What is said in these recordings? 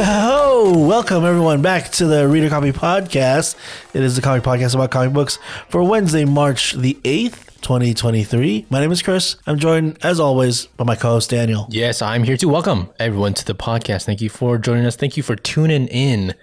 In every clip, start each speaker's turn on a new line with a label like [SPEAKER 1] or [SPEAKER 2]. [SPEAKER 1] Oh, welcome everyone back to the Reader Copy Podcast. It is the comic podcast about comic books for Wednesday, March the 8th, 2023. My name is Chris. I'm joined, as always, by my co host, Daniel.
[SPEAKER 2] Yes, I'm here to welcome everyone to the podcast. Thank you for joining us. Thank you for tuning in.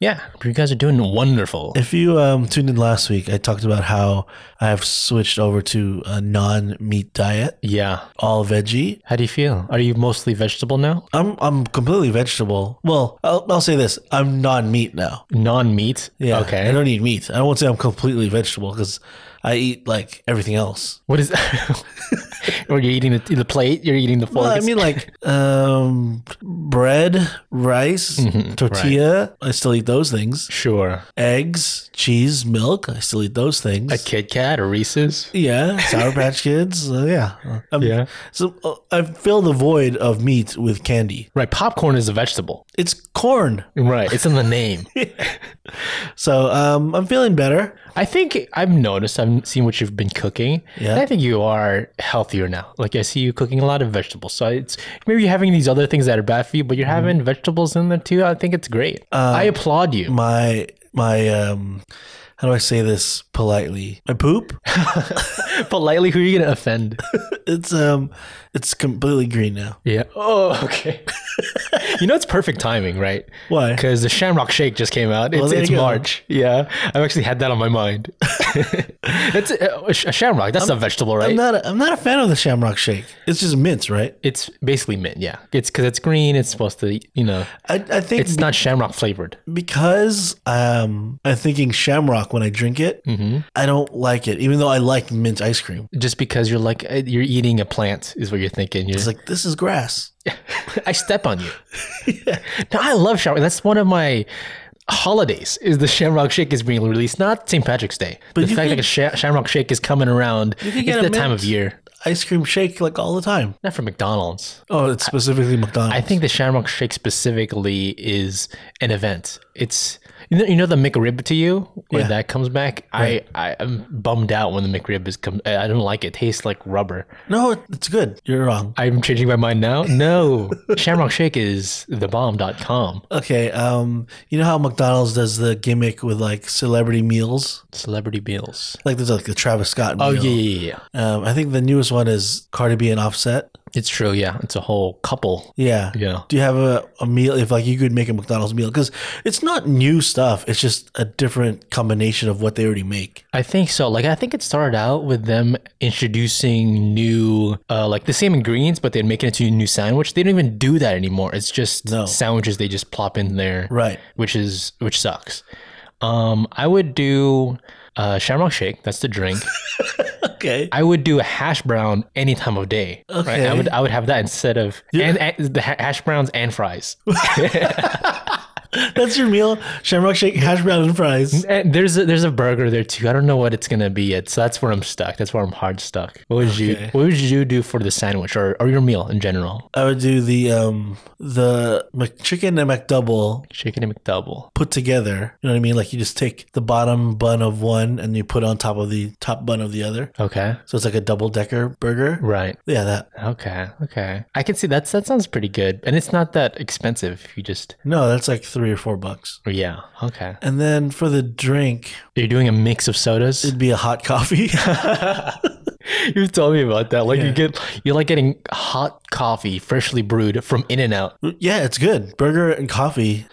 [SPEAKER 2] Yeah, you guys are doing wonderful.
[SPEAKER 1] If you um, tuned in last week, I talked about how I have switched over to a non meat diet,
[SPEAKER 2] Yeah.
[SPEAKER 1] all veggie.
[SPEAKER 2] How do you feel? Are you mostly vegetable now?
[SPEAKER 1] I'm, I'm completely vegetable. Well, I'll, I'll say this I'm non meat now.
[SPEAKER 2] Non meat?
[SPEAKER 1] Yeah. I
[SPEAKER 2] Okay.
[SPEAKER 1] don't eat meat. I won't say I'm completely vegetable because I eat like everything else.
[SPEAKER 2] What is Or you're eating the, the plate, you're eating the fork.
[SPEAKER 1] Well, I mean, like um, bread, rice,
[SPEAKER 2] Mm-hmm.
[SPEAKER 1] tortilla. I still eat those things.
[SPEAKER 2] sure.
[SPEAKER 1] Eggs, cheese, milk. I still eat those things.
[SPEAKER 2] A Kit Kat or Reese's?
[SPEAKER 1] yeah, Sour Patch Kids. uh, yeah, Um,
[SPEAKER 2] Yeah.
[SPEAKER 1] So uh, I fill the void of meat with candy.
[SPEAKER 2] Right. Popcorn is a vegetable.
[SPEAKER 1] It's corn.
[SPEAKER 2] Right. It's in the name.
[SPEAKER 1] So um, I'm feeling better.
[SPEAKER 2] I think I've noticed, I've seen what you've been cooking.
[SPEAKER 1] Yeah.
[SPEAKER 2] And I think you are healthier now. Like I see you cooking a lot of vegetables. So it's maybe you're having these other things that are bad for you, but you're
[SPEAKER 1] Mm-hmm.
[SPEAKER 2] having vegetables in there too. I think it's great. I applaud you.
[SPEAKER 1] Uh, My my um, how do I say this politely? My poop.
[SPEAKER 2] Politely, who are you going to offend?
[SPEAKER 1] it's um, it's completely green now.
[SPEAKER 2] yeah. Oh, okay. you know, it's perfect timing, right?
[SPEAKER 1] Why?
[SPEAKER 2] Because the Shamrock Shake just came out. It's,
[SPEAKER 1] there
[SPEAKER 2] it's
[SPEAKER 1] you go.
[SPEAKER 2] March. Yeah. I've actually had that on my mind. That's uh, a, a sh- a shamrock. That's a vegetable, right?
[SPEAKER 1] I'm not. A, I'm not a fan of the Shamrock Shake. It's just mints, right?
[SPEAKER 2] it's basically mint. Yeah. It's because it's green. It's supposed to, you know.
[SPEAKER 1] I, I think
[SPEAKER 2] It's not shamrock flavored.
[SPEAKER 1] because um, I'm thinking Shamrock when I drink it.
[SPEAKER 2] Mm-hmm.
[SPEAKER 1] I don't like it, even though I like mint ice cream.
[SPEAKER 2] Just because you're like uh, you're eating a plant is what you're thinking. You're
[SPEAKER 1] It's like this is grass.
[SPEAKER 2] I step on you. No, I love shamrock. That's one of my holidays. Is the shamrock shake is being released? Not St. Patrick's Day. the
[SPEAKER 1] you
[SPEAKER 2] fact
[SPEAKER 1] could-
[SPEAKER 2] that a sha- shamrock shake is coming around.
[SPEAKER 1] could
[SPEAKER 2] It's
[SPEAKER 1] get a
[SPEAKER 2] that time
[SPEAKER 1] mint.
[SPEAKER 2] of year.
[SPEAKER 1] Ice cream shake like all the time.
[SPEAKER 2] Not for McDonald's.
[SPEAKER 1] Oh, it's specifically McDonald's.
[SPEAKER 2] I think the shamrock shake specifically is an event. It's you know, you know the McRib to you when
[SPEAKER 1] Yeah.
[SPEAKER 2] that comes back. I I am bummed out when the McRib is come. I don't like it. it tastes like rubber.
[SPEAKER 1] no, it- it's good. You're wrong.
[SPEAKER 2] I'm changing my mind now. No, Shamrock Shake is thebomb.com.
[SPEAKER 1] Okay, um, you know how McDonald's does the gimmick with like celebrity meals,
[SPEAKER 2] Celebrity meals.
[SPEAKER 1] like there's like the Travis Scott.
[SPEAKER 2] Oh
[SPEAKER 1] meal.
[SPEAKER 2] yeah, yeah, yeah. yeah.
[SPEAKER 1] Um, I think the newest one is Cardi B and Offset.
[SPEAKER 2] It's true. Yeah, it's a whole couple.
[SPEAKER 1] Yeah.
[SPEAKER 2] Yeah.
[SPEAKER 1] Do you have a, a meal if like you could make a McDonald's meal? Because it's not new stuff. It's just a different combination of what they already make.
[SPEAKER 2] I think so. Like I think it started out with them introducing new, uh, like the same ingredients, but they're making it to a new sandwich. They don't even do that anymore. It's just
[SPEAKER 1] No.
[SPEAKER 2] sandwiches they just plop in there,
[SPEAKER 1] Right.
[SPEAKER 2] which is which sucks. Um, I would do uh, Shamrock Shake. That's the drink.
[SPEAKER 1] Okay.
[SPEAKER 2] I would do a hash brown any time of day.
[SPEAKER 1] Okay.
[SPEAKER 2] I would I would have that instead of and, and the ha- hash browns and fries.
[SPEAKER 1] That's your meal. Shamrock shake, hash brown, and fries.
[SPEAKER 2] and there's a, there's a burger there too. I don't know what it's gonna be yet. So that's where I'm stuck. That's where I'm hard stuck. What would you
[SPEAKER 1] Okay.
[SPEAKER 2] What would you do for the sandwich or, or your meal in general?
[SPEAKER 1] I would do the um the McChicken and McDouble
[SPEAKER 2] Chicken and McDouble.
[SPEAKER 1] put together. You know what I mean? Like you just take the bottom bun of one and you put it on top of the top bun of the other.
[SPEAKER 2] Okay.
[SPEAKER 1] So it's like a double decker burger.
[SPEAKER 2] Right.
[SPEAKER 1] Yeah, that.
[SPEAKER 2] Okay. Okay. I can see that's that sounds pretty good, and it's not that expensive. If you just
[SPEAKER 1] No, that's like three or four bucks.
[SPEAKER 2] yeah. Okay.
[SPEAKER 1] And then for the drink,
[SPEAKER 2] You're doing a mix of sodas.
[SPEAKER 1] it'd be a hot coffee.
[SPEAKER 2] You've told me about that. Like you get, you're like getting hot coffee, freshly brewed from In and Out.
[SPEAKER 1] Yeah, it's good. Burger and coffee.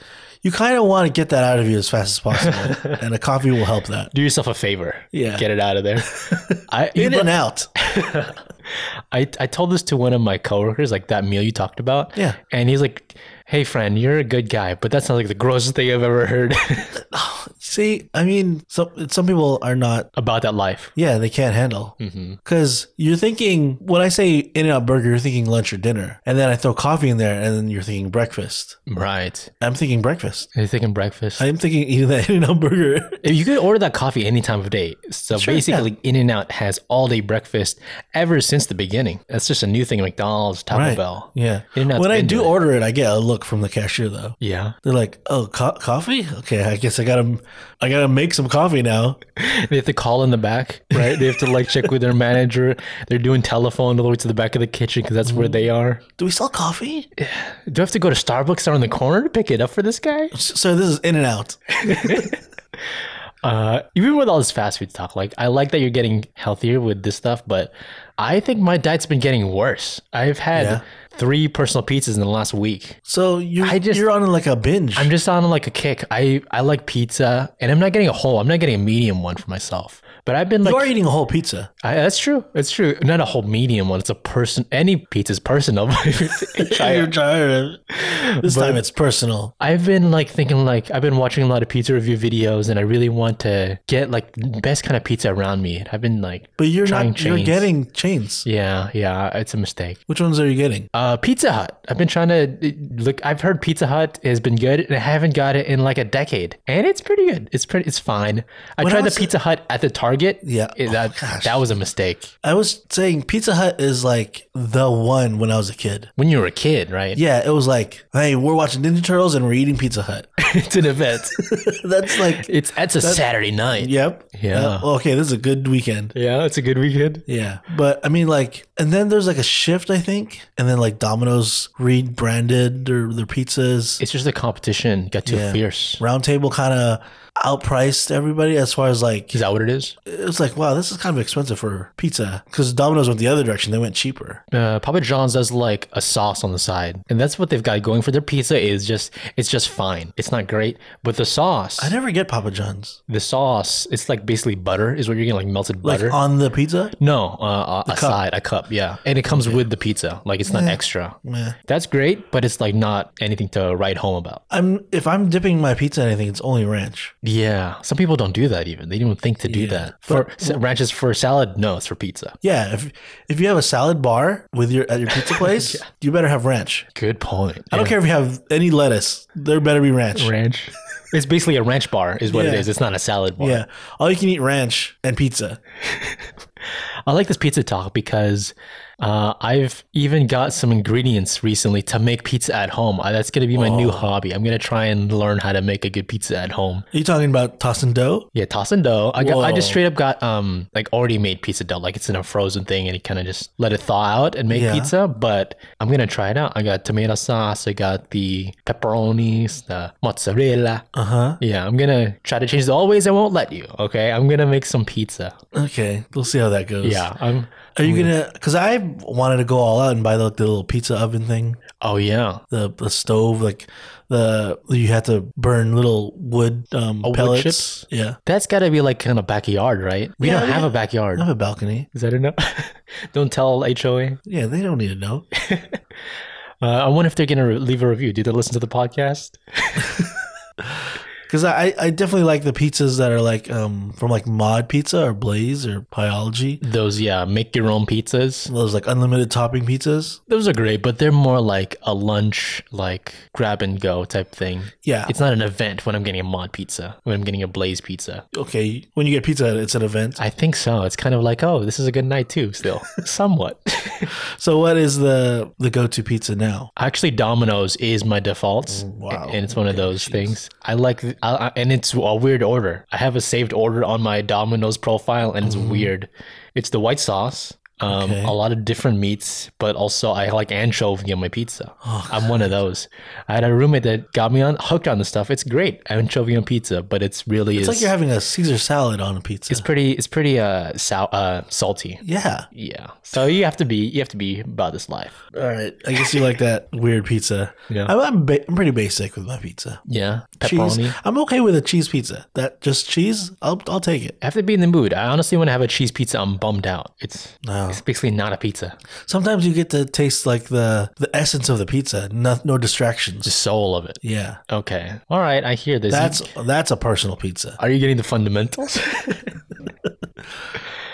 [SPEAKER 1] You kind of want to get that out of you as fast as possible, and a coffee will help that.
[SPEAKER 2] Do yourself a favor.
[SPEAKER 1] Yeah.
[SPEAKER 2] get it out of there. I, you
[SPEAKER 1] In
[SPEAKER 2] know,
[SPEAKER 1] and out.
[SPEAKER 2] I I told this to one of my coworkers, like that meal you talked about.
[SPEAKER 1] Yeah.
[SPEAKER 2] and he's like, "Hey, friend, you're a good guy, but that sounds like the grossest thing I've ever heard
[SPEAKER 1] See, I mean, some some people are not.
[SPEAKER 2] about that life."
[SPEAKER 1] Yeah, they can't handle
[SPEAKER 2] Mm-hmm.
[SPEAKER 1] because you're thinking when I say in and out burger, you're thinking lunch or dinner, and then I throw coffee in there, and then you're thinking breakfast.
[SPEAKER 2] Right.
[SPEAKER 1] I'm thinking breakfast.
[SPEAKER 2] You're thinking breakfast.
[SPEAKER 1] I'm thinking eating that in and out burger.
[SPEAKER 2] you could order that coffee any time of day. So
[SPEAKER 1] Sure,
[SPEAKER 2] basically, In and Out has all day breakfast ever since the beginning. That's just a new thing. McDonald's, Taco
[SPEAKER 1] Right.
[SPEAKER 2] Bell.
[SPEAKER 1] Yeah.
[SPEAKER 2] In-N-Out's
[SPEAKER 1] When I
[SPEAKER 2] been
[SPEAKER 1] do
[SPEAKER 2] doing it.
[SPEAKER 1] order it, I get a look from the cashier though.
[SPEAKER 2] Yeah.
[SPEAKER 1] They're like, "Oh, co- coffee? Okay, I guess I gotta I gotta make some coffee now.
[SPEAKER 2] They have to call in the back, right? They have to like check with their manager. They're doing telephone all the way to the back of the kitchen because that's where they are.
[SPEAKER 1] Do we sell coffee?
[SPEAKER 2] Do I have to go to Starbucks down in the corner to pick it up for this guy?
[SPEAKER 1] So this is in and out.
[SPEAKER 2] Uh, even with all this fast food talk, like I like that you're getting healthier with this stuff, but I think my diet's been getting worse. I've had
[SPEAKER 1] Yeah.
[SPEAKER 2] three personal pizzas in the last week.
[SPEAKER 1] So you
[SPEAKER 2] I just-
[SPEAKER 1] you're on like a binge.
[SPEAKER 2] I'm just on like a kick. I I like pizza, and I'm not getting a whole. I'm not getting a medium one for myself. But I've been like,
[SPEAKER 1] you are eating a whole pizza.
[SPEAKER 2] I, that's true. That's true. Not a whole medium one. It's a person. Any pizza's personal.
[SPEAKER 1] You're tired of it. This time it's personal.
[SPEAKER 2] I've been like thinking like I've been watching a lot of pizza review videos and I really want to get like best kind of pizza around me. And I've been like
[SPEAKER 1] But you're not.
[SPEAKER 2] Trying
[SPEAKER 1] You're
[SPEAKER 2] chains.
[SPEAKER 1] getting chains.
[SPEAKER 2] yeah, yeah, it's a mistake.
[SPEAKER 1] Which ones are you getting?
[SPEAKER 2] Uh Pizza Hut. I've been trying to look I've heard Pizza Hut has been good and I haven't got it in like a decade. And it's pretty good. It's pretty it's fine. I
[SPEAKER 1] When I
[SPEAKER 2] tried the
[SPEAKER 1] was-
[SPEAKER 2] Pizza Hut at the Target.
[SPEAKER 1] Yeah.
[SPEAKER 2] It-
[SPEAKER 1] Oh,
[SPEAKER 2] that
[SPEAKER 1] gosh.
[SPEAKER 2] that was a mistake.
[SPEAKER 1] I was saying Pizza Hut is like the one when I was a kid.
[SPEAKER 2] When you were a kid, right?
[SPEAKER 1] Yeah, it was like, hey, we're watching Ninja Turtles and we're eating Pizza Hut.
[SPEAKER 2] it's an event.
[SPEAKER 1] That's like,
[SPEAKER 2] It's that's a Saturday night.
[SPEAKER 1] yep.
[SPEAKER 2] Yeah.
[SPEAKER 1] Uh, okay, this is a good weekend.
[SPEAKER 2] yeah, it's a good weekend.
[SPEAKER 1] Yeah. But I mean, like, and then there's like a shift, I think. And then like Domino's rebranded their, their pizzas.
[SPEAKER 2] It's just the competition got too
[SPEAKER 1] Yeah.
[SPEAKER 2] fierce.
[SPEAKER 1] Round Table kind of outpriced everybody as far as like,
[SPEAKER 2] Is that what it is?
[SPEAKER 1] it was like, wow, this is kind of expensive for pizza. Because Domino's went the other direction, they went cheaper.
[SPEAKER 2] Uh, Papa John's does like a sauce on the side, and that's what they've got going for their pizza. Is just it's just fine. It's not great, but the sauce,
[SPEAKER 1] I never get Papa John's.
[SPEAKER 2] the sauce, it's like basically butter is what you're getting like melted
[SPEAKER 1] Like
[SPEAKER 2] butter.
[SPEAKER 1] on the pizza?
[SPEAKER 2] no, uh, a side, a cup, yeah, and it comes with the pizza. Like it's not extra.
[SPEAKER 1] Meh.
[SPEAKER 2] That's great, but it's like not anything to write home about.
[SPEAKER 1] I'm if I'm dipping my pizza in anything, it's only ranch.
[SPEAKER 2] Yeah, some people don't do that even. They don't think to do that. For sa- ranch is for salad. No, it's for pizza.
[SPEAKER 1] Yeah, if if you have a salad bar with your at your pizza place, you better have ranch.
[SPEAKER 2] Good point.
[SPEAKER 1] I don't care if you have any lettuce, there better be ranch.
[SPEAKER 2] ranch. It's basically a ranch bar, is what it
[SPEAKER 1] Yeah.
[SPEAKER 2] is. It's not a salad bar.
[SPEAKER 1] Yeah, all you can eat ranch and pizza.
[SPEAKER 2] I like this pizza talk because uh, I've even got some ingredients recently to make pizza at home. Uh, that's going to be my new hobby. I'm going to try and learn how to make a good pizza at home.
[SPEAKER 1] Are you talking about tossing dough?
[SPEAKER 2] Yeah, toss and dough. I, got, I just
[SPEAKER 1] Whoa.
[SPEAKER 2] straight up got um like already made pizza dough. Like it's in a frozen thing and you kind of just let it thaw out and make
[SPEAKER 1] Yeah.
[SPEAKER 2] pizza. But I'm going to try it out. I got tomato sauce. I got the pepperonis, the mozzarella.
[SPEAKER 1] Uh huh.
[SPEAKER 2] Yeah, I'm going to try to change the always I won't let you. Okay. I'm going to make some pizza.
[SPEAKER 1] Okay, we'll see how that goes.
[SPEAKER 2] Yeah. I'm.
[SPEAKER 1] Are you gonna? Because I wanted to go all out and buy like the little pizza oven thing,
[SPEAKER 2] Oh, yeah.
[SPEAKER 1] the the stove, like the you had to burn little wood um,
[SPEAKER 2] wood
[SPEAKER 1] pellets.
[SPEAKER 2] chips?
[SPEAKER 1] Yeah,
[SPEAKER 2] That's got to be like kind of backyard, right? We
[SPEAKER 1] Yeah,
[SPEAKER 2] don't have
[SPEAKER 1] yeah.
[SPEAKER 2] a backyard.
[SPEAKER 1] I have a balcony.
[SPEAKER 2] Is that enough? don't tell HOA.
[SPEAKER 1] Yeah, they don't need to know.
[SPEAKER 2] Uh, I wonder if they're going to re- leave a review. Do they listen to the podcast?
[SPEAKER 1] Because I, I definitely like the pizzas that are like um from like Mod Pizza or Blaze or Pyology.
[SPEAKER 2] Those, yeah, make your own pizzas.
[SPEAKER 1] Those like unlimited topping pizzas.
[SPEAKER 2] Those are great, but they're more like a lunch, like grab and go type thing.
[SPEAKER 1] Yeah.
[SPEAKER 2] It's not an event when I'm getting a mod pizza, when I'm getting a blaze pizza.
[SPEAKER 1] okay. When you get pizza, it's an event.
[SPEAKER 2] I think so. It's kind of like, oh, this is a good night too, still, somewhat.
[SPEAKER 1] So what is the the go to pizza now?
[SPEAKER 2] Actually, Domino's is my default.
[SPEAKER 1] Oh, wow.
[SPEAKER 2] And it's one of those things. I like, I, I, and it's a weird order. I have a saved order on my Domino's profile, and it's weird. It's the white sauce, um,
[SPEAKER 1] Mm-hmm. Okay.
[SPEAKER 2] a lot of different meats, but also I like anchovy on my pizza.
[SPEAKER 1] Oh,
[SPEAKER 2] I'm one of those. I had a roommate that got me on hooked on the stuff. It's great, anchovy on pizza, but it's really
[SPEAKER 1] It's
[SPEAKER 2] is.
[SPEAKER 1] like you're having a Caesar salad on a pizza.
[SPEAKER 2] it's pretty. It's pretty uh, sal- uh salty.
[SPEAKER 1] yeah.
[SPEAKER 2] Yeah. So you have to be. You have to be about this life.
[SPEAKER 1] All right. I guess you like that weird pizza.
[SPEAKER 2] Yeah.
[SPEAKER 1] I'm I'm, ba- I'm pretty basic with my pizza.
[SPEAKER 2] Yeah.
[SPEAKER 1] Cheese.
[SPEAKER 2] Pepperoni.
[SPEAKER 1] I'm okay with a cheese pizza. That just cheese. I'll I'll take it.
[SPEAKER 2] I have to be in the mood. I honestly, when I have a cheese pizza, I'm bummed out. It's
[SPEAKER 1] No.
[SPEAKER 2] it's basically not a pizza.
[SPEAKER 1] Sometimes you get to taste like the the essence of the pizza. No, no distractions.
[SPEAKER 2] The soul of it.
[SPEAKER 1] yeah.
[SPEAKER 2] Okay. All right. I hear this.
[SPEAKER 1] That's that's a personal pizza,
[SPEAKER 2] Are you getting the fundamentals?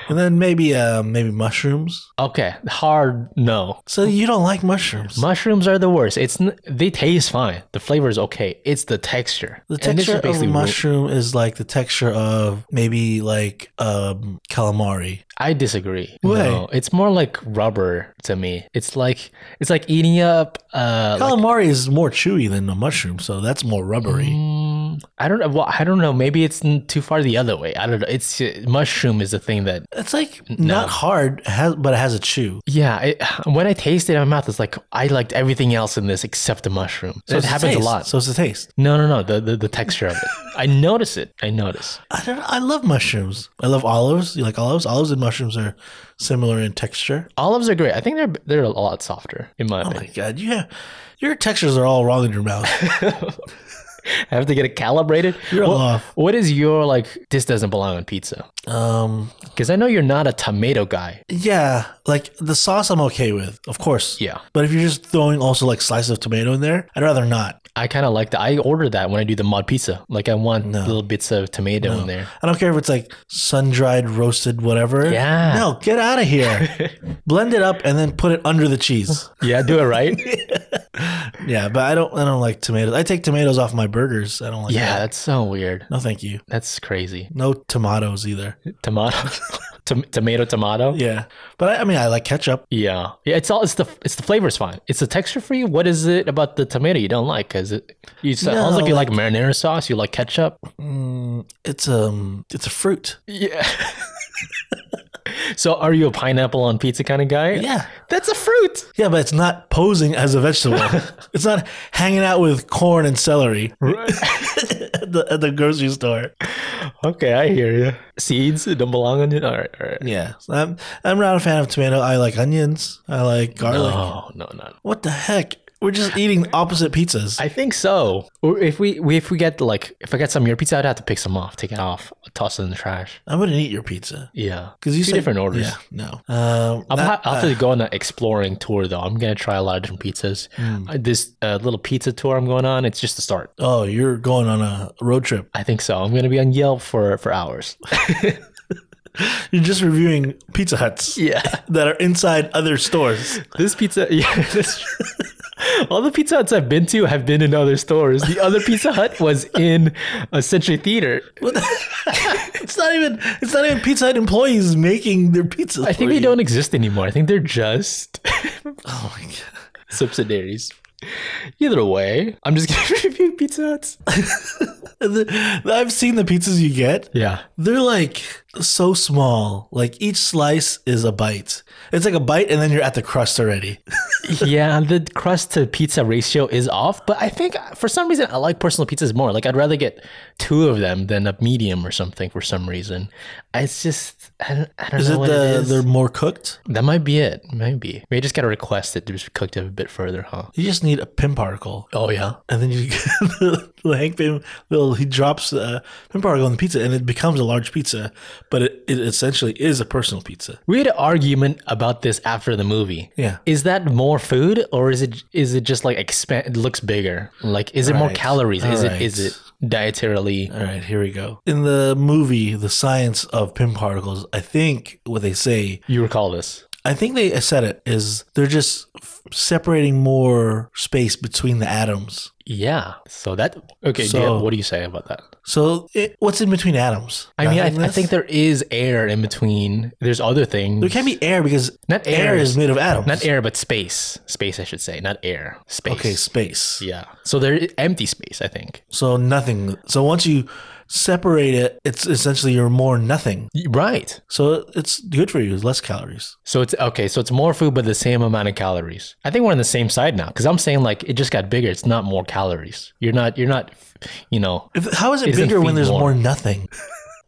[SPEAKER 1] and then maybe uh, maybe mushrooms.
[SPEAKER 2] okay. Hard no.
[SPEAKER 1] So you don't like mushrooms?
[SPEAKER 2] Mushrooms are the worst. It's n- they taste fine. The flavor is okay. It's the texture.
[SPEAKER 1] The
[SPEAKER 2] And this is
[SPEAKER 1] texture of a
[SPEAKER 2] basically ru-
[SPEAKER 1] mushroom is like the texture of maybe like um, calamari.
[SPEAKER 2] I disagree.
[SPEAKER 1] Why?
[SPEAKER 2] No, it's more like rubber to me. It's like it's like eating up. Uh, like-
[SPEAKER 1] Calamari is more chewy than a mushroom, so that's more rubbery.
[SPEAKER 2] Mm, I don't know. Well, I don't know. Maybe it's n- too far the other way. I don't know. It's uh, mushroom is the thing that.
[SPEAKER 1] It's like not hard, has, but it has a chew.
[SPEAKER 2] Yeah, it, when I taste it in my mouth, it's like I liked everything else in this except the mushroom.
[SPEAKER 1] So
[SPEAKER 2] it
[SPEAKER 1] it's a
[SPEAKER 2] happens a
[SPEAKER 1] taste.
[SPEAKER 2] lot.
[SPEAKER 1] So it's a taste.
[SPEAKER 2] no, no, no. The, the the texture of it. I notice it. I notice.
[SPEAKER 1] I don't know. I love mushrooms. I love olives. You like olives? Olives and mushrooms are similar in texture.
[SPEAKER 2] Olives are great. I think they're they're a lot softer in my
[SPEAKER 1] Oh
[SPEAKER 2] opinion.
[SPEAKER 1] my god, yeah. Your textures are all wrong in your mouth.
[SPEAKER 2] I have to get it calibrated.
[SPEAKER 1] You're
[SPEAKER 2] What-
[SPEAKER 1] off.
[SPEAKER 2] what is your like? This doesn't belong on pizza
[SPEAKER 1] Um,
[SPEAKER 2] because I know you're not a tomato guy.
[SPEAKER 1] yeah, like the sauce I'm okay with, of course.
[SPEAKER 2] Yeah,
[SPEAKER 1] But if you're just throwing also like slices of tomato in there, I'd rather not.
[SPEAKER 2] I kind of like that. I order that when I do the mod pizza. Like I want
[SPEAKER 1] No.
[SPEAKER 2] little bits of tomato in there.
[SPEAKER 1] I don't care if it's like sun dried, roasted, whatever.
[SPEAKER 2] Yeah.
[SPEAKER 1] No, get out of here. Blend it up and then put it under the cheese.
[SPEAKER 2] Yeah, do it right.
[SPEAKER 1] Yeah, but I don't I don't like tomatoes. I take tomatoes off my burgers. I don't like
[SPEAKER 2] yeah,
[SPEAKER 1] that.
[SPEAKER 2] that's so weird.
[SPEAKER 1] No thank you.
[SPEAKER 2] That's crazy.
[SPEAKER 1] No tomatoes either.
[SPEAKER 2] Tomato, Tom- tomato, tomato. Yeah.
[SPEAKER 1] Yeah. But I, I mean I like ketchup.
[SPEAKER 2] yeah, It's all. It's the. It's the flavor's fine. It's the texture for you. What is it about the tomato you don't like? Because it. You sound sounds
[SPEAKER 1] No,
[SPEAKER 2] like you like marinara sauce. You like ketchup.
[SPEAKER 1] Mm, it's um it's a fruit.
[SPEAKER 2] Yeah. so, are you a pineapple on pizza kind of guy?
[SPEAKER 1] Yeah.
[SPEAKER 2] That's a fruit.
[SPEAKER 1] Yeah, but it's not posing as a vegetable. it's not hanging out with corn and celery at, the, at the grocery store.
[SPEAKER 2] Okay, I hear you. Seeds don't belong on it. All right, all right.
[SPEAKER 1] Yeah, so I'm I'm not a fan of tomato. I like onions. I like garlic.
[SPEAKER 2] Oh, No, no, no.
[SPEAKER 1] What the heck? We're just eating opposite pizzas.
[SPEAKER 2] I think so. Or if we, we if we get like if I get some of your pizza, I'd have to pick some off, take it off, toss it in the trash.
[SPEAKER 1] I wouldn't eat your pizza
[SPEAKER 2] Yeah,
[SPEAKER 1] because you
[SPEAKER 2] two
[SPEAKER 1] said-
[SPEAKER 2] different orders.
[SPEAKER 1] Yeah, no. Um,
[SPEAKER 2] I'll,
[SPEAKER 1] that-
[SPEAKER 2] ha- I'll have to go on an exploring tour though. I'm gonna try a lot of different pizzas. Uh, This uh, little pizza tour I'm going on, it's just the start.
[SPEAKER 1] oh, you're going on a road trip.
[SPEAKER 2] I think so. I'm gonna be on Yelp for for hours.
[SPEAKER 1] You're just reviewing Pizza Huts
[SPEAKER 2] Yeah.
[SPEAKER 1] that are inside other stores.
[SPEAKER 2] This pizza, yeah. This, all the Pizza Huts I've been to have been in other stores. The other Pizza Hut was in a Century Theater.
[SPEAKER 1] What the- it's not even it's not even Pizza Hut employees making their pizzas.
[SPEAKER 2] I
[SPEAKER 1] for
[SPEAKER 2] think they
[SPEAKER 1] you.
[SPEAKER 2] don't exist anymore. I think they're just
[SPEAKER 1] Oh my god.
[SPEAKER 2] subsidiaries. Either way, I'm just gonna review Pizza Huts.
[SPEAKER 1] The- I've seen the pizzas you get.
[SPEAKER 2] Yeah.
[SPEAKER 1] They're like so small. Like each slice is a bite. It's like a bite, and then you're at the crust already.
[SPEAKER 2] Yeah, the crust to pizza ratio is off, but I think for some reason I like personal pizzas more. Like I'd rather get two of them than a medium or something for some reason. It's just I don't, I don't
[SPEAKER 1] Is
[SPEAKER 2] know
[SPEAKER 1] it
[SPEAKER 2] what
[SPEAKER 1] the
[SPEAKER 2] it is.
[SPEAKER 1] they're more cooked?
[SPEAKER 2] That might be it. Maybe. Maybe just gotta request it to just be cooked up a bit further, huh?
[SPEAKER 1] You just need a pin particle,
[SPEAKER 2] Oh yeah.
[SPEAKER 1] and then you get the, the Hank Pym little he drops a pin particle on the pizza, and it becomes a large pizza. But it, it essentially is a personal pizza.
[SPEAKER 2] We had an argument about this after the movie.
[SPEAKER 1] Yeah.
[SPEAKER 2] Is that more food or is it is it just like expand it looks bigger? Like is it more
[SPEAKER 1] Right.
[SPEAKER 2] calories? Is
[SPEAKER 1] Alright.
[SPEAKER 2] it is it dietarily
[SPEAKER 1] All right, here we go. In the movie, the science of pin particles, I think what they say
[SPEAKER 2] you recall this?
[SPEAKER 1] I think they said it is they're just f- separating more space between the atoms.
[SPEAKER 2] Yeah. So that okay, do you-
[SPEAKER 1] So-
[SPEAKER 2] what do you say about that?
[SPEAKER 1] So it, what's in between atoms?
[SPEAKER 2] I mean, I,
[SPEAKER 1] Nothingness?
[SPEAKER 2] I think there is air in between. There's other things.
[SPEAKER 1] there can't be air because
[SPEAKER 2] Not
[SPEAKER 1] air
[SPEAKER 2] air.
[SPEAKER 1] is made of atoms.
[SPEAKER 2] not air, but space. Space, I should say, not air. Space.
[SPEAKER 1] Okay, space.
[SPEAKER 2] Yeah. So there is empty space, I think.
[SPEAKER 1] So nothing. So once you separate it, it's essentially you're more nothing.
[SPEAKER 2] Right.
[SPEAKER 1] So it's good for you. It's less calories.
[SPEAKER 2] So it's okay. So it's more food, but the same amount of calories. I think we're on the same side now because I'm saying like it just got bigger. It's not more calories. You're not. You're not. You know.
[SPEAKER 1] If, how is it
[SPEAKER 2] Isn't
[SPEAKER 1] bigger when
[SPEAKER 2] feed
[SPEAKER 1] there's more
[SPEAKER 2] more?
[SPEAKER 1] nothing?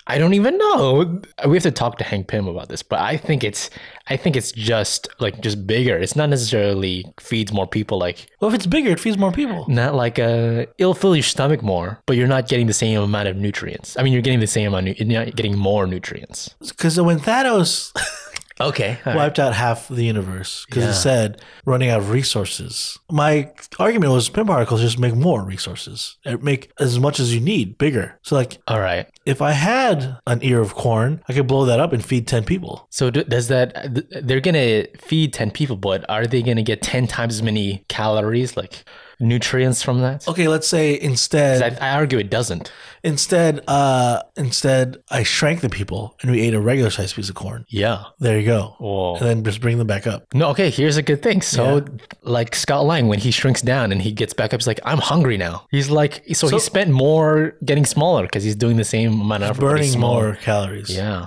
[SPEAKER 2] I don't even know. We have to talk to Hank Pym about this, but I think it's. I think it's just like just bigger. It's not necessarily feeds more people. Like
[SPEAKER 1] Well, if it's bigger, it feeds more people.
[SPEAKER 2] not like uh it'll fill your stomach more, but you're not getting the same amount of nutrients. I mean, you're getting the same amount. Of, nu- you're not getting more nutrients.
[SPEAKER 1] Because when Thanos
[SPEAKER 2] Okay.
[SPEAKER 1] wiped out half the universe because it said running out of resources. My argument was pin particles just make more resources, Uh, make as much as you need bigger. So, like,
[SPEAKER 2] All right.
[SPEAKER 1] if I had an ear of corn, I could blow that up and feed 10 people.
[SPEAKER 2] So d- does that th- they're gonna feed ten people, but are they gonna get ten times as many calories, like nutrients from that?
[SPEAKER 1] Okay, let's say instead,
[SPEAKER 2] 'Cause I, I argue it doesn't.
[SPEAKER 1] instead, uh, instead, I shrank the people and we ate a regular sized piece of corn.
[SPEAKER 2] Yeah.
[SPEAKER 1] There you go.
[SPEAKER 2] Well,
[SPEAKER 1] And then just bring them back up.
[SPEAKER 2] no. Okay. Here's a good thing. So like Scott Lang when he shrinks down and he gets back up. He's like, I'm hungry now. He's like, so, he spent more getting smaller because he's doing the same amount of effort, but he's
[SPEAKER 1] burning
[SPEAKER 2] smaller.
[SPEAKER 1] more calories.
[SPEAKER 2] Yeah.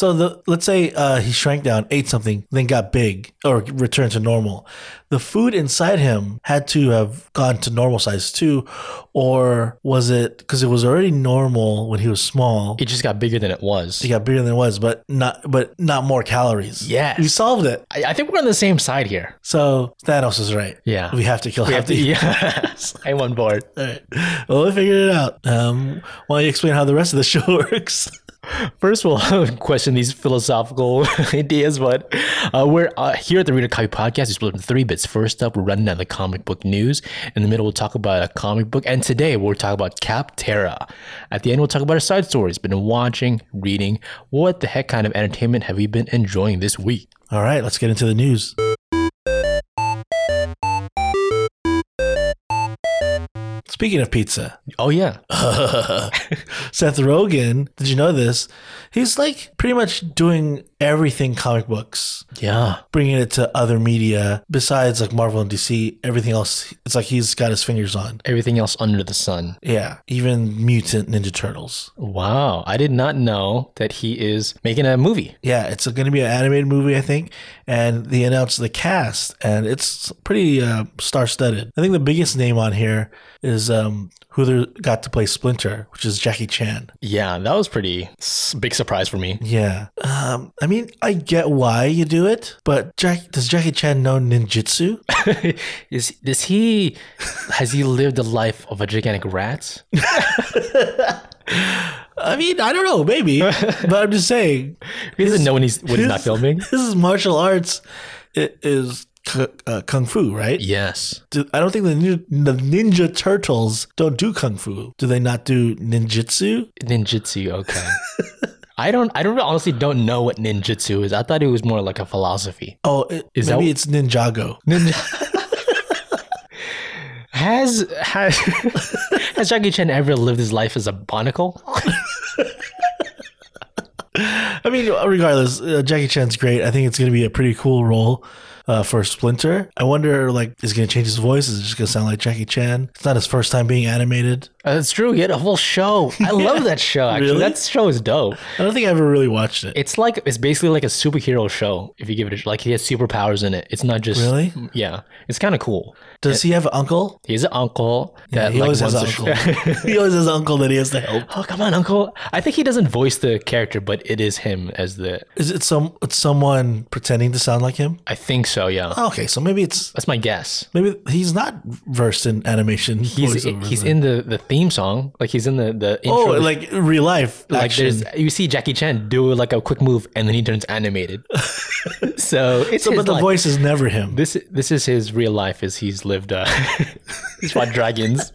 [SPEAKER 1] So the let's say uh, he shrank down, ate something, then got big or returned to normal. The food inside him had to have gone to normal size too, or was it because it was already normal when he was small?
[SPEAKER 2] It just got bigger than it was.
[SPEAKER 1] He got bigger than it was, but not but not more calories.
[SPEAKER 2] Yes.
[SPEAKER 1] we solved it.
[SPEAKER 2] I, I think we're on the same side here.
[SPEAKER 1] So Thanos is right.
[SPEAKER 2] Yeah.
[SPEAKER 1] We have to kill.
[SPEAKER 2] We have to-
[SPEAKER 1] Hades.
[SPEAKER 2] yes. I'm on board.
[SPEAKER 1] All right. Well, we figured it out. Um, why don't you explain how the rest of the show works?
[SPEAKER 2] First, we'll question these philosophical ideas, but uh, we're uh, here at the Reader Copy Podcast. We split up into three bits. First up, we're running down the comic book news. In the middle, we'll talk about a comic book, and today we'll talk about Capterra. At the end, we'll talk about our side stories. Been watching, reading. What the heck kind of entertainment have we been enjoying this week?
[SPEAKER 1] All right, let's get into the news. Speaking of pizza,
[SPEAKER 2] Oh yeah,
[SPEAKER 1] Seth Rogen, did you know this? He's like pretty much doing everything comic books,
[SPEAKER 2] yeah.
[SPEAKER 1] bringing it to other media besides like Marvel and DC. Everything else, it's like he's got his fingers on.
[SPEAKER 2] Everything else under the sun.
[SPEAKER 1] Yeah, even Mutant Ninja Turtles.
[SPEAKER 2] Wow, I did not know that he is making a movie.
[SPEAKER 1] Yeah, it's going to be an animated movie, I think. And they announced the cast, and it's pretty uh, star-studded. I think the biggest name on here is um, who they got to play Splinter, which is Jackie Chan.
[SPEAKER 2] Yeah, that was pretty s- big surprise for me.
[SPEAKER 1] Yeah, um, I mean, I get why you do it, but Jack does Jackie Chan know ninjutsu?
[SPEAKER 2] is does he has he lived the life of a gigantic rat?
[SPEAKER 1] I mean, I don't know, maybe, but I'm just saying
[SPEAKER 2] He doesn't know when he's when he's not filming.
[SPEAKER 1] this is martial arts. It is cu- uh, kung fu, right?
[SPEAKER 2] Yes.
[SPEAKER 1] Do, I don't think the ninja, the ninja turtles don't do kung fu. Do they not do ninjutsu?
[SPEAKER 2] Ninjutsu, okay. I don't I don't honestly don't know what ninjutsu is. I thought it was more like a philosophy.
[SPEAKER 1] Oh, it,
[SPEAKER 2] Is
[SPEAKER 1] maybe
[SPEAKER 2] that-
[SPEAKER 1] it's ninjago.
[SPEAKER 2] Has has has Jackie Chan ever lived his life as a barnacle?
[SPEAKER 1] I mean, regardless, uh, Jackie Chan's great. I think it's going to be a pretty cool role uh, for Splinter. I wonder, like, is he going to change his voice? Is it just going to sound like Jackie Chan? It's not his first time being animated.
[SPEAKER 2] Uh, That's true. He had a whole show. I love that show. Actually,
[SPEAKER 1] Really?
[SPEAKER 2] that show is dope.
[SPEAKER 1] I don't think I ever really watched it.
[SPEAKER 2] It's like it's basically like a superhero show. If you give it a, like, he has superpowers in it. It's not just
[SPEAKER 1] Really?
[SPEAKER 2] Yeah, it's kind of cool.
[SPEAKER 1] Does he have an uncle?
[SPEAKER 2] He has an uncle that
[SPEAKER 1] he
[SPEAKER 2] like
[SPEAKER 1] always
[SPEAKER 2] wants
[SPEAKER 1] has an
[SPEAKER 2] to
[SPEAKER 1] uncle. he always has an uncle that he has to help.
[SPEAKER 2] oh come on, uncle! I think he doesn't voice the character, but it is him as the.
[SPEAKER 1] Is it some? It's someone pretending to sound like him?
[SPEAKER 2] I think so. Yeah,
[SPEAKER 1] Okay, so maybe it's
[SPEAKER 2] that's my guess.
[SPEAKER 1] maybe he's not versed in animation.
[SPEAKER 2] He's
[SPEAKER 1] voiceover,
[SPEAKER 2] he's
[SPEAKER 1] then.
[SPEAKER 2] in the the theme song. Like he's in the the intro.
[SPEAKER 1] Oh, like real life
[SPEAKER 2] like
[SPEAKER 1] action.
[SPEAKER 2] there's you see Jackie Chan do like a quick move and then he turns animated. so it's
[SPEAKER 1] so,
[SPEAKER 2] his
[SPEAKER 1] but the
[SPEAKER 2] life.
[SPEAKER 1] voice is never him.
[SPEAKER 2] This this is his real life as he's lived. Uh, he's fought dragons.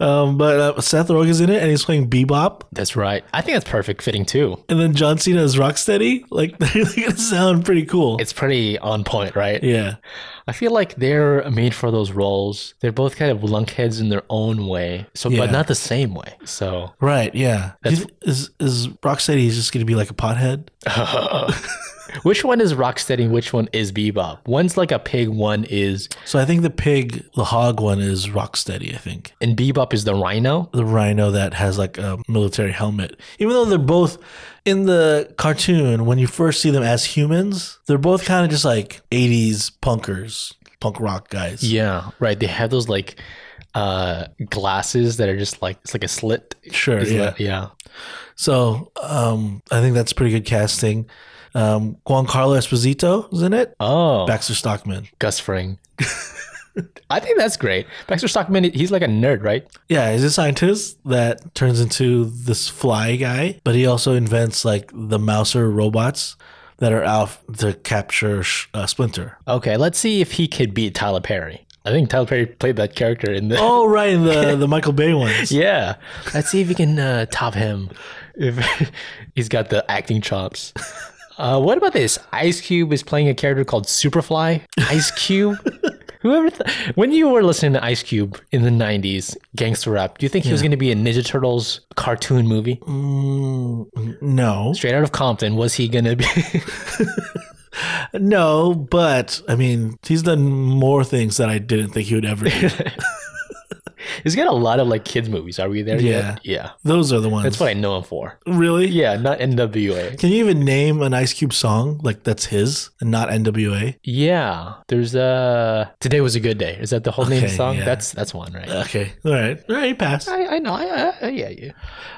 [SPEAKER 1] Um, but uh, Seth Rogen's in it, and he's playing Bebop,
[SPEAKER 2] That's right. I think that's perfect fitting too.
[SPEAKER 1] and then John Cena is Rocksteady. Like they're gonna sound pretty cool.
[SPEAKER 2] It's pretty on point, right?
[SPEAKER 1] yeah,
[SPEAKER 2] I feel like they're made for those roles. They're both kind of lunkheads in their own way, so
[SPEAKER 1] Yeah.
[SPEAKER 2] but not the same way. So
[SPEAKER 1] right. Yeah, He's- is is Rocksteady just gonna be like a pothead?
[SPEAKER 2] which one is Rocksteady? and Which one is Bebop? One's like a pig. One is
[SPEAKER 1] So I think the pig, the hog one, is Rocksteady. I think.
[SPEAKER 2] and Bebop is the rhino.
[SPEAKER 1] the rhino that has like a military helmet. Even though they're both in the cartoon, when you first see them as humans, they're both kind of just like 80s punkers, punk rock guys.
[SPEAKER 2] Yeah, right. They have those like uh glasses that are just like it's like a slit.
[SPEAKER 1] Sure.
[SPEAKER 2] It's
[SPEAKER 1] yeah.
[SPEAKER 2] like- yeah.
[SPEAKER 1] So um, I think that's pretty good casting. Um, Juan Carlos Esposito is in it.
[SPEAKER 2] Oh,
[SPEAKER 1] Baxter Stockman.
[SPEAKER 2] Gus Fring. I think that's great. Baxter Stockman, he's like a nerd, right?
[SPEAKER 1] Yeah, he's a scientist that turns into this fly guy, but he also invents like the Mouser robots that are out to capture uh, Splinter.
[SPEAKER 2] Okay, let's see if he could beat Tyler Perry. I think Tyler Perry played that character in the.
[SPEAKER 1] Oh, right, in the the Michael Bay ones.
[SPEAKER 2] Yeah, let's see if he can uh, top him. If he's got the acting chops. Uh, what about this? Ice Cube is playing a character called Superfly. Ice Cube. Whoever, th- when you were listening to Ice Cube in the '90s, gangster rap, do you think he was going to be a Ninja Turtles cartoon movie?
[SPEAKER 1] Mm, no,
[SPEAKER 2] Straight out of Compton, was he going to be?
[SPEAKER 1] No, but I mean, he's done more things that I didn't think he would ever do.
[SPEAKER 2] He's got a lot of like kids movies. Are we there
[SPEAKER 1] Yeah.
[SPEAKER 2] yet? Yeah.
[SPEAKER 1] Those are the ones.
[SPEAKER 2] That's what I know him for.
[SPEAKER 1] Really?
[SPEAKER 2] Yeah, not NWA.
[SPEAKER 1] Can you even name an Ice Cube song like that's his and not NWA?
[SPEAKER 2] Yeah, there's uh today was a good day. Is that the whole name of
[SPEAKER 1] Okay,
[SPEAKER 2] the song?
[SPEAKER 1] yeah.
[SPEAKER 2] That's that's one, right?
[SPEAKER 1] Okay. All right. All right, you pass.
[SPEAKER 2] I, I know. I, I, yeah, yeah.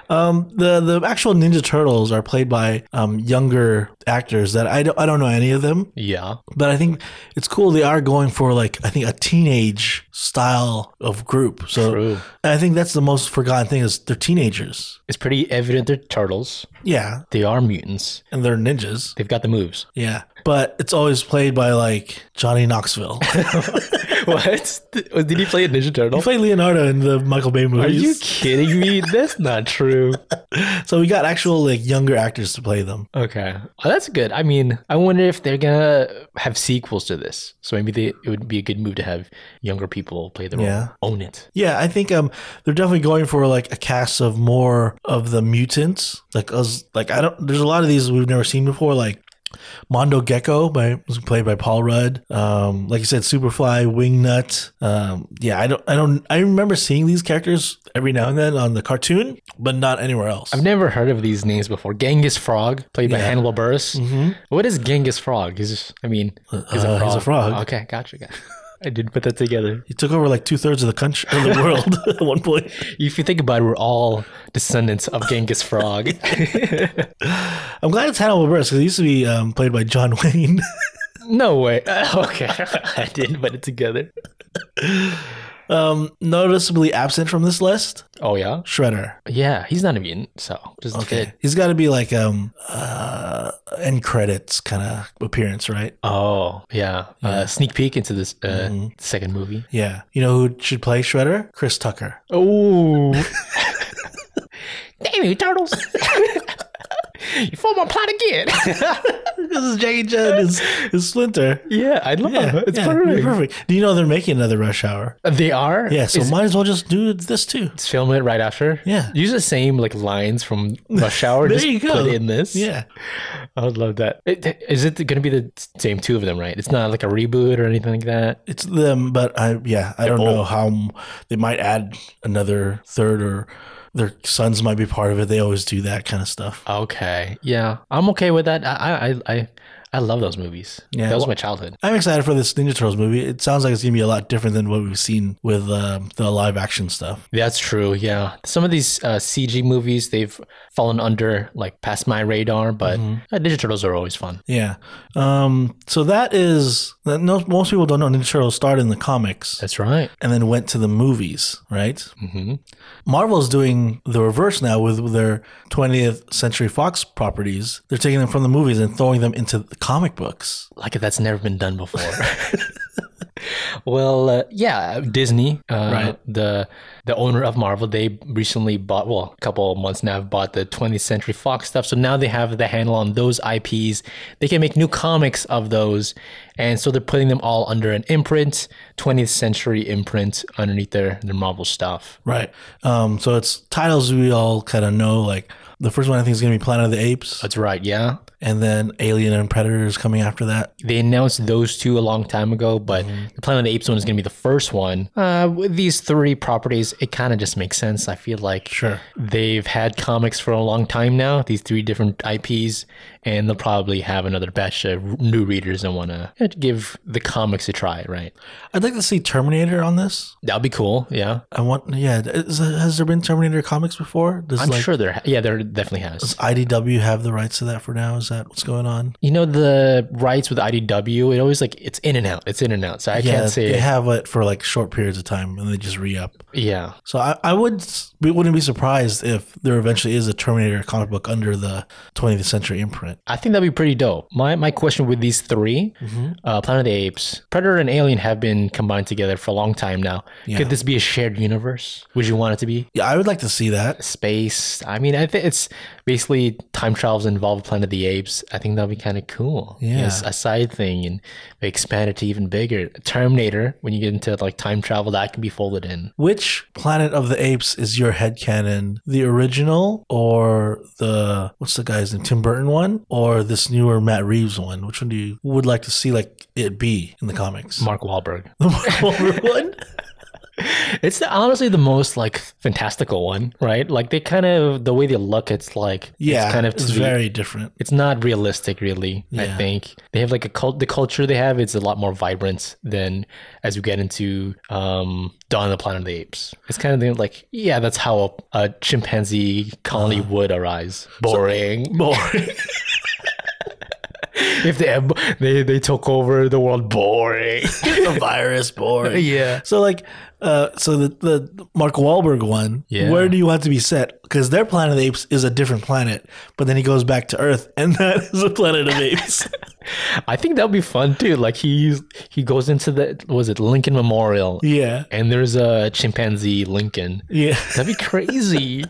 [SPEAKER 1] Um, the the actual Ninja Turtles are played by um, younger actors that I don't I don't know any of them,
[SPEAKER 2] Yeah.
[SPEAKER 1] but I think it's cool they are going for like I think a teenage style of group. So
[SPEAKER 2] True.
[SPEAKER 1] and I think that's the most forgotten thing is they're teenagers.
[SPEAKER 2] It's pretty evident they're turtles.
[SPEAKER 1] Yeah,
[SPEAKER 2] They are mutants.
[SPEAKER 1] and they're ninjas.
[SPEAKER 2] They've got the moves.
[SPEAKER 1] Yeah, but it's always played by like Johnny Knoxville.
[SPEAKER 2] what? Oh, Did he play a Ninja Turtle?
[SPEAKER 1] he played Leonardo in the Michael Bay
[SPEAKER 2] Are you
[SPEAKER 1] movies.
[SPEAKER 2] kidding me? That's not true.
[SPEAKER 1] So we got actual like younger actors to play them.
[SPEAKER 2] Okay, oh, that's good. I mean, I wonder if they're gonna have sequels to this. So maybe they, it would be a good move to have younger people play the role,
[SPEAKER 1] Yeah.
[SPEAKER 2] own it.
[SPEAKER 1] Yeah, I think um they're definitely going for like a cast of more of the mutants. Like us like I don't there's a lot of these we've never seen before, like Mondo Gecko by was played by Paul Rudd. Um like you said, Superfly, Wingnut. Um yeah, I don't I don't I remember seeing these characters every now and then on the cartoon, but not anywhere else.
[SPEAKER 2] I've never heard of these names before. Genghis Frog, played by
[SPEAKER 1] Yeah.
[SPEAKER 2] Hannibal Buress.
[SPEAKER 1] Mhm.
[SPEAKER 2] What is Genghis Frog? He's, just- I mean, he's
[SPEAKER 1] Uh,
[SPEAKER 2] a frog.
[SPEAKER 1] he's a frog.
[SPEAKER 2] Okay, gotcha. gotcha. I did put that together.
[SPEAKER 1] He took over like two thirds of the country of the world at one point.
[SPEAKER 2] If you think about it, we're all descendants of Genghis Frog.
[SPEAKER 1] I'm glad it's Hannibal Buress because he used to be um, played by John Wayne.
[SPEAKER 2] no way. Okay, I didn't put it together.
[SPEAKER 1] um, noticeably absent from this list,
[SPEAKER 2] Oh yeah,
[SPEAKER 1] Shredder.
[SPEAKER 2] yeah. He's not a mutant, so just
[SPEAKER 1] Okay.
[SPEAKER 2] good.
[SPEAKER 1] He's got to be like um uh end credits kind of appearance, right?
[SPEAKER 2] Oh yeah, Uh, sneak peek into this uh,
[SPEAKER 1] Mm-hmm.
[SPEAKER 2] second movie.
[SPEAKER 1] Yeah. You know who should play Shredder? Chris Tucker.
[SPEAKER 2] Oh, damn you turtles! you form a plot again.
[SPEAKER 1] This is Jackie Chan is, is Splinter.
[SPEAKER 2] yeah, I love
[SPEAKER 1] Yeah,
[SPEAKER 2] it. It's
[SPEAKER 1] yeah,
[SPEAKER 2] perfect.
[SPEAKER 1] Do you know they're making another Rush Hour?
[SPEAKER 2] They are.
[SPEAKER 1] Yeah, so
[SPEAKER 2] Is-
[SPEAKER 1] might as well just do this too.
[SPEAKER 2] just film it right after.
[SPEAKER 1] Yeah.
[SPEAKER 2] use the same like lines from Rush Hour.
[SPEAKER 1] There
[SPEAKER 2] just
[SPEAKER 1] you go.
[SPEAKER 2] Put in this.
[SPEAKER 1] Yeah.
[SPEAKER 2] I would love that. It- th- Is it going to be the same two of them? Right? It's not like a reboot or anything like that.
[SPEAKER 1] It's them, but I yeah, I don't know
[SPEAKER 2] old.
[SPEAKER 1] how m- they might add another third or their sons might be part of it. They always do that kind of stuff.
[SPEAKER 2] Okay. Yeah, I'm okay with that. I I I, I love those movies.
[SPEAKER 1] Yeah.
[SPEAKER 2] that was my childhood.
[SPEAKER 1] I'm excited for this Ninja Turtles movie. It sounds like it's gonna be a lot different than what we've seen with um, the live action stuff.
[SPEAKER 2] That's true. Yeah, some of these uh, CG movies they've fallen under like past my radar, but uh, Ninja Turtles are always fun.
[SPEAKER 1] Yeah. Um, so that is that no, most people don't know Ninja Turtles started in the comics
[SPEAKER 2] That's right.
[SPEAKER 1] and then went to the movies, right?
[SPEAKER 2] hmm
[SPEAKER 1] Marvel's doing the reverse now with their 20th Century Fox properties. They're taking them from the movies and throwing them into the comic books.
[SPEAKER 2] Like that's never been done before. well, uh, yeah, Disney, uh,
[SPEAKER 1] Right.
[SPEAKER 2] the the owner of Marvel, they recently bought well a couple of months now have bought the 20th Century Fox stuff. So now they have the handle on those IPs. They can make new comics of those, and so they're putting them all under an imprint, 20th Century imprint underneath their their Marvel stuff.
[SPEAKER 1] Right. Um, so it's titles we all kind of know. Like the first one I think is going to be Planet of the Apes,
[SPEAKER 2] That's right. Yeah.
[SPEAKER 1] and then Alien and Predator is coming after that.
[SPEAKER 2] They announced those two a long time ago, but
[SPEAKER 1] Mm-hmm.
[SPEAKER 2] the Planet of the Apes one is going to be the first one. Uh, with these three properties, it kind of just makes sense. I feel like
[SPEAKER 1] Sure.
[SPEAKER 2] they've had comics for a long time now, these three different IPs, and they'll probably have another batch of new readers and want to give the comics a try, right?
[SPEAKER 1] I'd like to see Terminator on this.
[SPEAKER 2] That'll be cool. Yeah.
[SPEAKER 1] I want, yeah. Is, has there been Terminator comics before? Does
[SPEAKER 2] I'm
[SPEAKER 1] like
[SPEAKER 2] sure there, yeah, there definitely has.
[SPEAKER 1] IDW have the rights to that for now? Is that what's going on?
[SPEAKER 2] You know, the rights with IDW, it always like, it's in and out, it's in and out. So I can't say,
[SPEAKER 1] they have it for like short periods of time and they just re up.
[SPEAKER 2] yeah.
[SPEAKER 1] So I, I would we wouldn't be surprised if there eventually is a Terminator comic book under the 20th century imprint.
[SPEAKER 2] I think that'd be pretty dope. My my question with these 3
[SPEAKER 1] Mm-hmm.
[SPEAKER 2] uh, Planet of the Apes, Predator, and Alien have been combined together for a long time now.
[SPEAKER 1] Yeah.
[SPEAKER 2] Could this be a shared universe? Would you want it to be
[SPEAKER 1] Yeah, I would like to see that.
[SPEAKER 2] space? I mean, I think it's basically time travels involve Planet of the Apes. I think that'd be kind of cool. You know,
[SPEAKER 1] Yeah.
[SPEAKER 2] it's a side thing, and they expand it to even bigger. Terminator, when you get into like time travel, that can be folded in.
[SPEAKER 1] Which Planet of the Apes is your headcanon? The original or the what's the guy's name? Tim Burton one or this newer Matt Reeves one? Which one do you would like to see like it be in the comics?
[SPEAKER 2] Mark Wahlberg.
[SPEAKER 1] the Mark Wahlberg one?
[SPEAKER 2] It's the, honestly the most like fantastical one, right? Like they kind of the way they look, it's like
[SPEAKER 1] Yeah.
[SPEAKER 2] it's kind of
[SPEAKER 1] it's
[SPEAKER 2] to the-
[SPEAKER 1] very different.
[SPEAKER 2] it's not realistic really
[SPEAKER 1] Yeah.
[SPEAKER 2] i think they have like a cult the culture they have is a lot more vibrant than as we get into um dawn of the planet of the apes it's kind of the- like yeah that's how a, a chimpanzee colony would arise boring boring if they, have- they they took over the world boring
[SPEAKER 1] the virus boring.
[SPEAKER 2] yeah
[SPEAKER 1] So like, uh, so the the Mark Wahlberg one.
[SPEAKER 2] Yeah.
[SPEAKER 1] Where do you want to be set? Because their Planet of the Apes is a different planet, but then he goes back to Earth, and that is a Planet of Apes.
[SPEAKER 2] i think that would be fun too like he's he goes into the was it lincoln memorial
[SPEAKER 1] yeah,
[SPEAKER 2] and there's a chimpanzee lincoln
[SPEAKER 1] yeah.
[SPEAKER 2] that'd be crazy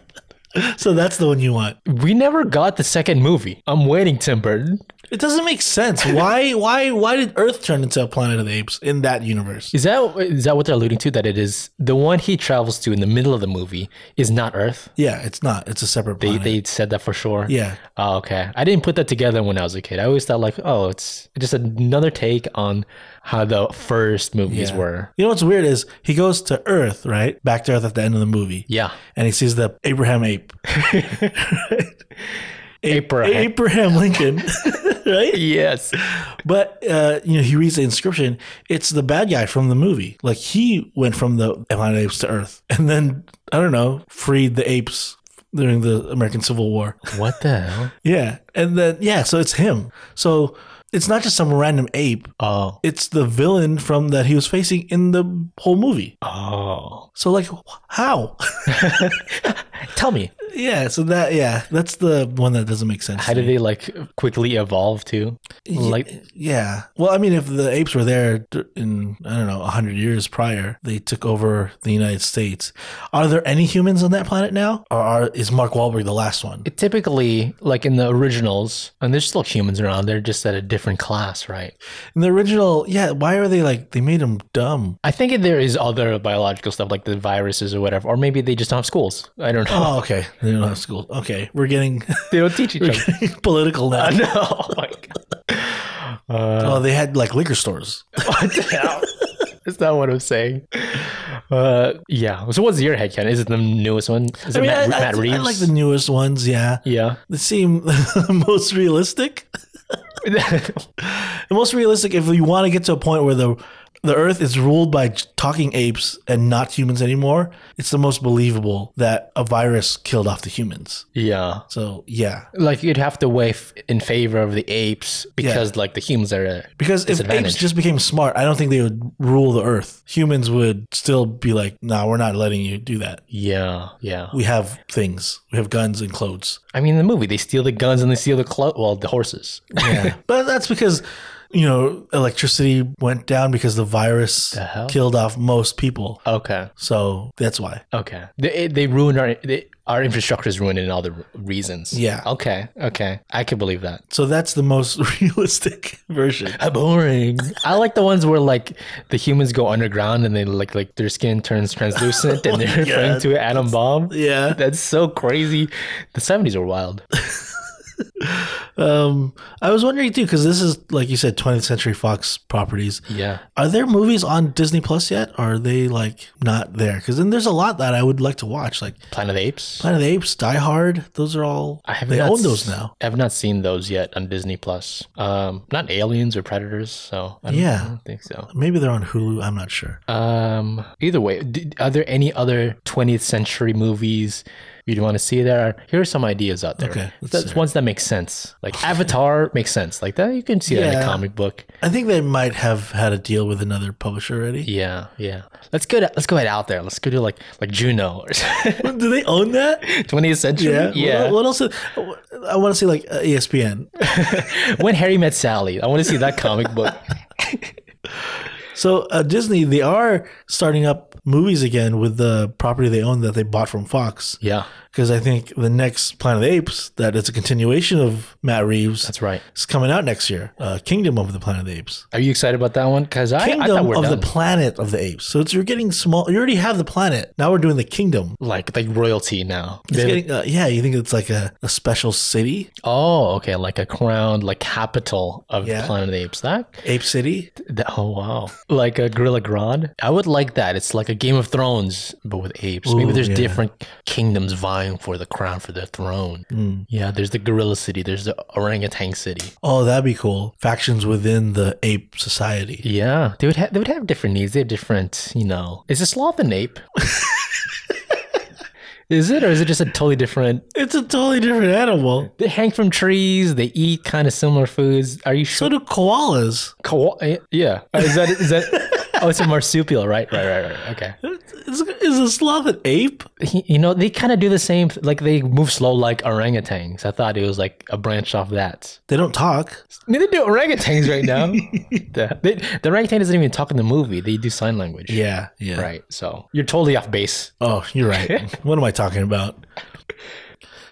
[SPEAKER 1] So that's the one you want.
[SPEAKER 2] We never got the second movie. I'm waiting, Tim Burton.
[SPEAKER 1] It doesn't make sense. Why? Why? Why did Earth turn into a Planet of the Apes in that universe?
[SPEAKER 2] Is that is that what they're alluding to? That it is the one he travels to in the middle of the movie is not Earth.
[SPEAKER 1] Yeah, it's not. It's a separate
[SPEAKER 2] They,
[SPEAKER 1] planet.
[SPEAKER 2] they said that for sure.
[SPEAKER 1] yeah,
[SPEAKER 2] Oh, okay. I didn't put that together when I was a kid. I always thought like, oh, it's just another take on how the first movies
[SPEAKER 1] Yeah.
[SPEAKER 2] were.
[SPEAKER 1] you know what's weird is he goes to Earth, right? Back to Earth at the end of the movie.
[SPEAKER 2] Yeah.
[SPEAKER 1] and he sees the Abraham ape,
[SPEAKER 2] Abraham.
[SPEAKER 1] Abraham Lincoln, right?
[SPEAKER 2] yes.
[SPEAKER 1] But uh, you know, he reads the inscription. It's the bad guy from the movie. Like he went from the Planet of the Apes to Earth, and then I don't know, freed the apes during the American Civil War.
[SPEAKER 2] What the hell?
[SPEAKER 1] yeah, and then yeah, so it's him. So it's not just some random ape.
[SPEAKER 2] Oh.
[SPEAKER 1] It's the villain from that he was facing in the whole movie.
[SPEAKER 2] Oh.
[SPEAKER 1] So like, wh- how?
[SPEAKER 2] Tell me,
[SPEAKER 1] yeah. So that yeah, that's the one that doesn't make sense.
[SPEAKER 2] how
[SPEAKER 1] to
[SPEAKER 2] did
[SPEAKER 1] me.
[SPEAKER 2] they like quickly evolve to?
[SPEAKER 1] Ye-
[SPEAKER 2] Like
[SPEAKER 1] Yeah. Well, I mean, if the apes were there d- in, I don't know, 100 years prior, they took over the United States. Are there any humans on that planet now? Or are, is Mark Wahlberg the last one?
[SPEAKER 2] typically like in the originals and there's still humans around they're just at a different class right
[SPEAKER 1] In the original, yeah, why are they like, they made him dumb?
[SPEAKER 2] i think there is other biological stuff like the viruses or whatever or maybe they just don't have schools i don't know
[SPEAKER 1] Oh, okay. They don't have school. Okay. We're getting
[SPEAKER 2] they don't teach each other
[SPEAKER 1] political now.
[SPEAKER 2] no oh my god uh,
[SPEAKER 1] Oh, they had like liquor stores.
[SPEAKER 2] what the hell that's not what i'm saying uh yeah so what's your headcanon is it the newest one is it matt,
[SPEAKER 1] I, I-
[SPEAKER 2] matt reeves
[SPEAKER 1] I like the newest ones. Yeah.
[SPEAKER 2] yeah
[SPEAKER 1] They seem the most realistic. The most realistic, if you want to get to a point where the the Earth is ruled by j- talking apes and not humans anymore, it's the most believable that a virus killed off the humans.
[SPEAKER 2] yeah
[SPEAKER 1] So yeah,
[SPEAKER 2] like you'd have to weigh f- in favor of the apes because like the humans are uh,
[SPEAKER 1] because if apes
[SPEAKER 2] Disadvantage.
[SPEAKER 1] just became smart, I don't think they would rule the Earth. Humans would still be like, "Nah, we're not letting you do that.
[SPEAKER 2] yeah yeah
[SPEAKER 1] We have things. We have guns and clothes."
[SPEAKER 2] I mean, in the movie, they steal the guns and they steal the clo- well, the horses.
[SPEAKER 1] Yeah, but that's because you know electricity went down because the virus
[SPEAKER 2] hell?
[SPEAKER 1] killed off most people.
[SPEAKER 2] okay,
[SPEAKER 1] So that's why.
[SPEAKER 2] okay. They they ruined our they, our infrastructure is ruined in other re- reasons.
[SPEAKER 1] Yeah.
[SPEAKER 2] Okay. Okay. I can believe that.
[SPEAKER 1] So that's the most realistic version.
[SPEAKER 2] boring. I like the ones where like the humans go underground and they like like their skin turns translucent and they're referring to an atom bomb.
[SPEAKER 1] Yeah.
[SPEAKER 2] That's so crazy. The seventies were wild.
[SPEAKER 1] Um, I was wondering too because this is like you said, 20th Century Fox properties.
[SPEAKER 2] Yeah.
[SPEAKER 1] Are there movies on Disney Plus yet? Or are they like not there? Because then there's a lot that I would like to watch, like
[SPEAKER 2] Planet of the Apes.
[SPEAKER 1] Planet of the Apes, Die Hard. Those are all
[SPEAKER 2] I have
[SPEAKER 1] they
[SPEAKER 2] not
[SPEAKER 1] own those
[SPEAKER 2] s-
[SPEAKER 1] now.
[SPEAKER 2] I have not seen those yet on Disney Plus. Um, not aliens or predators. So I don't,
[SPEAKER 1] Yeah.
[SPEAKER 2] I don't think so.
[SPEAKER 1] Maybe they're on Hulu. I'm not sure.
[SPEAKER 2] Um. Either way, d are there any other 20th century movies you'd want to see? There are here are some ideas out there.
[SPEAKER 1] Okay, let's
[SPEAKER 2] that's
[SPEAKER 1] hear
[SPEAKER 2] ones that make sense. Like Avatar makes sense. Like that, you can see that in
[SPEAKER 1] Yeah.
[SPEAKER 2] a comic book.
[SPEAKER 1] I think they might have had a deal with another publisher already.
[SPEAKER 2] Yeah, yeah. Let's go. To, let's go ahead out there. Let's go to like like Juno or something.
[SPEAKER 1] Do they own that?
[SPEAKER 2] 20th century.
[SPEAKER 1] Yeah.
[SPEAKER 2] Yeah.
[SPEAKER 1] What, what else? I want to see like uh, ESPN.
[SPEAKER 2] when Harry Met Sally. I want to see that comic book.
[SPEAKER 1] So uh, Disney, they are starting up movies again with the property they own that they bought from Fox.
[SPEAKER 2] Yeah,
[SPEAKER 1] Because I think the next Planet of the Apes, that it's a continuation of Matt Reeves,
[SPEAKER 2] that's right.
[SPEAKER 1] is coming out next year. Uh, Kingdom of the Planet of the Apes.
[SPEAKER 2] Are you excited about that one? Because I, I thought
[SPEAKER 1] Kingdom
[SPEAKER 2] we're
[SPEAKER 1] of
[SPEAKER 2] done.
[SPEAKER 1] the Planet of the Apes. So it's you're getting small. You already have the planet. Now we're doing the kingdom.
[SPEAKER 2] like like royalty now.
[SPEAKER 1] It's
[SPEAKER 2] They-
[SPEAKER 1] getting, uh, yeah, you think it's like a, a special city,
[SPEAKER 2] oh, okay, like a crown, like capital of
[SPEAKER 1] Yeah.
[SPEAKER 2] Planet of the Apes. That
[SPEAKER 1] ape city.
[SPEAKER 2] That- oh wow! Like a Gorilla Grodd, I would like that. It's like a Game of Thrones, but with apes. Maybe
[SPEAKER 1] Ooh,
[SPEAKER 2] there's
[SPEAKER 1] yeah.
[SPEAKER 2] different kingdoms vying for the crown for the throne.
[SPEAKER 1] Mm.
[SPEAKER 2] Yeah, there's the Gorilla City. There's the Orangutan City.
[SPEAKER 1] Oh, that'd be cool. Factions within the ape society.
[SPEAKER 2] Yeah, they would have they would have different needs. They have different, you know. Is a sloth an ape? is it or is it just a totally different?
[SPEAKER 1] It's a totally different animal.
[SPEAKER 2] They hang from trees. They eat kind of similar foods. Are you
[SPEAKER 1] So
[SPEAKER 2] sure?
[SPEAKER 1] do koalas.
[SPEAKER 2] Koa- eh, yeah. Is that is that? oh, it's a marsupial, right? Right, right, right. Okay.
[SPEAKER 1] Is, is a sloth an ape?
[SPEAKER 2] he- you know they kind of do the same like they move slow like orangutans i thought it was like a branch off that
[SPEAKER 1] They don't talk.
[SPEAKER 2] neither do orangutans right now the, they, the orangutan doesn't even talk in the movie they do sign language
[SPEAKER 1] Yeah, yeah.
[SPEAKER 2] right so you're totally off base
[SPEAKER 1] Oh, you're right. what am I talking about?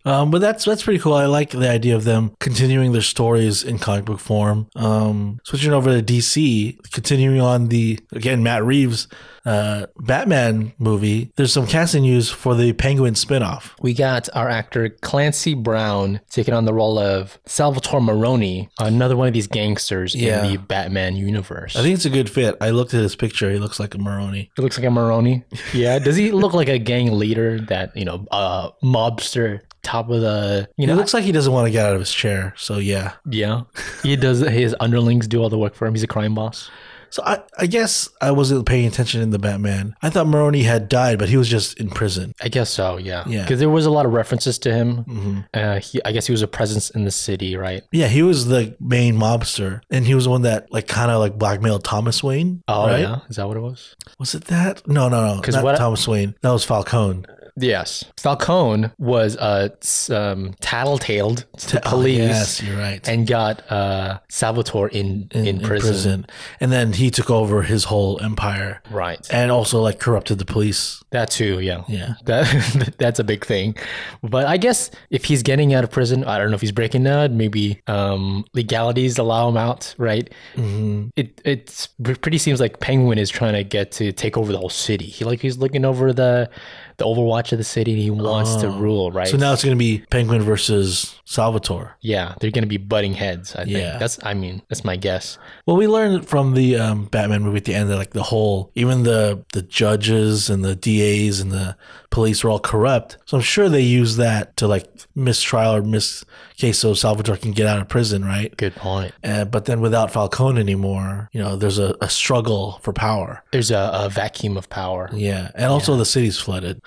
[SPEAKER 1] Um, but that's that's pretty cool. I like the idea of them continuing their stories in comic book form. Um, switching over to DC, continuing on the again Matt Reeves uh, Batman movie. There's some casting news for the Penguin spinoff.
[SPEAKER 2] we got our actor Clancy Brown taking on the role of Salvatore Maroni, another one of these gangsters
[SPEAKER 1] Yeah.
[SPEAKER 2] in the Batman universe.
[SPEAKER 1] I think it's a good fit. I looked at his picture. He looks like a Maroni.
[SPEAKER 2] He looks like a Maroni. Yeah. Does he look like a gang leader that, you know, uh, mobster, top of the, you
[SPEAKER 1] He
[SPEAKER 2] know,
[SPEAKER 1] looks like he doesn't want to get out of his chair. So yeah.
[SPEAKER 2] Yeah. He does his underlings do all the work for him. He's a crime boss.
[SPEAKER 1] So I, I guess I wasn't paying attention in the Batman. I thought Maroni had died, but he was just in prison.
[SPEAKER 2] I guess so, yeah.
[SPEAKER 1] Yeah.
[SPEAKER 2] Cuz there was a lot of references to him.
[SPEAKER 1] hmm
[SPEAKER 2] Uh, he, I guess he was a presence in the city, right?
[SPEAKER 1] Yeah, he was the main mobster, and he was the one that like kind of like blackmailed Thomas Wayne.
[SPEAKER 2] Oh,
[SPEAKER 1] right?
[SPEAKER 2] yeah. Is that what it was?
[SPEAKER 1] Was it that? No, no, no.
[SPEAKER 2] 'Cause
[SPEAKER 1] Not
[SPEAKER 2] what I-
[SPEAKER 1] Thomas Wayne. That was Falcone.
[SPEAKER 2] Yes. Falcone was uh s- um tattletaled to the
[SPEAKER 1] Oh,
[SPEAKER 2] police
[SPEAKER 1] yes, you're right.
[SPEAKER 2] and got uh Salvatore in in, prison.
[SPEAKER 1] and then he took over his whole empire,
[SPEAKER 2] Right.
[SPEAKER 1] and also like corrupted the police.
[SPEAKER 2] That too, yeah.
[SPEAKER 1] Yeah.
[SPEAKER 2] That that's a big thing. But I guess if he's getting out of prison, I don't know if he's breaking out, maybe um legalities allow him out, right?
[SPEAKER 1] hmm
[SPEAKER 2] it it's pre- pretty seems like Penguin is trying to get to take over the whole city. He like he's looking over the the Overwatch of the city and he wants to rule, right?
[SPEAKER 1] Oh. So now it's gonna be Penguin versus Salvatore.
[SPEAKER 2] yeah, they're gonna be butting heads. I think
[SPEAKER 1] Yeah.
[SPEAKER 2] that's I mean that's my guess.
[SPEAKER 1] Well, we learned from the um, Batman movie at the end that like the whole, even the the judges and the DAs and the police were all corrupt. So I'm sure they use that to like mistrial or miss case so Salvatore can get out of prison, right?
[SPEAKER 2] Good point.
[SPEAKER 1] Uh, but then without Falcone anymore, you know, there's a, a struggle for power.
[SPEAKER 2] There's a, a vacuum of power.
[SPEAKER 1] Yeah, and also the city's flooded.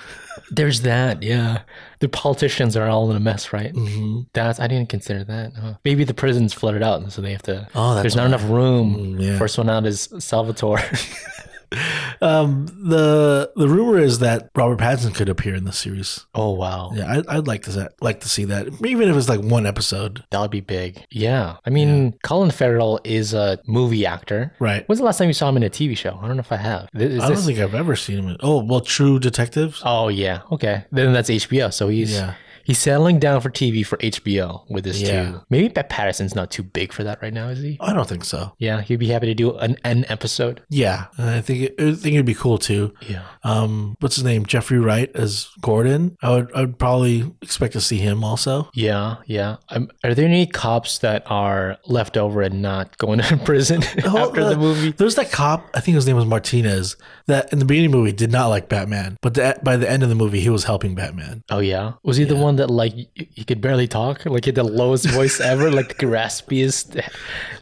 [SPEAKER 2] There's that. Yeah, the politicians are all in a mess, right?
[SPEAKER 1] hmm
[SPEAKER 2] That's I didn't consider that. huh. Maybe the prison's flooded out, and so they have to.
[SPEAKER 1] Oh, that's
[SPEAKER 2] there's not enough room.
[SPEAKER 1] Mm, yeah.
[SPEAKER 2] First one out is Salvatore.
[SPEAKER 1] Um, the the rumor is that Robert Pattinson could appear in the series.
[SPEAKER 2] oh wow.
[SPEAKER 1] Yeah, I, I'd like to like to see that, even if it's like one episode.
[SPEAKER 2] That would be big. Yeah. I mean, Colin Farrell is a movie actor.
[SPEAKER 1] Right.
[SPEAKER 2] When's the last time you saw him in a TV show? I don't know if I have. Th- is
[SPEAKER 1] I don't
[SPEAKER 2] this-
[SPEAKER 1] think I've ever seen him. In, oh, well, True Detectives.
[SPEAKER 2] oh, yeah. Okay. Then that's HBO. So he's
[SPEAKER 1] Yeah.
[SPEAKER 2] he's settling down for TV for HBO with this
[SPEAKER 1] Yeah. Uh,
[SPEAKER 2] too. Maybe Pat Patterson's not too big for that right now, is he?
[SPEAKER 1] I don't think so.
[SPEAKER 2] Yeah. He'd be happy to do an, an episode.
[SPEAKER 1] Yeah, I think it, I think it'd be cool too.
[SPEAKER 2] Yeah.
[SPEAKER 1] Um, what's his name? Jeffrey Wright as Gordon. I would I would probably expect to see him also.
[SPEAKER 2] Yeah. Yeah. Um, are there any cops that are left over and not going to prison
[SPEAKER 1] Oh,
[SPEAKER 2] after the
[SPEAKER 1] uh,
[SPEAKER 2] movie?
[SPEAKER 1] There's that cop. I think his name was Martinez. That in the beginning of the movie did not like Batman, but the, by the end of the movie he was helping Batman.
[SPEAKER 2] Oh yeah, was he the one that like y- he could barely talk, like he had the lowest voice ever, like the graspiest?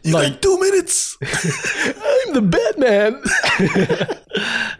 [SPEAKER 1] Like, two minutes.
[SPEAKER 2] I'm the Batman.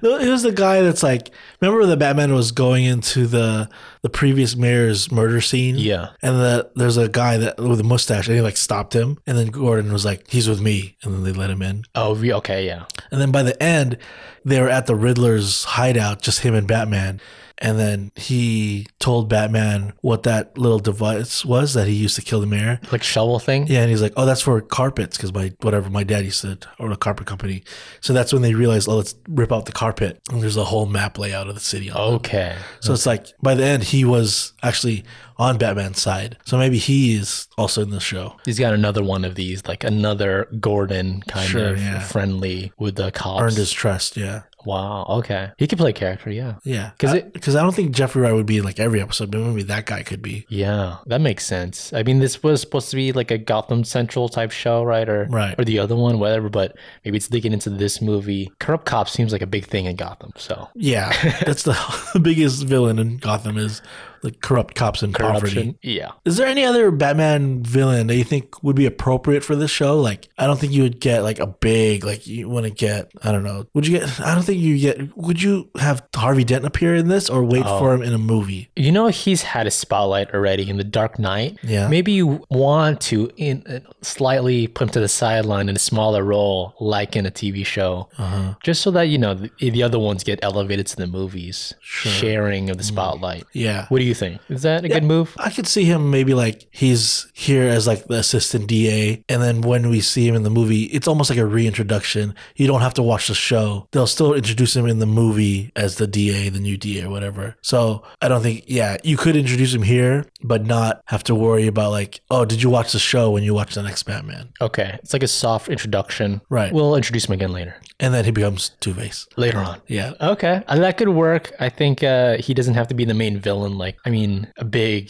[SPEAKER 1] No, It was the guy that's like, remember when the Batman was going into the the previous mayor's murder scene?
[SPEAKER 2] Yeah.
[SPEAKER 1] And the, there's a guy that with a mustache, and he like stopped him, and then Gordon was like, "He's with me," and then they let him in.
[SPEAKER 2] Oh, re- okay, yeah.
[SPEAKER 1] And then by the end, they were at the Riddler's hideout, just him and Batman. And then he told Batman what that little device was that he used to kill the mayor.
[SPEAKER 2] Like shovel thing.
[SPEAKER 1] Yeah, and he's like, "Oh, that's for carpets," because my whatever my dad used to own a carpet company. So that's when they realized, "Oh, let's rip out the carpet." And there's a whole map layout of the city.
[SPEAKER 2] Oh.
[SPEAKER 1] On it.
[SPEAKER 2] Okay.
[SPEAKER 1] so it's like by the end he was actually on Batman's side. So maybe he is also in the show.
[SPEAKER 2] He's got another one of these, like another Gordon kind
[SPEAKER 1] Sure,
[SPEAKER 2] of
[SPEAKER 1] yeah.
[SPEAKER 2] friendly with the cops.
[SPEAKER 1] Earned his trust. Yeah,
[SPEAKER 2] wow. Okay. He could play character. Yeah.
[SPEAKER 1] yeah.
[SPEAKER 2] 'Cause
[SPEAKER 1] Because
[SPEAKER 2] it-
[SPEAKER 1] I, don't think Jeffrey Wright would be in like every episode, but maybe that guy could be.
[SPEAKER 2] Yeah, that makes sense. I mean, this was supposed to be like a Gotham Central type show, right? Or
[SPEAKER 1] Right.
[SPEAKER 2] or the other one, whatever. But maybe it's digging into this movie. Corrupt cop seems like a big thing in Gotham. So
[SPEAKER 1] Yeah, that's the, the biggest villain in Gotham is the corrupt cops and poverty.
[SPEAKER 2] corruption. Yeah.
[SPEAKER 1] Is there any other Batman villain that you think would be appropriate for this show? Like, I don't think you would get like a big like you want to get. I don't know. Would you get? I don't think you get. Would you have Harvey Dent appear in this or wait for him in a movie?
[SPEAKER 2] You know he's had a spotlight already in the Dark Knight.
[SPEAKER 1] Yeah.
[SPEAKER 2] Maybe you want to in uh, slightly put him to the sideline in a smaller role, like in a TV show,
[SPEAKER 1] Uh-huh.
[SPEAKER 2] just so that you know the, the other ones get elevated to the movies, sharing of the spotlight.
[SPEAKER 1] Mm. Yeah,
[SPEAKER 2] What do you think? Is that a good move?
[SPEAKER 1] I could see him maybe like he's here as like the assistant DA, and then when we see him in the movie, it's almost like a reintroduction. You don't have to watch the show; they'll still introduce him in the movie as the DA, the new DA, or whatever. So I don't think, yeah, you could introduce him here, but not have to worry about like, oh, did you watch the show when you watch the next Batman?
[SPEAKER 2] Okay. It's like a soft introduction.
[SPEAKER 1] Right.
[SPEAKER 2] We'll introduce him again later.
[SPEAKER 1] And then he becomes Two Face.
[SPEAKER 2] Later on.
[SPEAKER 1] Yeah,
[SPEAKER 2] Okay. Uh, that could work. I think uh, he doesn't have to be the main villain. Like, I mean, a big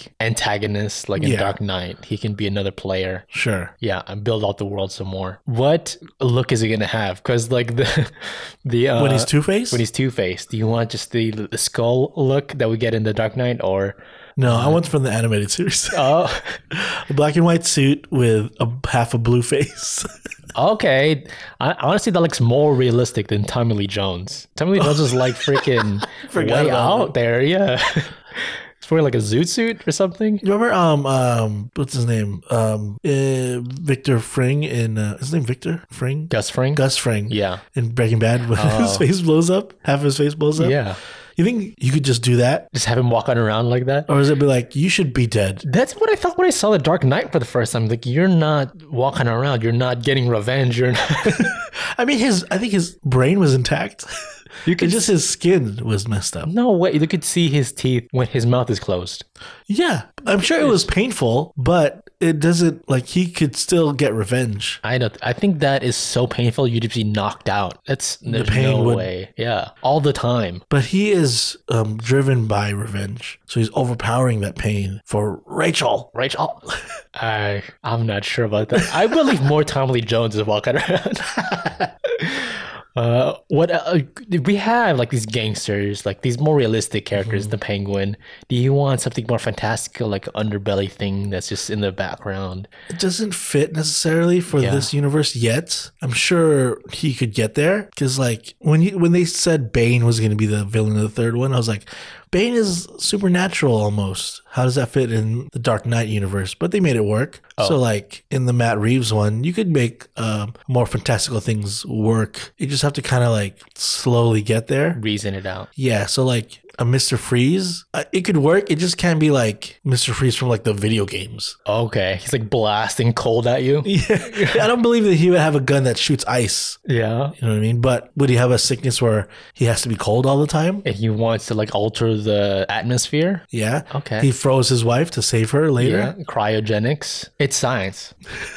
[SPEAKER 2] antagonist like in
[SPEAKER 1] Yeah.
[SPEAKER 2] Dark Knight. He can be another player.
[SPEAKER 1] sure.
[SPEAKER 2] Yeah, and build out the world some more. What look is he gonna have? Because like the the uh,
[SPEAKER 1] When he's Two Face,
[SPEAKER 2] when he's Two Faced, do you want just the, the skull look that we get in the Dark Knight, or
[SPEAKER 1] no, I want from the animated series,
[SPEAKER 2] oh,
[SPEAKER 1] a black and white suit with a half a blue face.
[SPEAKER 2] Okay, I, honestly, that looks more realistic than Tommy Lee Jones. Tommy Lee Jones is like freaking
[SPEAKER 1] Forgot
[SPEAKER 2] way
[SPEAKER 1] about
[SPEAKER 2] out there. Yeah, it's wearing like a zoot suit or something.
[SPEAKER 1] You remember um um what's his name um uh, Victor Fring in uh, his name Victor Fring
[SPEAKER 2] Gus Fring.
[SPEAKER 1] Gus Fring
[SPEAKER 2] Yeah,
[SPEAKER 1] in Breaking Bad when his face blows up half his face blows up
[SPEAKER 2] yeah.
[SPEAKER 1] you think you could just do that
[SPEAKER 2] Just have him walking around like that.
[SPEAKER 1] or is it be like you should be dead
[SPEAKER 2] That's what I felt when I saw The Dark Knight for the first time. Like, you're not walking around. You're not getting revenge. You're not.
[SPEAKER 1] I mean his I think his brain was intact you could just his skin was messed up
[SPEAKER 2] no way. You could see his teeth when his mouth is closed.
[SPEAKER 1] yeah I'm sure it was painful but it doesn't like he could still get revenge
[SPEAKER 2] I don't. I think that is so painful. You'd just be knocked out. That's there's
[SPEAKER 1] pain
[SPEAKER 2] no
[SPEAKER 1] would-
[SPEAKER 2] way. Yeah, all the time.
[SPEAKER 1] but he is um, driven by revenge so he's overpowering that pain for Rachel
[SPEAKER 2] Rachel. I I'm not sure about that. I believe more Tom Lee Jones is walking around. Uh, what uh, we have like these gangsters, like these more realistic characters, the Penguin. Do you want something more fantastical, like underbelly thing that's just in the background?
[SPEAKER 1] it doesn't fit necessarily for this universe yet. I'm sure he could get there because, like, when you when they said Bane was going to be the villain of the third one, I was like, Bane is supernatural almost. How does that fit in the Dark Knight universe? But they made it work. So, like in the Matt Reeves one, you could make um, more fantastical things work. You just have to kind of like slowly get there.
[SPEAKER 2] Reason it out.
[SPEAKER 1] Yeah, so like a Mr. Freeze, uh, it could work. It just can't be like Mr. Freeze from like the video games.
[SPEAKER 2] Okay, he's like blasting cold at you.
[SPEAKER 1] Yeah. I don't believe that he would have a gun that shoots ice.
[SPEAKER 2] Yeah,
[SPEAKER 1] You know what I mean? But would he have a sickness where he has to be cold all the time?
[SPEAKER 2] and he wants to like alter the atmosphere.
[SPEAKER 1] Yeah.
[SPEAKER 2] Okay.
[SPEAKER 1] He froze his wife to save her
[SPEAKER 2] Yeah,
[SPEAKER 1] later.
[SPEAKER 2] cryogenics. It's science.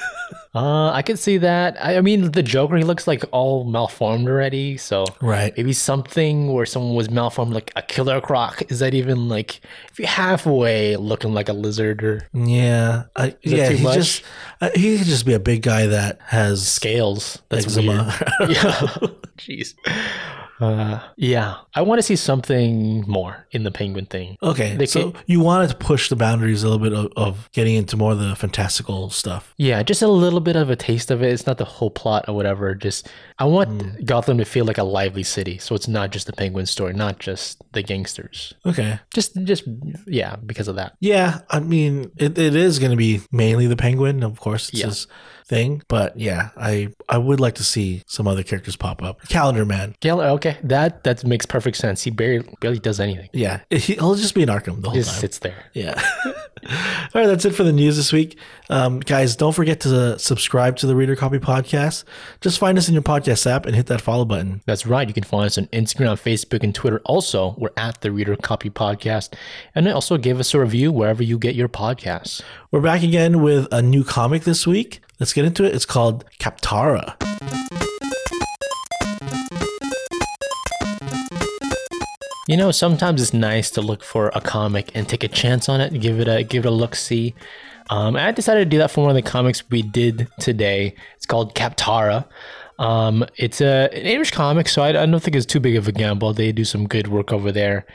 [SPEAKER 2] uh, I can see that. I, I mean, the Joker, he looks like all malformed already. So
[SPEAKER 1] Right.
[SPEAKER 2] maybe something where someone was malformed, like a killer croc. Is that even like if you're halfway looking like a lizard or
[SPEAKER 1] Yeah. I, yeah.
[SPEAKER 2] too
[SPEAKER 1] He
[SPEAKER 2] much?
[SPEAKER 1] just uh, he could just be a big guy that has uh,
[SPEAKER 2] scales? That's
[SPEAKER 1] eczema.
[SPEAKER 2] weird. yeah. Jeez. Uh, yeah, I want to see something more in the penguin thing.
[SPEAKER 1] okay.
[SPEAKER 2] They
[SPEAKER 1] so you wanted to push the boundaries a little bit of, of getting into more of the fantastical stuff.
[SPEAKER 2] Yeah, just a little little bit of a taste of it. It's not the whole plot or whatever. Just I want Gotham to feel like a lively city, so it's not just the Penguin story, not just the gangsters.
[SPEAKER 1] Okay.
[SPEAKER 2] Just, just yeah, because of that.
[SPEAKER 1] Yeah, I mean, it, it is going to be mainly the Penguin, of course. It's
[SPEAKER 2] Yeah.
[SPEAKER 1] his thing, but yeah, I I would like to see some other characters pop up. Calendar Man.
[SPEAKER 2] Gail, okay, that that makes perfect sense. He barely barely does anything.
[SPEAKER 1] Yeah, he, he'll just be in Arkham the whole
[SPEAKER 2] He
[SPEAKER 1] time.
[SPEAKER 2] just sits there.
[SPEAKER 1] Yeah. All right, that's it for the news this week. Um, guys, don't forget to subscribe to the Reader Copy Podcast. Just find us in your podcast app and hit that follow button.
[SPEAKER 2] That's right. You can find us on Instagram, Facebook, and Twitter. Also, we're at the Reader Copy Podcast, and then also give us a review wherever you get your podcasts.
[SPEAKER 1] We're back again with a new comic this week. Let's get into it. It's called Captara.
[SPEAKER 2] You know, sometimes it's nice to look for a comic and take a chance on it, give it a give it a look, see. Um, and I decided to do that for one of the comics we did today. It's called Captara. Um, it's a, an Irish comic, so I, I don't think it's too big of a gamble. They do some good work over there.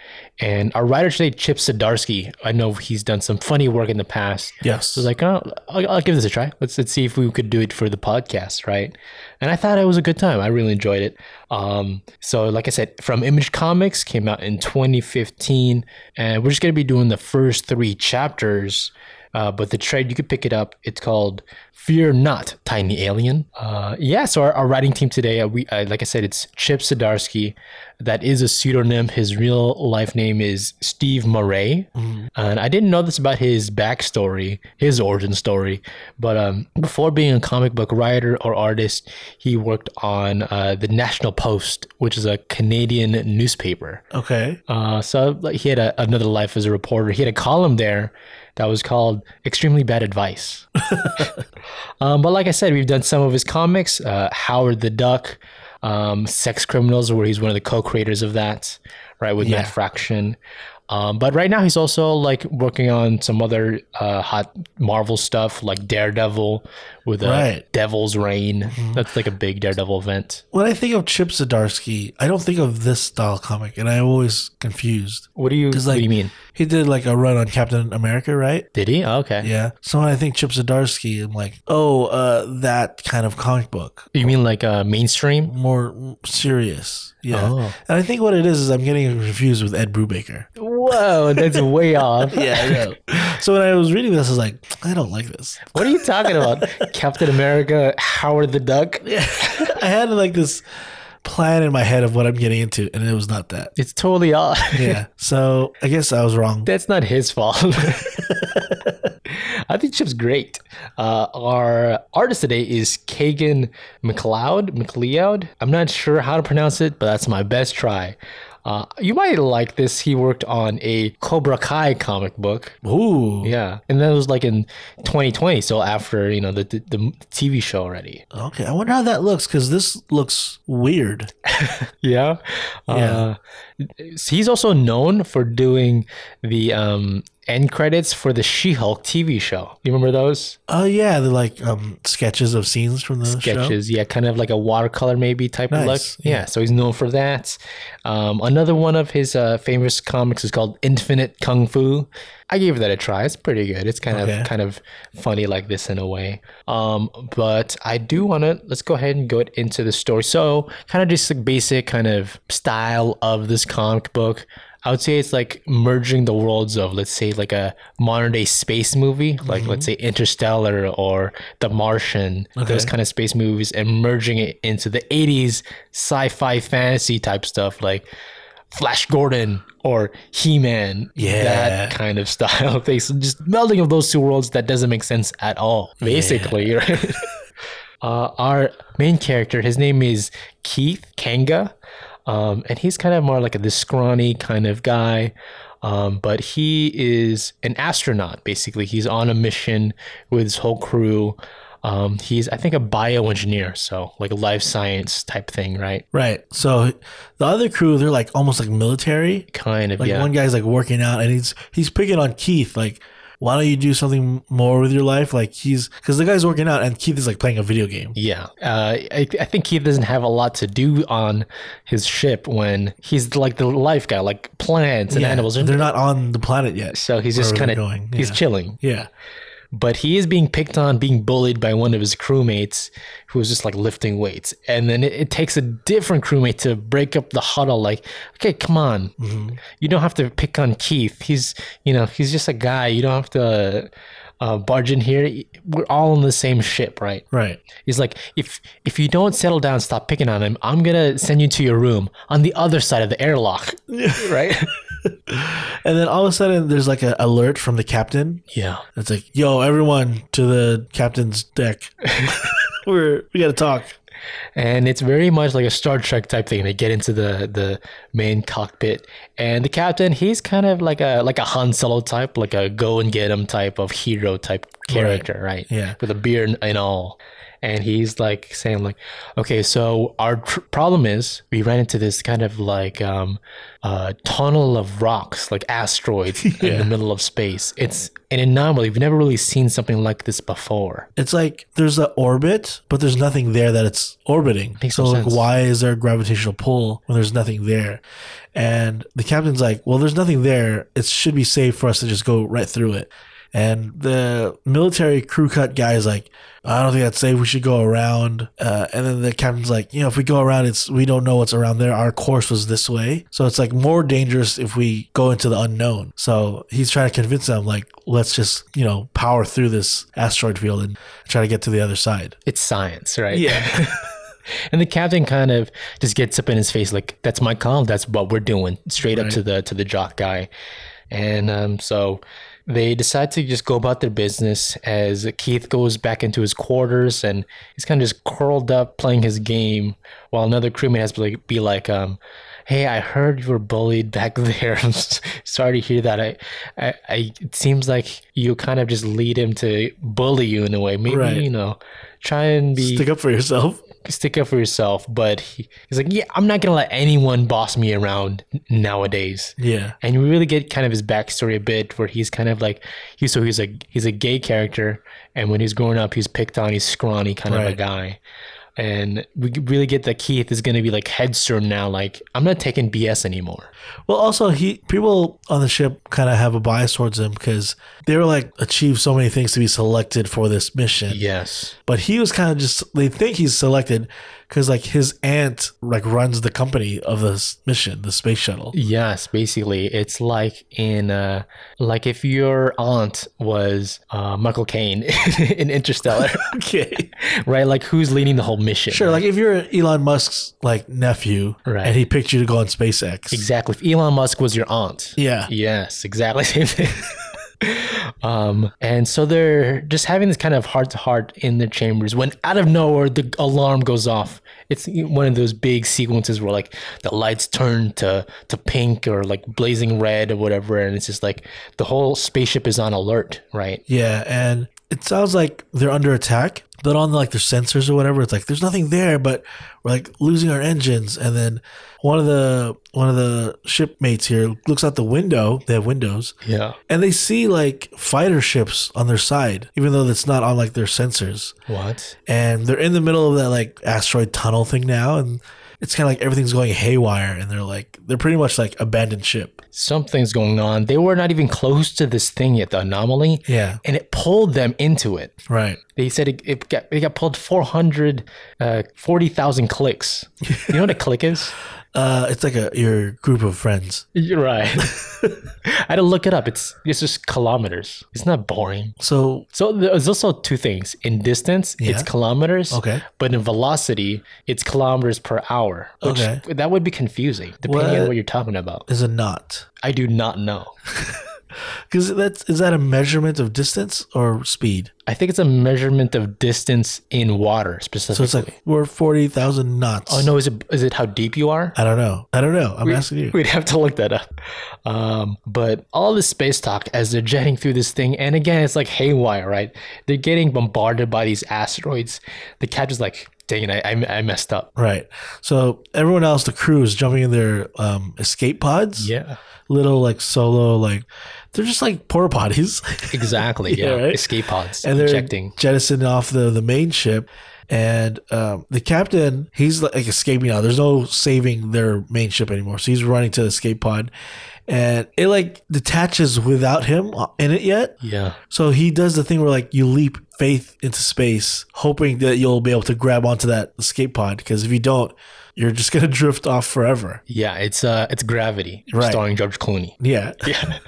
[SPEAKER 2] And our writer today, Chip Zdarsky, I know he's done some funny work in the past.
[SPEAKER 1] Yes.
[SPEAKER 2] So I was like, oh, I'll, I'll give this a try. Let's let's see if we could do it for the podcast, right? And I thought it was a good time. I really enjoyed it. Um, so like I said, from Image Comics came out in 2015, and we're just gonna be doing the first three chapters. Uh, but the trade you could pick it up. It's called "Fear Not, Tiny Alien." Uh, yeah, so our, our writing team today, uh, we uh, like I said, it's Chip Zdarsky. That is a pseudonym. His real life name is Steve Murray, and I didn't know this about his backstory, his origin story. But um, before being a comic book writer or artist, he worked on uh, the National Post, which is a Canadian newspaper.
[SPEAKER 1] Okay.
[SPEAKER 2] Uh, so like, he had a, another life as a reporter. He had a column there that was called "Extremely Bad Advice." um, but like I said, we've done some of his comics, uh, Howard the Duck, um, Sex Criminals, where he's one of the co-creators of that, right with Matt Fraction. Um, but right now he's also like working on some other uh, hot Marvel stuff, like Daredevil with uh,
[SPEAKER 1] Right. Mm-hmm.
[SPEAKER 2] Devil's Reign. That's like a big Daredevil event.
[SPEAKER 1] When I think of Chip Zdarsky, I don't think of this style comic, and I'm always confused.
[SPEAKER 2] What do you? what
[SPEAKER 1] like-
[SPEAKER 2] do you mean?
[SPEAKER 1] He did like a run on Captain America, right?
[SPEAKER 2] Did he? Oh, okay.
[SPEAKER 1] Yeah. So when I think Chip Zdarsky, I'm like, oh, uh, that kind of comic book,
[SPEAKER 2] You mean like uh, mainstream?
[SPEAKER 1] more serious. Yeah.
[SPEAKER 2] Oh.
[SPEAKER 1] And I think what it is is I'm getting confused with Ed Brubaker.
[SPEAKER 2] Whoa, that's way off.
[SPEAKER 1] Yeah, I know. so when I was reading this, I was like, I don't like this.
[SPEAKER 2] What are you talking about? Captain America, Howard the Duck?
[SPEAKER 1] I had like this plan in my head of what I'm getting into, and it was not that.
[SPEAKER 2] It's totally off.
[SPEAKER 1] Yeah. so I guess I was wrong.
[SPEAKER 2] That's not his fault. I think Chip's great. Uh, our artist today is Kagan McLeod. McLeod. I'm not sure how to pronounce it, but that's my best try. Uh, you might like this. He worked on a Cobra Kai comic book.
[SPEAKER 1] Ooh.
[SPEAKER 2] Yeah, and that was like in 2020, so after you know the the, the TV show already.
[SPEAKER 1] Okay. I wonder how that looks because this looks weird.
[SPEAKER 2] Yeah. Uh, he's also known for doing the um, end credits for the She Hulk TV show. You remember those
[SPEAKER 1] Oh yeah, they're like um, sketches of scenes from the show.
[SPEAKER 2] sketches? Yeah, kind of like a watercolor maybe type of look.
[SPEAKER 1] Nice,
[SPEAKER 2] Yeah. so he's known for that. Um, another one of his uh, famous comics is called Infinite Kung Fu. I gave that a try. It's pretty good. It's kind
[SPEAKER 1] Okay.
[SPEAKER 2] of kind of funny like this in a way. Um, but I do want to let's go ahead and go into the story. So kind of just the basic kind of style of this comic book. I would say it's like merging the worlds of let's say like a modern day space movie, like let's say Interstellar or The Martian, those kind of space movies, and merging it into the '80s sci-fi fantasy type stuff like Flash Gordon or He Man.
[SPEAKER 1] Yeah.
[SPEAKER 2] That kind of style of things. So Just melding of those two worlds that doesn't make sense at all, basically. Right? Uh, our main character, his name is Keith Kanga. Um, and he's kind of more like a, this scrawny kind of guy. Um, but he is an astronaut, basically. He's on a mission with his whole crew. Um, he's, I think, a bioengineer, so like a life science type thing, right?
[SPEAKER 1] Right. So the other crew, they're like almost like military.
[SPEAKER 2] Kind of,
[SPEAKER 1] Like
[SPEAKER 2] yeah.
[SPEAKER 1] one guy's like working out and he's he's picking on Keith like why don't you do something more with your life like he's because the guy's working out and Keith is like playing a video game
[SPEAKER 2] Yeah, uh, I, I think he doesn't have a lot to do on his ship when he's like the life guy, like plants and
[SPEAKER 1] Yeah,
[SPEAKER 2] animals.
[SPEAKER 1] they're not on the planet yet
[SPEAKER 2] so he's just
[SPEAKER 1] wherever
[SPEAKER 2] kind
[SPEAKER 1] they're
[SPEAKER 2] of
[SPEAKER 1] going,
[SPEAKER 2] he's
[SPEAKER 1] yeah.
[SPEAKER 2] chilling.
[SPEAKER 1] yeah
[SPEAKER 2] But he is being picked on, being bullied by one of his crewmates who is just like lifting weights. And then it, it takes a different crewmate to break up the huddle. Like, okay, come on,
[SPEAKER 1] Mm-hmm.
[SPEAKER 2] you don't have to pick on Keith. He's you know he's just a guy. You don't have to uh, barge in here. We're all on the same ship, right?
[SPEAKER 1] Right.
[SPEAKER 2] He's like, if if you don't settle down, stop picking on him. I'm gonna send you to your room on the other side of the airlock, right?
[SPEAKER 1] And then all of a sudden, there's like an alert from the captain.
[SPEAKER 2] Yeah.
[SPEAKER 1] It's like, yo, everyone to the captain's deck. We're we gotta talk.
[SPEAKER 2] and it's very much like a Star Trek type thing. They get into the the main cockpit, and the captain he's kind of like a like a Han Solo type, like a go and get him type of hero type character, right?
[SPEAKER 1] Yeah.
[SPEAKER 2] with a beard and- and all. And he's like saying like, okay, so our tr- problem is we ran into this kind of like um, uh, tunnel of rocks, like asteroids in the middle of space. It's an anomaly. We've never really seen something like this before.
[SPEAKER 1] It's like there's an orbit, but there's nothing there that it's orbiting.
[SPEAKER 2] Makes
[SPEAKER 1] so
[SPEAKER 2] no
[SPEAKER 1] like,
[SPEAKER 2] sense.
[SPEAKER 1] why is there a gravitational pull when there's nothing there? And the captain's like, well, there's nothing there. It should be safe for us to just go right through it. And the military crew cut guy is like, I don't think that's safe. We should go around. Uh, and then the captain's like, you know, if we go around, it's we don't know what's around there. Our course was this way, so it's like more dangerous if we go into the unknown. So he's trying to convince them, like, let's just you know power through this asteroid field and try to get to the other side.
[SPEAKER 2] It's science, right? And the captain kind of just gets up in his face, like, "That's my call. That's what we're doing." Straight up to the to the jock guy, and um, so they decide to just go about their business. As Keith goes back into his quarters, and he's kind of just curled up playing his game, while another crewmate has to like, be like, um, "Hey, I heard you were bullied back there. I'm s- sorry to hear that. I, I, I, it seems like you kind of just lead him to bully you in a way. Maybe
[SPEAKER 1] Right.
[SPEAKER 2] you know." Try and be
[SPEAKER 1] Stick up for yourself.
[SPEAKER 2] stick up for yourself. But he, he's like, yeah, I'm not gonna let anyone boss me around n- nowadays.
[SPEAKER 1] Yeah.
[SPEAKER 2] And you really get kind of his backstory a bit, where he's kind of like, he so he's a he's a gay character, and when he's growing up, he's picked on, he's scrawny kind of a
[SPEAKER 1] Right.
[SPEAKER 2] guy. And we g- really get that Keith is gonna be like headstrong now. Like I'm not taking BS anymore.
[SPEAKER 1] Well, also he people on the ship kind of have a bias towards him because they were like achieved so many things to be selected for this mission.
[SPEAKER 2] Yes.
[SPEAKER 1] but he was kind of just they think he's selected because like his aunt like runs the company of this mission the space shuttle
[SPEAKER 2] Yes, basically, it's like in uh, like if your aunt was uh, Michael Caine in Interstellar.
[SPEAKER 1] okay
[SPEAKER 2] right? Like who's leading the whole mission?
[SPEAKER 1] sure like if you're elon musk's like nephew
[SPEAKER 2] Right.
[SPEAKER 1] and he picked you to go on spacex
[SPEAKER 2] exactly. If Elon Musk was your aunt.
[SPEAKER 1] yeah
[SPEAKER 2] Yes, exactly same thing. um, and so they're just having this kind of heart to heart in their chambers when out of nowhere the alarm goes off. It's one of those big sequences where like the lights turn to to pink or like blazing red or whatever, and it's just like the whole spaceship is on alert, right?
[SPEAKER 1] yeah and it sounds like they're under attack but on like their sensors or whatever it's like there's nothing there but we're like losing our engines and then one of the one of the shipmates here looks out the window they have windows
[SPEAKER 2] Yeah.
[SPEAKER 1] and they see like fighter ships on their side, even though that's not on like their sensors.
[SPEAKER 2] What?
[SPEAKER 1] And they're in the middle of that like asteroid tunnel thing now, and it's kind of like everything's going haywire, and they're like they're pretty much like abandoned ship.
[SPEAKER 2] Something's going on. They were not even close to this thing yet, the anomaly.
[SPEAKER 1] Yeah,
[SPEAKER 2] And it pulled them into it.
[SPEAKER 1] right.
[SPEAKER 2] They said it, it got it got pulled 400, uh, 40,000 clicks. You know what a click is?
[SPEAKER 1] Uh, it's like a your group of friends.
[SPEAKER 2] You're right. I had to look it up. It's it's just kilometers. It's not boring.
[SPEAKER 1] So
[SPEAKER 2] So there's also two things. In distance,
[SPEAKER 1] Yeah.
[SPEAKER 2] it's kilometers.
[SPEAKER 1] Okay.
[SPEAKER 2] But in velocity, it's kilometers per hour. Which
[SPEAKER 1] Okay.
[SPEAKER 2] that would be confusing depending on
[SPEAKER 1] What?
[SPEAKER 2] what you're talking about.
[SPEAKER 1] is a knot
[SPEAKER 2] I do not know.
[SPEAKER 1] because that's is that a measurement of distance or speed?
[SPEAKER 2] I think it's a measurement of distance in water specifically.
[SPEAKER 1] So it's like we're forty thousand knots.
[SPEAKER 2] oh no, is it is it how deep you are?
[SPEAKER 1] I don't know. I don't know. I'm asking you.
[SPEAKER 2] We'd have to look that up. Um, but all this space talk as they're jetting through this thing, and again, it's like haywire, right? They're getting bombarded by these asteroids. The captain's like, dang it, I, I, I messed up.
[SPEAKER 1] Right. So everyone else, the crew is jumping in their um, escape pods.
[SPEAKER 2] Yeah.
[SPEAKER 1] little like solo like they're just like porta potties
[SPEAKER 2] Exactly.
[SPEAKER 1] Yeah,
[SPEAKER 2] Yeah.
[SPEAKER 1] right?
[SPEAKER 2] Escape pods
[SPEAKER 1] and they're
[SPEAKER 2] ejecting.
[SPEAKER 1] jettisoned off the the main ship And um, the captain, he's like escaping now. There's no saving their main ship anymore. So he's running to the escape pod. And it like detaches without him uh, in it yet.
[SPEAKER 2] Yeah.
[SPEAKER 1] So he does the thing where like you leap faith into space, hoping that you'll be able to grab onto that escape pod. Because if you don't, you're just gonna drift off forever.
[SPEAKER 2] Yeah. It's uh it's gravity
[SPEAKER 1] Right.
[SPEAKER 2] starring George Clooney.
[SPEAKER 1] Yeah,
[SPEAKER 2] Yeah.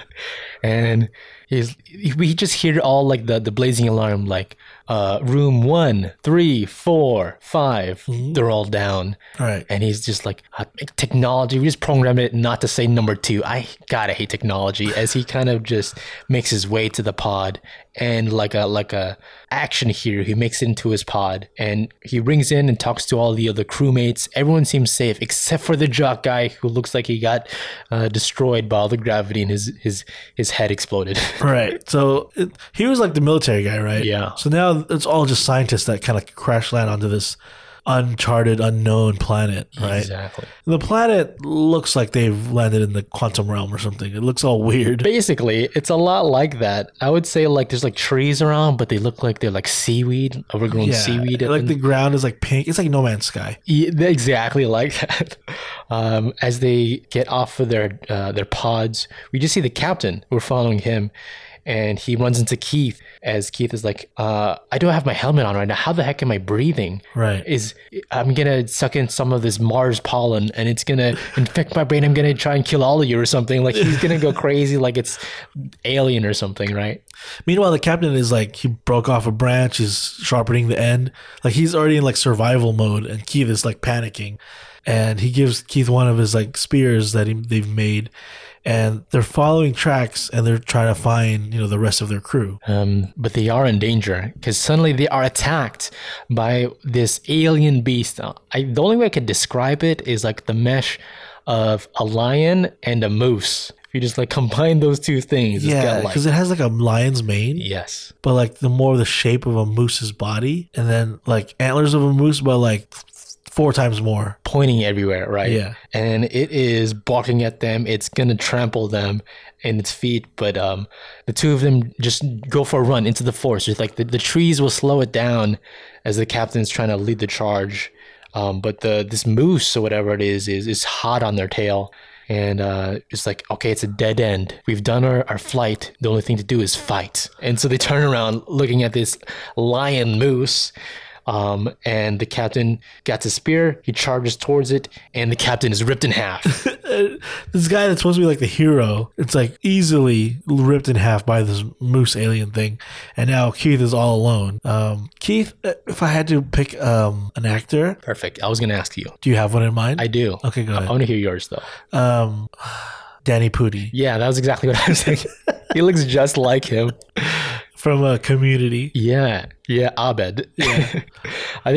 [SPEAKER 2] and he's we just hear all like the, the blazing alarm like uh room one, three, four, five. They're all down.
[SPEAKER 1] All right.
[SPEAKER 2] And he's just like "Ah, technology. We just programmed it not to say number two. I gotta hate technology. As he kind of just makes his way to the pod, and like a like a action hero, he makes it into his pod, and he rings in and talks to all the other crewmates. Everyone seems safe except for the jock guy, who looks like he got uh, destroyed by all the gravity, and his his his head exploded.
[SPEAKER 1] Right. So it, he was like the military guy, right?
[SPEAKER 2] Yeah.
[SPEAKER 1] So now it's all just scientists that kind of crash land onto this uncharted, unknown planet, right?
[SPEAKER 2] Exactly.
[SPEAKER 1] And the planet looks like they've landed in the quantum realm or something. It looks all weird.
[SPEAKER 2] Basically, it's a lot like that. I would say like there's like trees around, but they look like they're like seaweed, overgrown seaweed. at
[SPEAKER 1] Like the ground is like pink. It's like No Man's Sky.
[SPEAKER 2] Yeah, they're exactly like that. Um, as they get off of their uh, their pods, we just see the captain. We're following him, and he runs into Keith. As Keith is like, uh, "I don't have my helmet on right now. How the heck am I breathing?
[SPEAKER 1] Right.
[SPEAKER 2] Is I'm gonna suck in some of this Mars pollen, and it's gonna infect my brain. I'm gonna try and kill all of you or something. Like he's gonna go crazy, like it's alien or something, right?
[SPEAKER 1] Meanwhile, the captain is like he broke off a branch. He's sharpening the end. Like he's already in like survival mode, and Keith is like panicking, and he gives Keith one of his like spears that he, they've made, and they're following tracks and they're trying to find you know the rest of their crew.
[SPEAKER 2] Um, but they are in danger because suddenly they are attacked by this alien beast. Uh, I, the only way I could describe it is like the mesh of a lion and a moose. If you just like combine those two things, it's
[SPEAKER 1] Yeah,
[SPEAKER 2] got like,
[SPEAKER 1] because it has like a lion's mane,
[SPEAKER 2] yes,
[SPEAKER 1] but like the more the shape of a moose's body, and then like antlers of a moose, but like four times more.
[SPEAKER 2] pointing everywhere, right?
[SPEAKER 1] Yeah.
[SPEAKER 2] And it is barking at them. It's gonna trample them in its feet. But um, the two of them just go for a run into the forest. It's like the, the trees will slow it down as the captain's trying to lead the charge. Um, but the this moose or whatever it is is is hot on their tail. And uh, it's like, okay, it's a dead end. We've done our, our flight. The only thing to do is fight. And so they turn around looking at this lion moose. Um, and the captain gets his spear. He charges towards it, and the captain is ripped in half.
[SPEAKER 1] Uh, This guy that's supposed to be like the hero, it's like easily ripped in half by this moose alien thing, and now Keith is all alone. Um, Keith, uh, if I had to pick um, an actor,
[SPEAKER 2] Perfect. I was gonna ask you.
[SPEAKER 1] do you have one in mind?
[SPEAKER 2] I do.
[SPEAKER 1] okay, go
[SPEAKER 2] I
[SPEAKER 1] ahead.
[SPEAKER 2] want to hear yours though.
[SPEAKER 1] Um, Danny Pudi
[SPEAKER 2] Yeah, that was exactly what I was thinking. he looks just like him.
[SPEAKER 1] from uh, Community.
[SPEAKER 2] Yeah, yeah, Abed. I think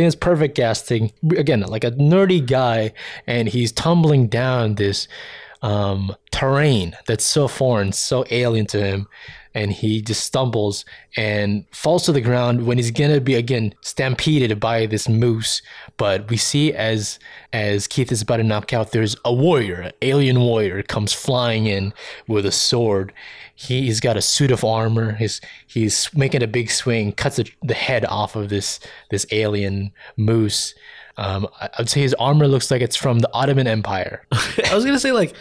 [SPEAKER 2] it's perfect casting. Again, like a nerdy guy, and he's tumbling down this um, terrain that's so foreign, so alien to him, and he just stumbles and falls to the ground when he's gonna be again stampeded by this moose. But we see as as Keith is about to knock out, there's a warrior, an alien warrior, comes flying in with a sword. He, he's got a suit of armor. He's he's making a big swing, cuts the, the head off of this this alien moose. Um, I, I'd say his armor looks like it's from the Ottoman Empire.
[SPEAKER 1] I was gonna say like,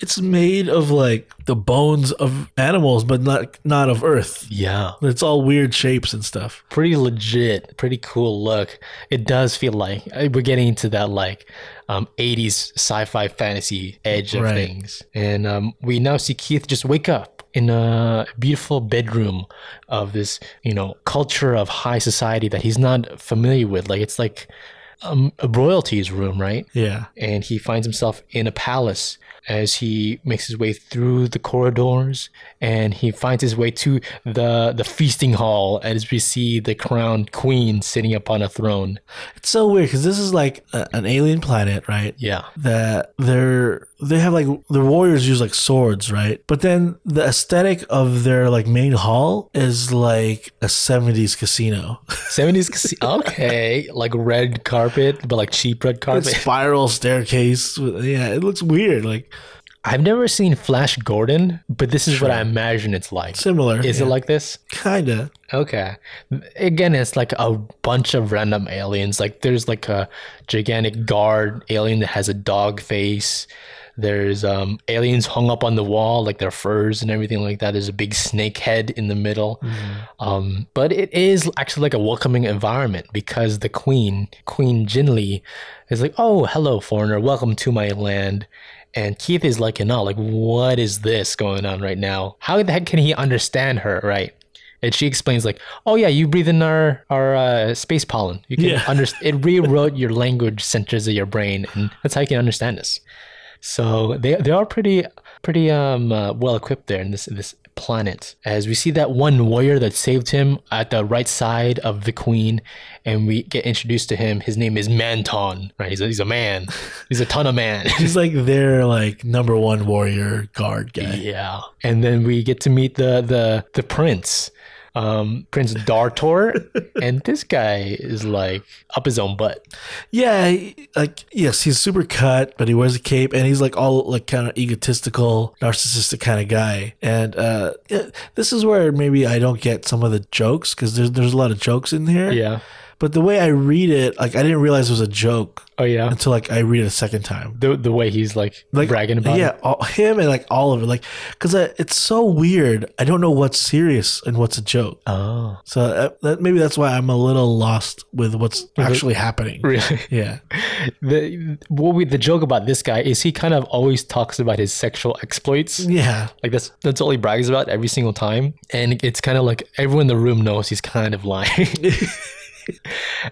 [SPEAKER 1] it's made of like the bones of animals, but not not of Earth.
[SPEAKER 2] yeah,
[SPEAKER 1] It's all weird shapes and stuff.
[SPEAKER 2] pretty legit, pretty cool look. It does feel like uh, we're getting into that like um, 80s sci-fi fantasy edge of
[SPEAKER 1] Right.
[SPEAKER 2] things. And um, we now see Keith just wake up in a beautiful bedroom of this, you know, culture of high society that he's not familiar with. Like it's like um, a royalty's room, right?
[SPEAKER 1] Yeah.
[SPEAKER 2] and he finds himself in a palace as he makes his way through the corridors and he finds his way to the the feasting hall as we see the crowned queen sitting upon a throne
[SPEAKER 1] It's so weird because this is like a, an alien planet, right?
[SPEAKER 2] yeah
[SPEAKER 1] that they're they have like the warriors use like swords, right? But then the aesthetic of their like main hall is like a seventies casino.
[SPEAKER 2] 70s casi- okay like red carpet but like cheap red
[SPEAKER 1] It's
[SPEAKER 2] carpet
[SPEAKER 1] spiral staircase. Yeah, it looks weird. Like
[SPEAKER 2] I've never seen Flash Gordon, but this is what I imagine it's like.
[SPEAKER 1] Similar.
[SPEAKER 2] Is it
[SPEAKER 1] yeah.
[SPEAKER 2] like this?
[SPEAKER 1] Kinda.
[SPEAKER 2] Okay. Again, it's like a bunch of random aliens. Like there's like a gigantic guard alien that has a dog face. There's um, aliens hung up on the wall, like their furs and everything like that. There's a big snake head in the middle. Um, but it is actually like a welcoming environment because the queen, Queen Jinli, is like, oh, hello, foreigner. Welcome to my land. And Keith is like, no, like, what is this going on right now? How the heck can he understand her, right? And she explains like, "Oh yeah, you breathe in our our uh, space pollen. You can
[SPEAKER 1] Yeah.
[SPEAKER 2] understand. It rewrote your language centers of your brain, and that's how you can understand this." So they they are pretty pretty um uh, well equipped there in this this planet. As we see that one warrior that saved him at the right side of the queen, and we get introduced to him. His name is Manton. Right, he's a, he's a man. He's a ton of man.
[SPEAKER 1] He's like their like number one warrior guard guy.
[SPEAKER 2] Yeah, and then we get to meet the the the prince, um, Prince Dartor, and this guy is like up his own butt.
[SPEAKER 1] Yeah, he- like yes, he's super cut, but he wears a cape, and he's like all like kind of egotistical, narcissistic kind of guy. And uh, yeah, this is where maybe I don't get some of the jokes because there's there's a lot of jokes in here.
[SPEAKER 2] Yeah.
[SPEAKER 1] But the way I read it, like I didn't realize it was a joke
[SPEAKER 2] Oh yeah.
[SPEAKER 1] until like I read it a second time.
[SPEAKER 2] The the way he's like,
[SPEAKER 1] Like
[SPEAKER 2] bragging about
[SPEAKER 1] yeah,
[SPEAKER 2] it.
[SPEAKER 1] all, him and like all of it, like because it's so weird. I don't know what's serious and what's a joke.
[SPEAKER 2] Oh,
[SPEAKER 1] So uh, that, maybe that's why I'm a little lost with what's actually happening.
[SPEAKER 2] really?
[SPEAKER 1] Yeah.
[SPEAKER 2] The what we the joke about this guy is he kind of always talks about his sexual exploits.
[SPEAKER 1] Yeah.
[SPEAKER 2] Like that's that's all he brags about every single time, and it's kind of like everyone in the room knows he's kind of lying.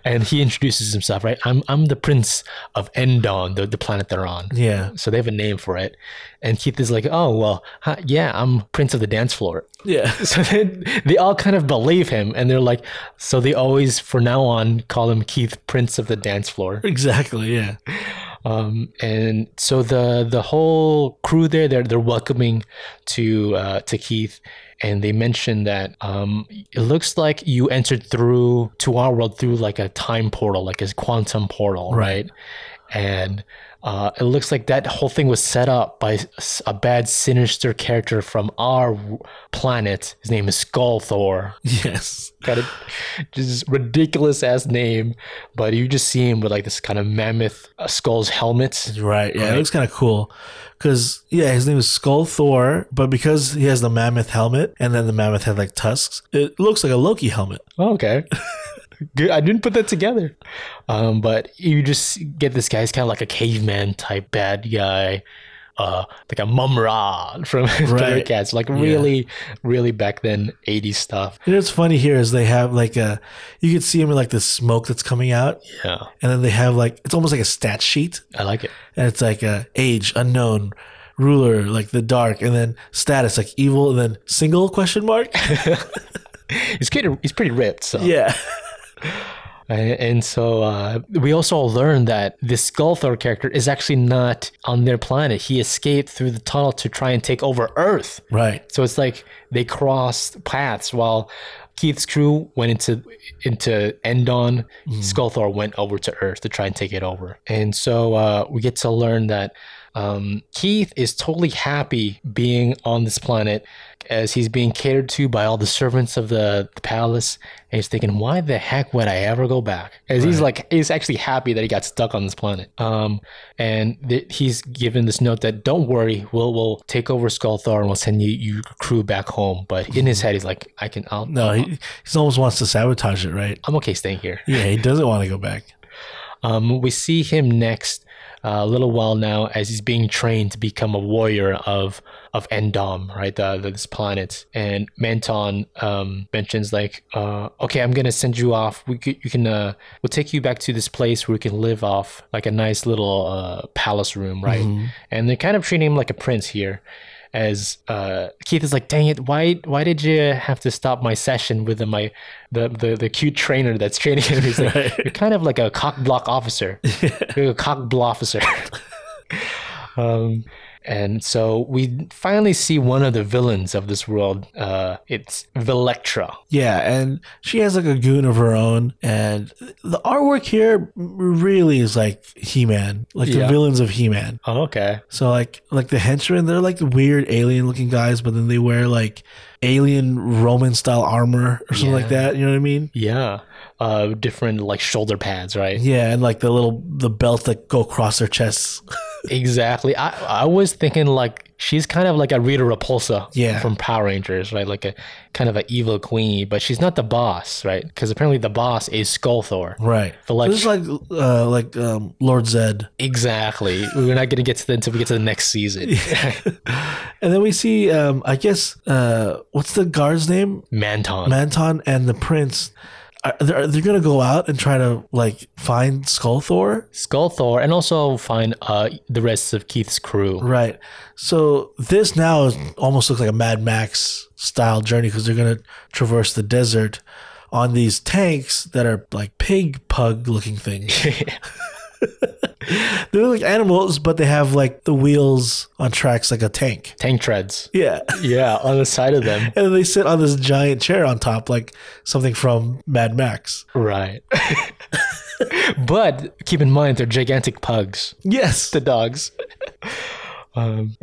[SPEAKER 2] and he introduces himself, right? I'm I'm the prince of Endon, the, the planet they're on.
[SPEAKER 1] Yeah.
[SPEAKER 2] So they have a name for it. And Keith is like, oh, well, huh, yeah, I'm Prince of the Dance Floor.
[SPEAKER 1] Yeah.
[SPEAKER 2] So then they all kind of believe him. And they're like, so they always, for now on, call him Keith Prince of the Dance Floor.
[SPEAKER 1] Exactly. Yeah.
[SPEAKER 2] Um, and so the the whole crew there, they're, they're welcoming to, uh, to Keith. And they mention that um, it looks like you entered through to our world through like a time portal, like a quantum portal,
[SPEAKER 1] Right.
[SPEAKER 2] right? and uh, it looks like that whole thing was set up by s- a bad, sinister character from our w- planet. His name is Skull Thor.
[SPEAKER 1] Yes.
[SPEAKER 2] Got a just ridiculous ass name, but you just see him with like this kind of mammoth uh, skull's helmet.
[SPEAKER 1] Right. Yeah. It
[SPEAKER 2] Right.
[SPEAKER 1] looks kind of cool. Cause yeah, his name is Skull Thor, but because he has the mammoth helmet and then the mammoth had like tusks, it looks like a Loki helmet.
[SPEAKER 2] Oh, okay. Good. I didn't put that together. Um, but you just get this guy's kind of like a caveman type bad guy, uh, like a mum ra from
[SPEAKER 1] Right.
[SPEAKER 2] Thundercats. Like really, really back then 80s stuff.
[SPEAKER 1] And what's funny here is they have like a, you could see him in like the smoke that's coming out,
[SPEAKER 2] Yeah.
[SPEAKER 1] and then they have like it's almost like a stat sheet,
[SPEAKER 2] I like it.
[SPEAKER 1] and it's like a age unknown, ruler like the dark, and then status like evil, and then single question mark.
[SPEAKER 2] He's pretty, he's pretty ripped. So.
[SPEAKER 1] yeah.
[SPEAKER 2] And, and so uh, we also learned that this Skull Thor character is actually not on their planet. He escaped through the tunnel to try and take over Earth.
[SPEAKER 1] Right.
[SPEAKER 2] So it's like they crossed paths while Keith's crew went into into Endon. Skull Thor went over to Earth to try and take it over. And so uh, we get to learn that um, Keith is totally happy being on this planet as he's being catered to by all the servants of the, the palace. And he's thinking, why the heck would I ever go back? As he's like, he's actually happy that he got stuck on this planet. Um, and th- he's given this note that don't worry, we'll we'll take over Skull Thor and we'll send you your crew back home. But in his head, he's like, I can, I'll,
[SPEAKER 1] No, he, he almost wants to sabotage it, right?
[SPEAKER 2] I'm okay staying here.
[SPEAKER 1] Yeah, he doesn't want to go back.
[SPEAKER 2] Um, we see him next uh, a little while now as he's being trained to become a warrior of of Endom, right? The, the, this planet. And Manton um, mentions like, uh, "Okay, I'm gonna send you off. We could, you can uh, we'll take you back to this place where you can live off like a nice little uh, palace room, right?"
[SPEAKER 1] Mm-hmm.
[SPEAKER 2] And they're kind of treating him like a prince here. As uh, Keith is like, "Dang it! Why why did you have to stop my session with the, my the, the the cute trainer that's training him?" He's like,
[SPEAKER 1] Right.
[SPEAKER 2] "You're kind of like a cock block officer. You're a cock block officer." um, And so we finally see one of the villains of this world. Uh, it's Velectra.
[SPEAKER 1] Yeah, and she has like a goon of her own, and the artwork here really is like He-Man, like the
[SPEAKER 2] Yeah.
[SPEAKER 1] villains of He-Man.
[SPEAKER 2] Oh, okay.
[SPEAKER 1] So like like the henchmen, they're like weird alien-looking guys, but then they wear like alien Roman-style armor or something like
[SPEAKER 2] Yeah.
[SPEAKER 1] that. You know what I mean?
[SPEAKER 2] Yeah. Uh, different like shoulder pads, right?
[SPEAKER 1] Yeah, and like the little the belts that go across their chests.
[SPEAKER 2] exactly. I I was thinking like she's kind of like a Rita Repulsa
[SPEAKER 1] Yeah.
[SPEAKER 2] from Power Rangers, right? Like a kind of an evil queen, but she's not the boss, right? Because apparently the boss is Skull Thor.
[SPEAKER 1] Right.
[SPEAKER 2] But like
[SPEAKER 1] This is like uh, like um, Lord Zed.
[SPEAKER 2] Exactly. We're not gonna get to that until we get to the next season.
[SPEAKER 1] And then we see, um, I guess, uh, what's the guard's name?
[SPEAKER 2] Manton.
[SPEAKER 1] Manton and the prince. Are, they're they're gonna go out and try to like find Skull Thor,
[SPEAKER 2] Skull Thor, and also find uh, the rest of Keith's crew.
[SPEAKER 1] right? So this now is, almost looks like a Mad Max style journey because they're gonna traverse the desert on these tanks that are like pig pug looking things. they're like animals, but they have like the wheels on tracks like a tank.
[SPEAKER 2] Tank treads.
[SPEAKER 1] Yeah.
[SPEAKER 2] Yeah, on the side of them.
[SPEAKER 1] And they sit on this giant chair on top, like something from Mad Max.
[SPEAKER 2] Right. but keep in mind, they're gigantic pugs,
[SPEAKER 1] Yes.
[SPEAKER 2] the dogs. Um,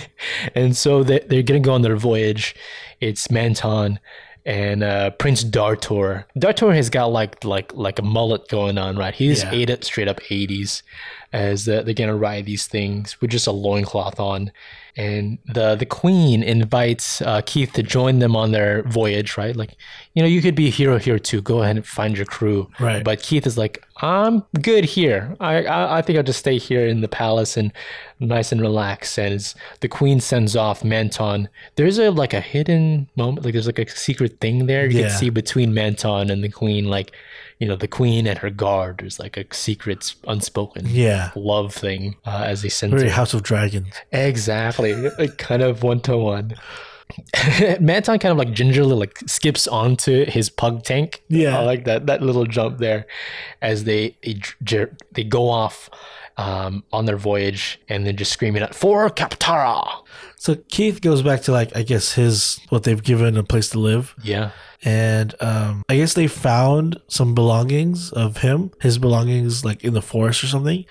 [SPEAKER 2] and, so they, they're going to go on their voyage. It's Manton and uh, Prince Dartor. Dartor has got like like like a mullet going on, right? He's
[SPEAKER 1] Yeah.
[SPEAKER 2] ate it straight up 80s as the, they're going to ride these things with just a loincloth on. And the, the queen invites uh, Keith to join them on their voyage, right? Like, you know, you could be a hero here too. Go ahead and find your crew.
[SPEAKER 1] Right.
[SPEAKER 2] But Uh, Keith is like, I'm good here. I, I, I think I'll just stay here in the palace and nice and relax. And it's, the queen sends off Manton. There's a like a hidden moment, like there's like a secret thing there you
[SPEAKER 1] Yeah.
[SPEAKER 2] can see between Manton and the queen, like, you know, the queen and her guard. There's like a secret, unspoken
[SPEAKER 1] Yeah.
[SPEAKER 2] love thing uh, as they send
[SPEAKER 1] Very House of Dragons.
[SPEAKER 2] Exactly. like kind of one to one. Manton kind of like gingerly like skips onto his pug tank.
[SPEAKER 1] Yeah.
[SPEAKER 2] I like that that little jump there as they they, jer- they go off um, on their voyage and then just screaming out for Captara.
[SPEAKER 1] So Keith goes back to like I guess his what they've given a place to live,
[SPEAKER 2] Yeah.
[SPEAKER 1] and um, I guess they found some belongings of him, his belongings like in the forest or something.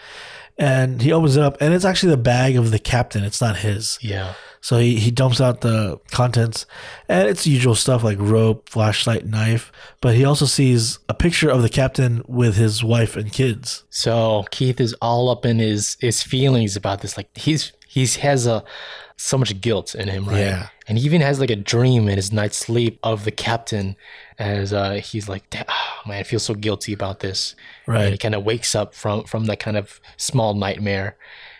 [SPEAKER 1] And he opens it up, and it's actually the bag of the captain. It's not his.
[SPEAKER 2] Yeah.
[SPEAKER 1] So he, he dumps out the contents, and it's the usual stuff like rope, flashlight, knife. But he also sees a picture of the captain with his wife and kids.
[SPEAKER 2] So Keith is all up in his his feelings about this. Like he's he's has a so much guilt in him, right?
[SPEAKER 1] Yeah.
[SPEAKER 2] And he even has like a dream in his night's sleep of the captain, as uh, he's like, "Da- ah, man, I feel so guilty about this. And he
[SPEAKER 1] Right.
[SPEAKER 2] kind of wakes up from from that kind of small nightmare,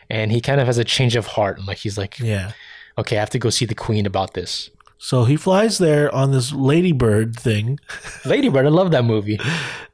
[SPEAKER 2] and he kind of has a change of heart. And like he's like,
[SPEAKER 1] Yeah.
[SPEAKER 2] okay, I have to go see the queen about this.
[SPEAKER 1] So he flies there on this ladybird thing.
[SPEAKER 2] Ladybird, I love that movie.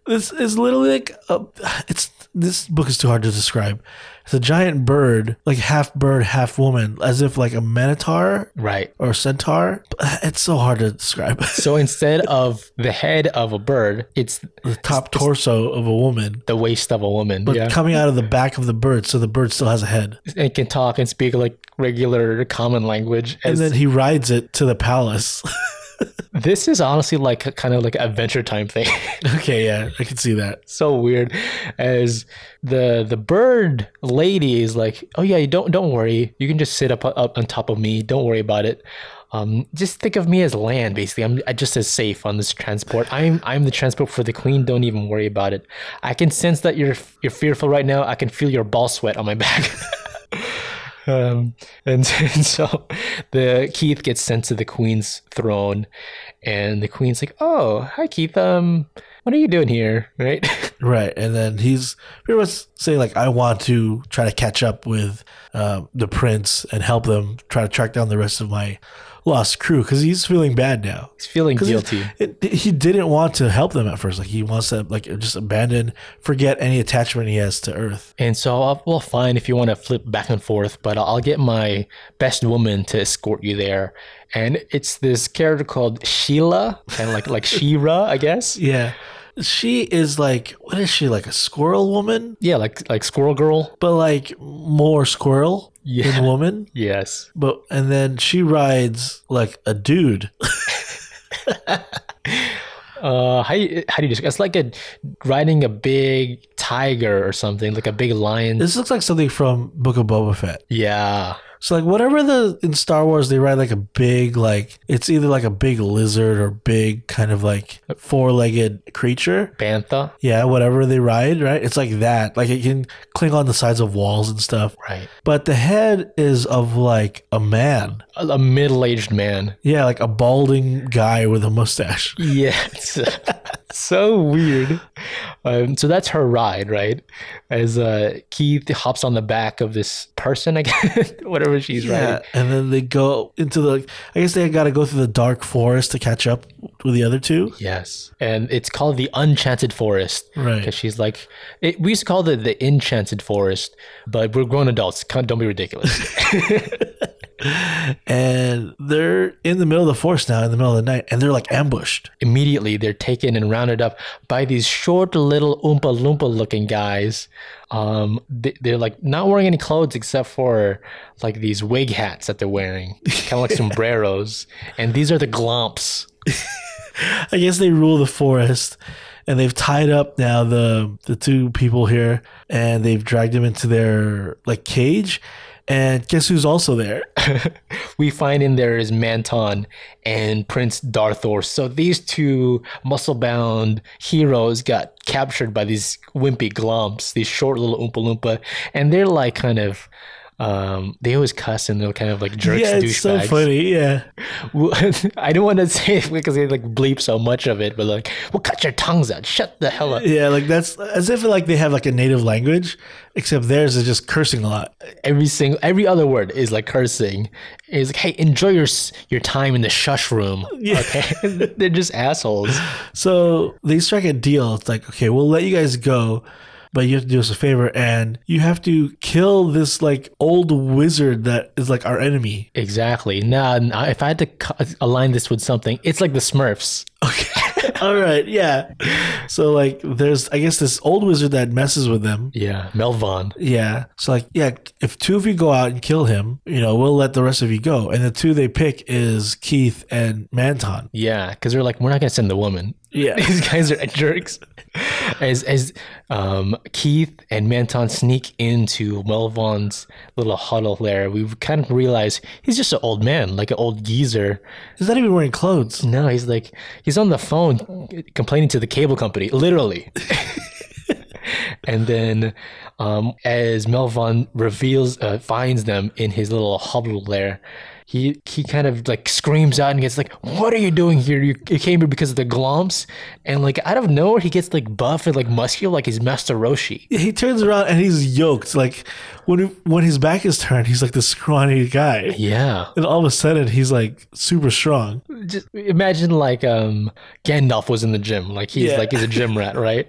[SPEAKER 1] This is literally like a, it's this book is too hard to describe. It's a giant bird, like half bird, half woman, as if like a minotaur
[SPEAKER 2] Right.
[SPEAKER 1] or centaur. It's so hard to describe.
[SPEAKER 2] So instead of the head of a bird, it's
[SPEAKER 1] the top torso of a woman,
[SPEAKER 2] the waist of a woman.
[SPEAKER 1] but
[SPEAKER 2] yeah.
[SPEAKER 1] coming out of the back of the bird, so the bird still has a head.
[SPEAKER 2] and can talk and speak like regular common language.
[SPEAKER 1] And
[SPEAKER 2] As-
[SPEAKER 1] then he rides it to the palace.
[SPEAKER 2] this is honestly like a- kind of like adventure time thing.
[SPEAKER 1] okay, yeah, I can see that.
[SPEAKER 2] so weird. As the the bird lady is like, oh yeah, you don't don't worry. You can just sit up up on top of me. Don't worry about it. Um, just think of me as land, basically. I'm I just as safe on this transport. I'm I'm the transport for the queen. Don't even worry about it. I can sense that you're you're fearful right now. I can feel your ball sweat on my back. Um, and, and so the Keith gets sent to the queen's throne, and the queen's like, "Oh, hi, Keith. Um, what are you doing here?" Right?
[SPEAKER 1] Right, and then he's pretty much saying like, "I want to try to catch up with um, the prince and help them try to track down the rest of my lost crew," because he's feeling bad now.
[SPEAKER 2] He's feeling
[SPEAKER 1] 'Cause
[SPEAKER 2] guilty.
[SPEAKER 1] It, he didn't want to help them at first. Like he wants to like just abandon, forget any attachment he has to Earth.
[SPEAKER 2] And so, I'll, well, fine if you want to flip back and forth, but I'll get my best woman to escort you there. And it's this character called Sheila, and like like Shira, I guess.
[SPEAKER 1] Yeah, she is like, what is she like a squirrel woman?
[SPEAKER 2] Yeah, like like Squirrel Girl.
[SPEAKER 1] But like more squirrel.
[SPEAKER 2] Yeah.
[SPEAKER 1] in woman,
[SPEAKER 2] Yes.
[SPEAKER 1] but and then she rides like a dude.
[SPEAKER 2] Uh, how you, how do you describe? It's like a riding a big tiger or something, like a big lion.
[SPEAKER 1] This looks like something from Book of Boba Fett.
[SPEAKER 2] yeah.
[SPEAKER 1] So like whatever the in Star Wars they ride like a big like it's either like a big lizard or big kind of like four-legged creature.
[SPEAKER 2] Bantha.
[SPEAKER 1] Yeah, whatever they ride, right? It's like that. Like it can cling on the sides of walls and stuff.
[SPEAKER 2] Right.
[SPEAKER 1] But the head is of like a man.
[SPEAKER 2] A, a middle-aged man.
[SPEAKER 1] Yeah, like a balding guy with a mustache.
[SPEAKER 2] Yeah. It's, so weird. Um, so that's her ride, right? As uh, Keith hops on the back of this person, I guess, whatever she's riding.
[SPEAKER 1] And then they go into the I guess they gotta go through the dark forest to catch up with the other two.
[SPEAKER 2] Yes. And it's called the Enchanted Forest.
[SPEAKER 1] Right.
[SPEAKER 2] Because she's like, it, we used to call it the Enchanted Forest, but we're grown adults. Can't, don't be ridiculous.
[SPEAKER 1] And they're in the middle of the forest now, in the middle of the night, and they're like ambushed.
[SPEAKER 2] Immediately, they're taken and rounded up by these short, little Oompa Loompa looking guys. Um, they, they're like not wearing any clothes except for like these wig hats that they're wearing, kind of like sombreros. And these are the glomps.
[SPEAKER 1] I guess they rule the forest, and they've tied up now the the two people here, and they've dragged them into their like cage. And guess who's also there?
[SPEAKER 2] we find in there is Manton and Prince Darthor. So these two muscle bound heroes got captured by these wimpy glumps, these short little Oompa Loompa, and they're like kind of. Um, they always cuss and they're kind of like jerks,
[SPEAKER 1] yeah, it's so
[SPEAKER 2] douchebags.
[SPEAKER 1] funny. Yeah,
[SPEAKER 2] I don't want to say it because they like bleep so much of it, but like, well, cut your tongues out, shut the hell up.
[SPEAKER 1] yeah, like that's as if like they have like a native language, except theirs is just cursing a lot.
[SPEAKER 2] every single every other word is like cursing is like hey enjoy your s- your time in the shush room okay they're just assholes
[SPEAKER 1] So they strike a deal. It's like, okay, we'll let you guys go, but you have to do us a favor, and you have to kill this like old wizard that is like our enemy.
[SPEAKER 2] exactly now n- if i had to co- align this with something it's like the smurfs
[SPEAKER 1] Okay. All right. Yeah. So like, there's I guess this old wizard that messes with them.
[SPEAKER 2] yeah melvon
[SPEAKER 1] Yeah. So like, yeah, if two of you go out and kill him, you know, we'll let the rest of you go. And the two they pick is Keith and Manton.
[SPEAKER 2] yeah because they're like we're not gonna send the woman
[SPEAKER 1] Yeah.
[SPEAKER 2] these guys are jerks as as um keith and manton sneak into melvon's little huddle there we kind of realize he's just an old man like an old geezer
[SPEAKER 1] He's not even wearing clothes.
[SPEAKER 2] No, he's like he's on the phone complaining to the cable company, literally. and then, um, as Melvon reveals, uh, finds them in his little huddle there. He he kind of like screams out and gets like, "What are you doing here? You, you came here because of the glomps." And like out of nowhere, he gets like buff and like muscular, like he's Master Roshi.
[SPEAKER 1] He turns around and he's yoked. Like when when his back is turned, he's like the scrawny guy.
[SPEAKER 2] Yeah,
[SPEAKER 1] And all of a sudden, he's like super strong.
[SPEAKER 2] just imagine like um Gandalf was in the gym, like he's
[SPEAKER 1] Yeah.
[SPEAKER 2] like he's a gym rat, right?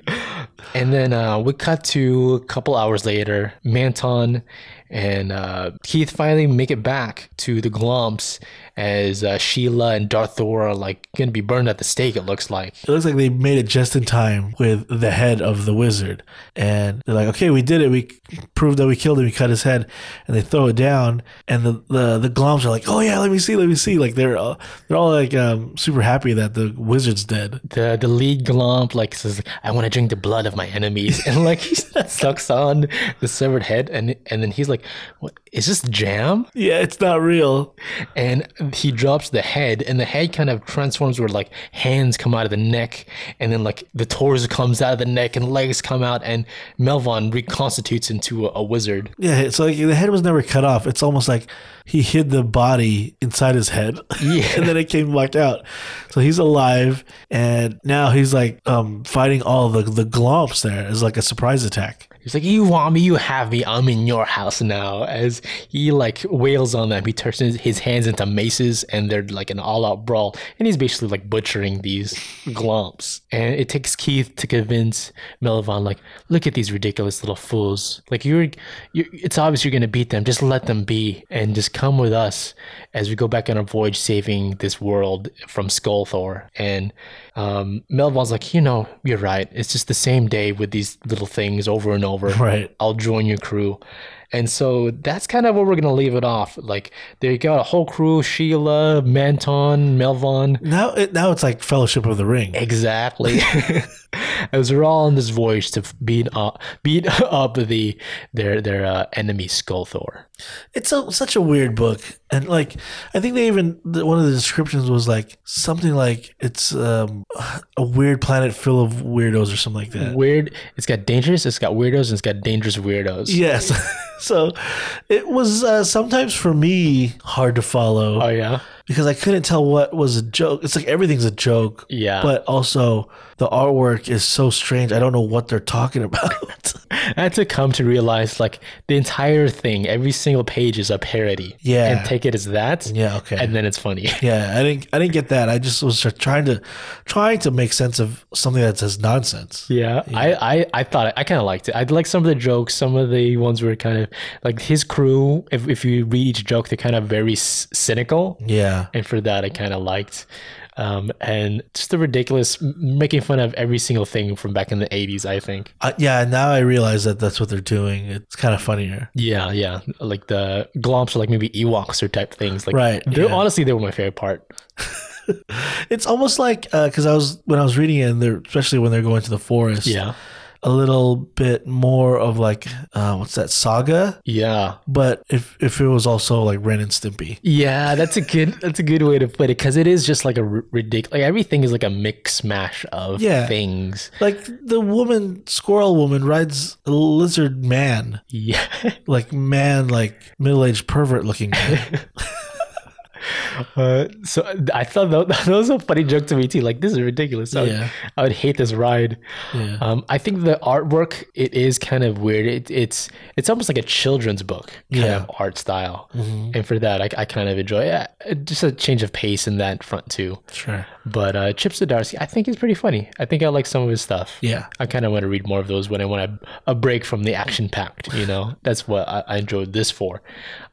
[SPEAKER 2] And then uh, we cut to a couple hours later. Manton and uh, Keith finally make it back to the Glomps as uh, Sheila and Darthor are like gonna be burned at the stake. It looks like.
[SPEAKER 1] It looks like they made it just in time with the head of the wizard. And they're like, okay, we did it. We proved that we killed him. We cut his head. And they throw it down. And the, the, the gloms are like, oh, yeah, let me see. Let me see. Like, they're all, they're all like um, super happy that the wizard's dead.
[SPEAKER 2] the the lead glomp like says I want to drink the blood of my enemies and like he sucks on the severed head and and then he's like what is this jam
[SPEAKER 1] Yeah, it's not real.
[SPEAKER 2] and he drops the head and the head kind of transforms where like hands come out of the neck and then like the torso comes out of the neck and legs come out and Melvon reconstitutes into a, a wizard
[SPEAKER 1] Yeah, so like, the head was never cut off. It's almost like he hid the body inside his head.
[SPEAKER 2] yeah
[SPEAKER 1] and then it came back out. So he's alive. And now he's like um, fighting all the, the glomps there as like a surprise attack.
[SPEAKER 2] he's like you want me you have me I'm in your house now as he like wails on them he turns his- his hands into maces and they're like an all out brawl and he's basically like butchering these glomps and it takes Keith to convince Melvon like look at these ridiculous little fools like you're, you're it's obvious you're gonna beat them just let them be and just come with us as we go back on our voyage saving this world from Skullthor and um, Melvon's like you know you're right it's just the same day with these little things over and over
[SPEAKER 1] Right.
[SPEAKER 2] I'll join your crew And so that's kind of where we're gonna leave it off. Like they got a whole crew: Sheila, Manton, Melvon.
[SPEAKER 1] Now, it, now it's like Fellowship of the Ring.
[SPEAKER 2] Exactly. As we're all on this voyage to beat up, beat up the their their uh, enemy Skull Thor.
[SPEAKER 1] It's a, such a weird book, and like I think they even the- one of the descriptions was like something like it's um, a weird planet full of weirdos or something like that.
[SPEAKER 2] Weird. It's got dangerous. It's got weirdos. And it's got dangerous weirdos.
[SPEAKER 1] Yes, so it was uh, sometimes for me hard to follow
[SPEAKER 2] Oh yeah.
[SPEAKER 1] because I couldn't tell what was a joke. It's like everything's a joke,
[SPEAKER 2] Yeah.
[SPEAKER 1] but also the artwork is so strange. I don't know what they're talking about.
[SPEAKER 2] I had to come to realize like the entire thing, every single page is a parody.
[SPEAKER 1] Yeah.
[SPEAKER 2] And take it as that.
[SPEAKER 1] yeah, okay.
[SPEAKER 2] And then it's funny.
[SPEAKER 1] Yeah, I didn't. I didn't get that. I just was trying to, trying to make sense of something that says nonsense.
[SPEAKER 2] Yeah, I, I, I thought I kind of liked it. I liked some of the jokes. Some of the ones were kind of like his crew. If, if you read each joke, they're kind of very s- cynical,
[SPEAKER 1] Yeah,
[SPEAKER 2] and for that, I kind of liked. Um, and just the ridiculous m- making fun of every single thing from back in the '80s. I think.
[SPEAKER 1] I, yeah. Now I realize that that's what they're doing. It's kind of funnier.
[SPEAKER 2] Yeah, yeah, like the glomps or like maybe Ewoks or type things. Like,
[SPEAKER 1] Right,
[SPEAKER 2] They're,
[SPEAKER 1] yeah.
[SPEAKER 2] Honestly, they were my favorite part.
[SPEAKER 1] It's almost like because I was when I was reading it, and they're especially when they're going to the forest.
[SPEAKER 2] Yeah,
[SPEAKER 1] a little bit more of like uh, what's that saga?
[SPEAKER 2] yeah,
[SPEAKER 1] But if if it was also like Ren and Stimpy.
[SPEAKER 2] yeah. That's a good. that's a good way to put it because it is just like a r- ridiculous. Like everything is like a mix smash of
[SPEAKER 1] Yeah.
[SPEAKER 2] things.
[SPEAKER 1] Like the woman, squirrel woman rides a lizard man,
[SPEAKER 2] Yeah.
[SPEAKER 1] like man, like middle aged pervert looking. guy.
[SPEAKER 2] Uh, so I thought that, that was a funny joke to me too. Like this is ridiculous. I would,
[SPEAKER 1] Yeah.
[SPEAKER 2] I would hate this ride.
[SPEAKER 1] yeah.
[SPEAKER 2] Um, I think the artwork it is kind of weird. It, it's it's almost like a children's book kind
[SPEAKER 1] Yeah.
[SPEAKER 2] of art style,
[SPEAKER 1] Mm-hmm.
[SPEAKER 2] and for that I, I kind of enjoy. Yeah, just a change of pace in that front too.
[SPEAKER 1] Sure.
[SPEAKER 2] But uh, Chip Zdarsky, I think he's pretty funny. I think I like some of his stuff.
[SPEAKER 1] Yeah.
[SPEAKER 2] I kind of want to read more of those when I want a, a break from the action packed. You know, that's what I, I enjoyed this for.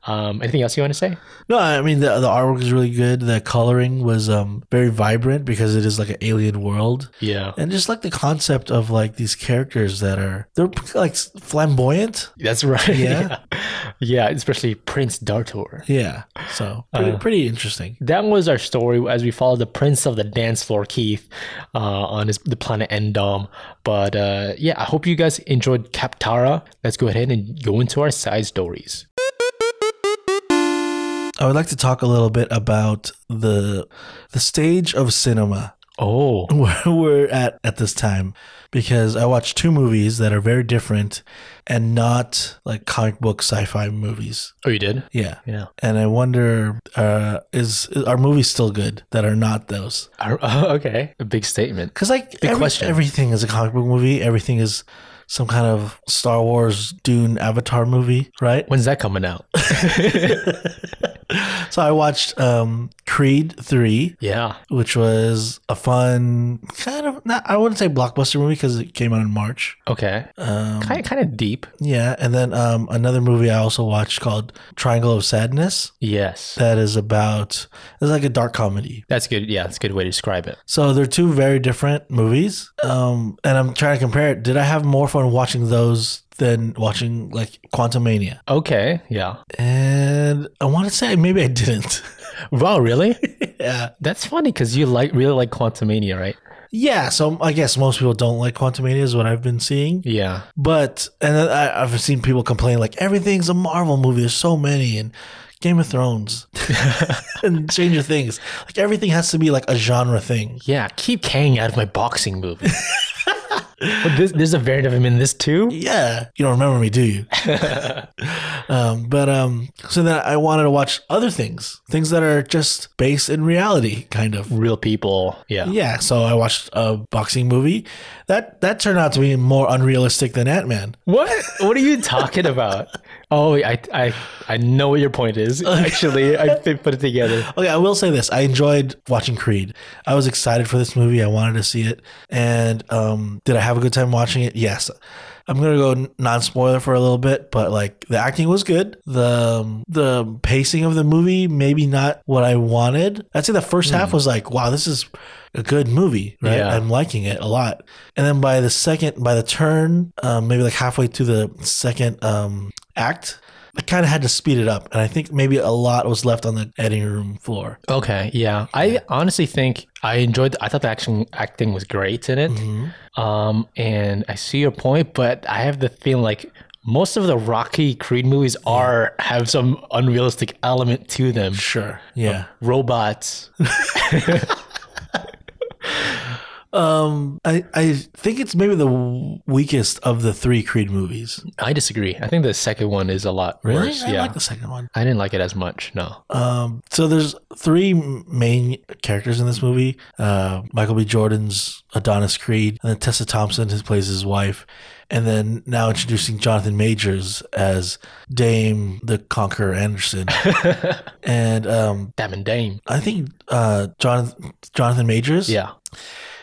[SPEAKER 2] Um, anything else you want to say?
[SPEAKER 1] No, I mean the the artwork is really good. The coloring was um very vibrant because it is like an alien world.
[SPEAKER 2] Yeah,
[SPEAKER 1] And just like the concept of like these characters that are they're like flamboyant.
[SPEAKER 2] that's right.
[SPEAKER 1] Yeah.
[SPEAKER 2] yeah, especially Prince Dartor.
[SPEAKER 1] Yeah. So pretty, pretty interesting.
[SPEAKER 2] That was our story as we followed the Prince of the Dance Floor, Keith, uh, on his the planet Endom. But uh, yeah, I hope you guys enjoyed Captara. Let's go ahead and go into our side stories.
[SPEAKER 1] I would like to talk a little bit about the the stage of cinema
[SPEAKER 2] Oh,
[SPEAKER 1] where we're at at this time because I watched two movies that are very different and not like comic book sci-fi movies.
[SPEAKER 2] oh, you did?
[SPEAKER 1] Yeah.
[SPEAKER 2] Yeah.
[SPEAKER 1] And I wonder uh is are movies still good that are not those?
[SPEAKER 2] okay. A big statement.
[SPEAKER 1] Because like every-
[SPEAKER 2] question.
[SPEAKER 1] everything is a comic book movie. Everything is some kind of Star Wars, Dune, Avatar movie, right?
[SPEAKER 2] When's that coming out?
[SPEAKER 1] So I watched um, Creed three,
[SPEAKER 2] yeah.
[SPEAKER 1] which was a fun kind of not. I wouldn't say blockbuster movie because it came out in March.
[SPEAKER 2] Okay.
[SPEAKER 1] Um,
[SPEAKER 2] Kind kind of deep.
[SPEAKER 1] yeah, and then um, another movie I also watched called Triangle of Sadness.
[SPEAKER 2] Yes.
[SPEAKER 1] That is about it's like a dark comedy.
[SPEAKER 2] That's good. Yeah, that's a good way to describe it.
[SPEAKER 1] So they're two very different movies, um, and I'm trying to compare it. Did I have more fun watching those than watching like Quantum Mania?
[SPEAKER 2] Okay. Yeah.
[SPEAKER 1] And I want to say maybe I didn't.
[SPEAKER 2] Wow. Really?
[SPEAKER 1] yeah,
[SPEAKER 2] that's funny because you like really like Quantumania, right?
[SPEAKER 1] yeah. So I guess most people don't like Quantum Mania is what I've been seeing.
[SPEAKER 2] Yeah.
[SPEAKER 1] But and then I, I've seen people complain like everything's a Marvel movie. There's so many and Game of Thrones and Stranger Things. Like everything has to be like a genre thing.
[SPEAKER 2] Yeah, keep Kang out of my boxing movie. But this, there's a variant of him in this too.
[SPEAKER 1] yeah you don't remember me do you um, but um so then i wanted to watch other things things that are just based in reality kind of
[SPEAKER 2] Real people. Yeah.
[SPEAKER 1] yeah so i watched a boxing movie that that turned out to be more unrealistic than ant-man
[SPEAKER 2] What? What are you talking about? Oh, I, I, I know what your point is. Actually, I fi- put it together.
[SPEAKER 1] okay i will say this i enjoyed watching creed i was excited for this movie i wanted to see it and um did i have a good time watching it yes I'm gonna go non-spoiler for a little bit, but like the acting was good. The um, the pacing of the movie maybe not what I wanted. I'd say the first half was like, wow, this is a good movie, right?
[SPEAKER 2] Yeah.
[SPEAKER 1] I'm liking it a lot. And then by the second, by the turn, um, maybe like halfway through the second um, act, I kind of had to speed it up, and I think maybe a lot was left on the editing room floor.
[SPEAKER 2] Okay, yeah. I honestly think I enjoyed. I thought the action acting was great in it.
[SPEAKER 1] Mm-hmm.
[SPEAKER 2] Um, and I see your point, but I have the feeling like most of the Rocky Creed movies are have some unrealistic element to them.
[SPEAKER 1] Sure. Yeah.
[SPEAKER 2] Robots.
[SPEAKER 1] Um, I I think it's maybe the w- weakest of the three Creed movies.
[SPEAKER 2] I disagree. I think the second one is a lot worse.
[SPEAKER 1] I
[SPEAKER 2] yeah,
[SPEAKER 1] like the second one.
[SPEAKER 2] I didn't like it as much. No.
[SPEAKER 1] Um, so there's three m- main characters in this movie. Uh, Michael B. Jordan's Adonis Creed, and then Tessa Thompson who plays his wife, and then now introducing Jonathan Majors as Dame the Conqueror Anderson. and um,
[SPEAKER 2] Damn and dame.
[SPEAKER 1] I think uh, Jonathan Jonathan Majors.
[SPEAKER 2] Yeah.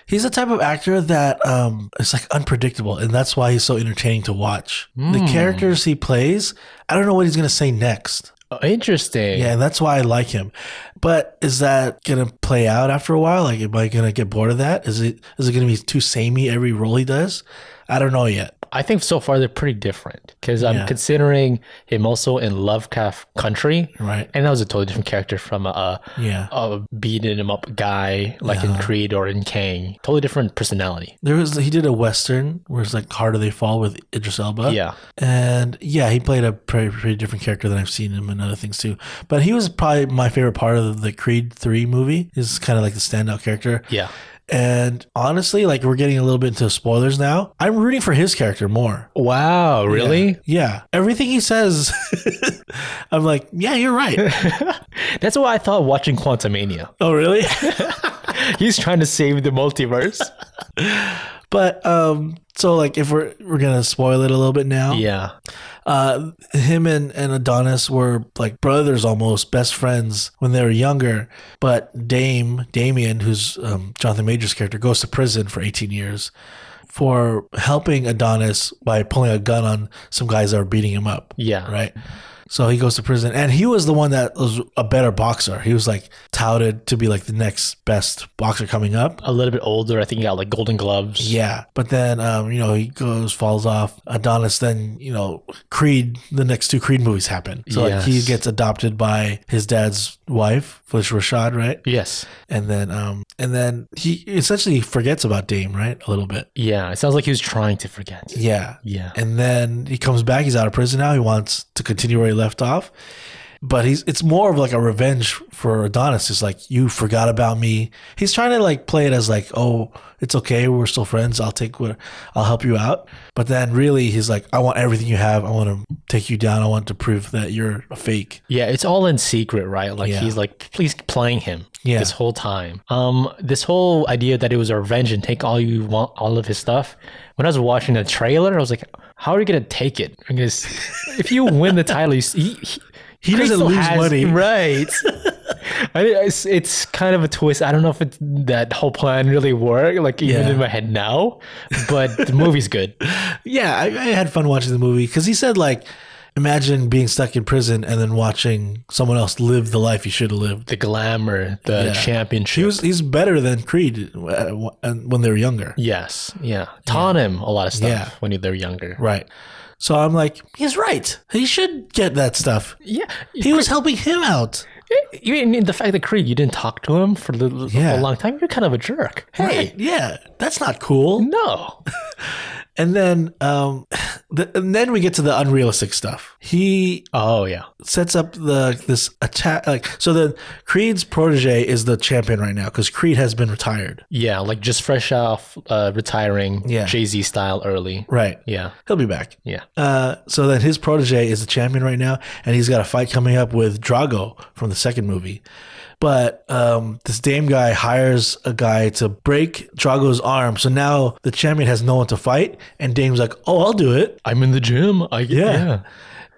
[SPEAKER 1] He's the type of actor that um, is like unpredictable, and that's why he's so entertaining to watch. The characters he plays, I don't know what he's gonna say next.
[SPEAKER 2] Oh, interesting.
[SPEAKER 1] Yeah, and that's why I like him. But is that gonna play out after a while? Like, am I gonna get bored of that? Is it is it gonna be too samey every role he does? I don't know yet.
[SPEAKER 2] I think so far they're pretty different because I'm
[SPEAKER 1] Yeah.
[SPEAKER 2] considering him also in Lovecraft Country,
[SPEAKER 1] Right?
[SPEAKER 2] and that was a totally different character from uh, a,
[SPEAKER 1] Yeah.
[SPEAKER 2] a, a beating him up guy like in Creed or in Kang. Totally different personality.
[SPEAKER 1] There was he did a western where it's like Harder They Fall with Idris Elba.
[SPEAKER 2] Yeah,
[SPEAKER 1] And yeah, he played a pretty, pretty different character than I've seen him in other things too. But he was probably my favorite part of the Creed 3 movie. He's kind of like the standout character.
[SPEAKER 2] yeah.
[SPEAKER 1] And honestly, like we're getting a little bit into spoilers now. I'm rooting for his character more.
[SPEAKER 2] Wow, really?
[SPEAKER 1] Yeah. Everything he says, I'm like, yeah, you're right.
[SPEAKER 2] That's what I thought watching Quantumania.
[SPEAKER 1] oh, really?
[SPEAKER 2] He's trying to save the multiverse.
[SPEAKER 1] But um so like if we're we're going to spoil it a little bit now.
[SPEAKER 2] yeah.
[SPEAKER 1] uh, him and, and Adonis were like brothers almost, best friends when they were younger. But Dame, Damien, who's um, Jonathan Major's character, goes to prison for 18 years for helping Adonis by pulling a gun on some guys that were beating him up.
[SPEAKER 2] Yeah.
[SPEAKER 1] Right. So he goes to prison. And he was the one that was a better boxer. He was like touted to be like the next best boxer coming up.
[SPEAKER 2] A little bit older. I think he got like golden gloves.
[SPEAKER 1] Yeah, but then um, you know he goes falls off. Adonis then you know Creed. The next two Creed movies happen, so like, he
[SPEAKER 2] Yes.
[SPEAKER 1] gets adopted by his dad's wife, which Rashad, right?
[SPEAKER 2] Yes.
[SPEAKER 1] And then um and then he essentially forgets about Dame, right? A little bit.
[SPEAKER 2] Yeah. It sounds like he was trying to forget.
[SPEAKER 1] Yeah,
[SPEAKER 2] Yeah.
[SPEAKER 1] and then he comes back. He's out of prison now. He wants to continue where he left off, but he's it's more of like a revenge for Adonis. It's like you forgot about me. He's trying to like play it as like, oh, it's okay. We're still friends. I'll take what I'll help you out. But then really, he's like, I want everything you have. I want to take you down. I want to prove that you're a fake.
[SPEAKER 2] Yeah, it's all in secret, right? Like
[SPEAKER 1] Yeah.
[SPEAKER 2] he's like, please playing him
[SPEAKER 1] Yeah.
[SPEAKER 2] this whole time. Um, this whole idea that it was a revenge and take all you want, all of his stuff. When I was watching the trailer, I was like, how are you gonna take it? I'm gonna, s- if you win the title, you, s- he, he,
[SPEAKER 1] He
[SPEAKER 2] Creed
[SPEAKER 1] doesn't
[SPEAKER 2] still
[SPEAKER 1] lose money.
[SPEAKER 2] right? I mean, it's, it's kind of a twist. I don't know if it's, that whole plan really worked, like even
[SPEAKER 1] Yeah.
[SPEAKER 2] in my head now, but the movie's good.
[SPEAKER 1] Yeah, I, I had fun watching the movie because he said like. Imagine being stuck in prison and then watching someone else live the life you should have lived.
[SPEAKER 2] The glamour, the championship.
[SPEAKER 1] He was he's better than Creed uh, when they were younger.
[SPEAKER 2] Yes. Yeah. Taught him a lot of stuff
[SPEAKER 1] Yeah.
[SPEAKER 2] when they're younger.
[SPEAKER 1] Right. So I'm like, he's right. He should get that stuff.
[SPEAKER 2] Yeah.
[SPEAKER 1] He was helping him out.
[SPEAKER 2] You mean the fact that Creed, you didn't talk to him for the,
[SPEAKER 1] Yeah.
[SPEAKER 2] a long time? You're kind of a jerk. Hey.
[SPEAKER 1] Right. Yeah, that's not cool.
[SPEAKER 2] No.
[SPEAKER 1] And then, um, the, and then we get to the unrealistic stuff. He
[SPEAKER 2] Oh yeah.
[SPEAKER 1] sets up the this attack. Like, so the Creed's protege is the champion right now because Creed has been retired.
[SPEAKER 2] Yeah, like just fresh off uh, retiring
[SPEAKER 1] Yeah.
[SPEAKER 2] Jay Z style early.
[SPEAKER 1] Right.
[SPEAKER 2] Yeah.
[SPEAKER 1] He'll be back.
[SPEAKER 2] Yeah.
[SPEAKER 1] Uh, so then his protege is the champion right now, and he's got a fight coming up with Drago from the second movie. But um, this Dame guy hires a guy to break Drago's arm, so now the champion has no one to fight, and Dame's like, "Oh, I'll do it."
[SPEAKER 2] I'm in the gym. I yeah.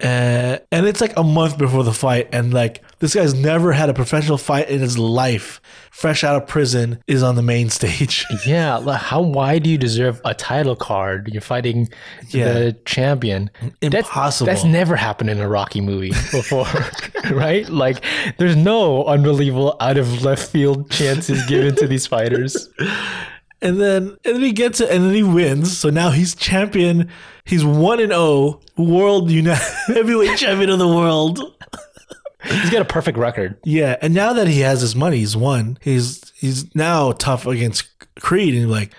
[SPEAKER 1] Uh, and it's like a month before the fight, and like this guy's never had a professional fight in his life. Fresh out of prison, is on the main stage.
[SPEAKER 2] Yeah. like, how why do you deserve a title card? You're fighting
[SPEAKER 1] Yeah.
[SPEAKER 2] the champion.
[SPEAKER 1] Impossible.
[SPEAKER 2] That's never happened in a Rocky movie before, right? Like, there's no unbelievable out of left field chances given to these fighters.
[SPEAKER 1] And then and then he gets it and then he wins. So now he's champion. He's one and oh world uni- heavyweight champion of the world.
[SPEAKER 2] He's got a perfect record.
[SPEAKER 1] Yeah, and now that he has his money, he's won. He's he's now tough against Creed, and like,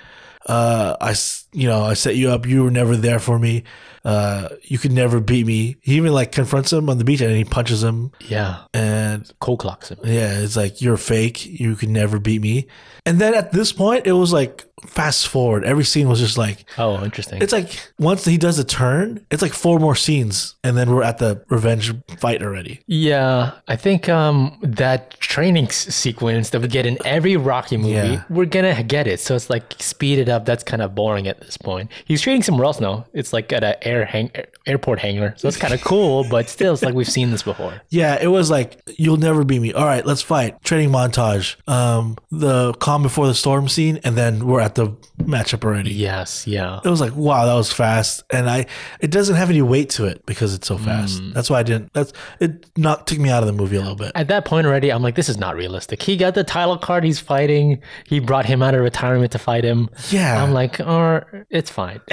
[SPEAKER 1] uh, I s- you know I set you up. You were never there for me. Uh, you could never beat me. He even like confronts him on the beach and he punches him.
[SPEAKER 2] Yeah.
[SPEAKER 1] And
[SPEAKER 2] Cold clocks him.
[SPEAKER 1] yeah, it's like you're fake. You could never beat me. And then at this point, it was like fast forward. Every scene was just like
[SPEAKER 2] Oh, interesting.
[SPEAKER 1] it's like once he does a turn, it's like four more scenes, and then we're at the revenge fight already.
[SPEAKER 2] yeah, I think um, that training s- sequence that we get in every Rocky movie,
[SPEAKER 1] Yeah.
[SPEAKER 2] we're gonna get it. So it's like speed it up. That's kind of boring at this point. He's training somewhere else now. It's like at an air hang- air- airport hangar. So it's kind of cool, but still, it's like we've seen this before.
[SPEAKER 1] Yeah, it was like you'll never beat me. All right, let's fight. Training montage. Um, the calm before the storm scene, and then we're at the matchup already.
[SPEAKER 2] Yes. Yeah.
[SPEAKER 1] It was like wow, that was fast, and I it doesn't have any weight to it because it's so fast.
[SPEAKER 2] Mm.
[SPEAKER 1] That's why I didn't. That's it. Not took me out of the movie a little bit.
[SPEAKER 2] At that point already, I'm like, this is not realistic. He got the title card. He's fighting. He brought him out of retirement to fight him.
[SPEAKER 1] Yeah,
[SPEAKER 2] I'm like, oh, it's fine.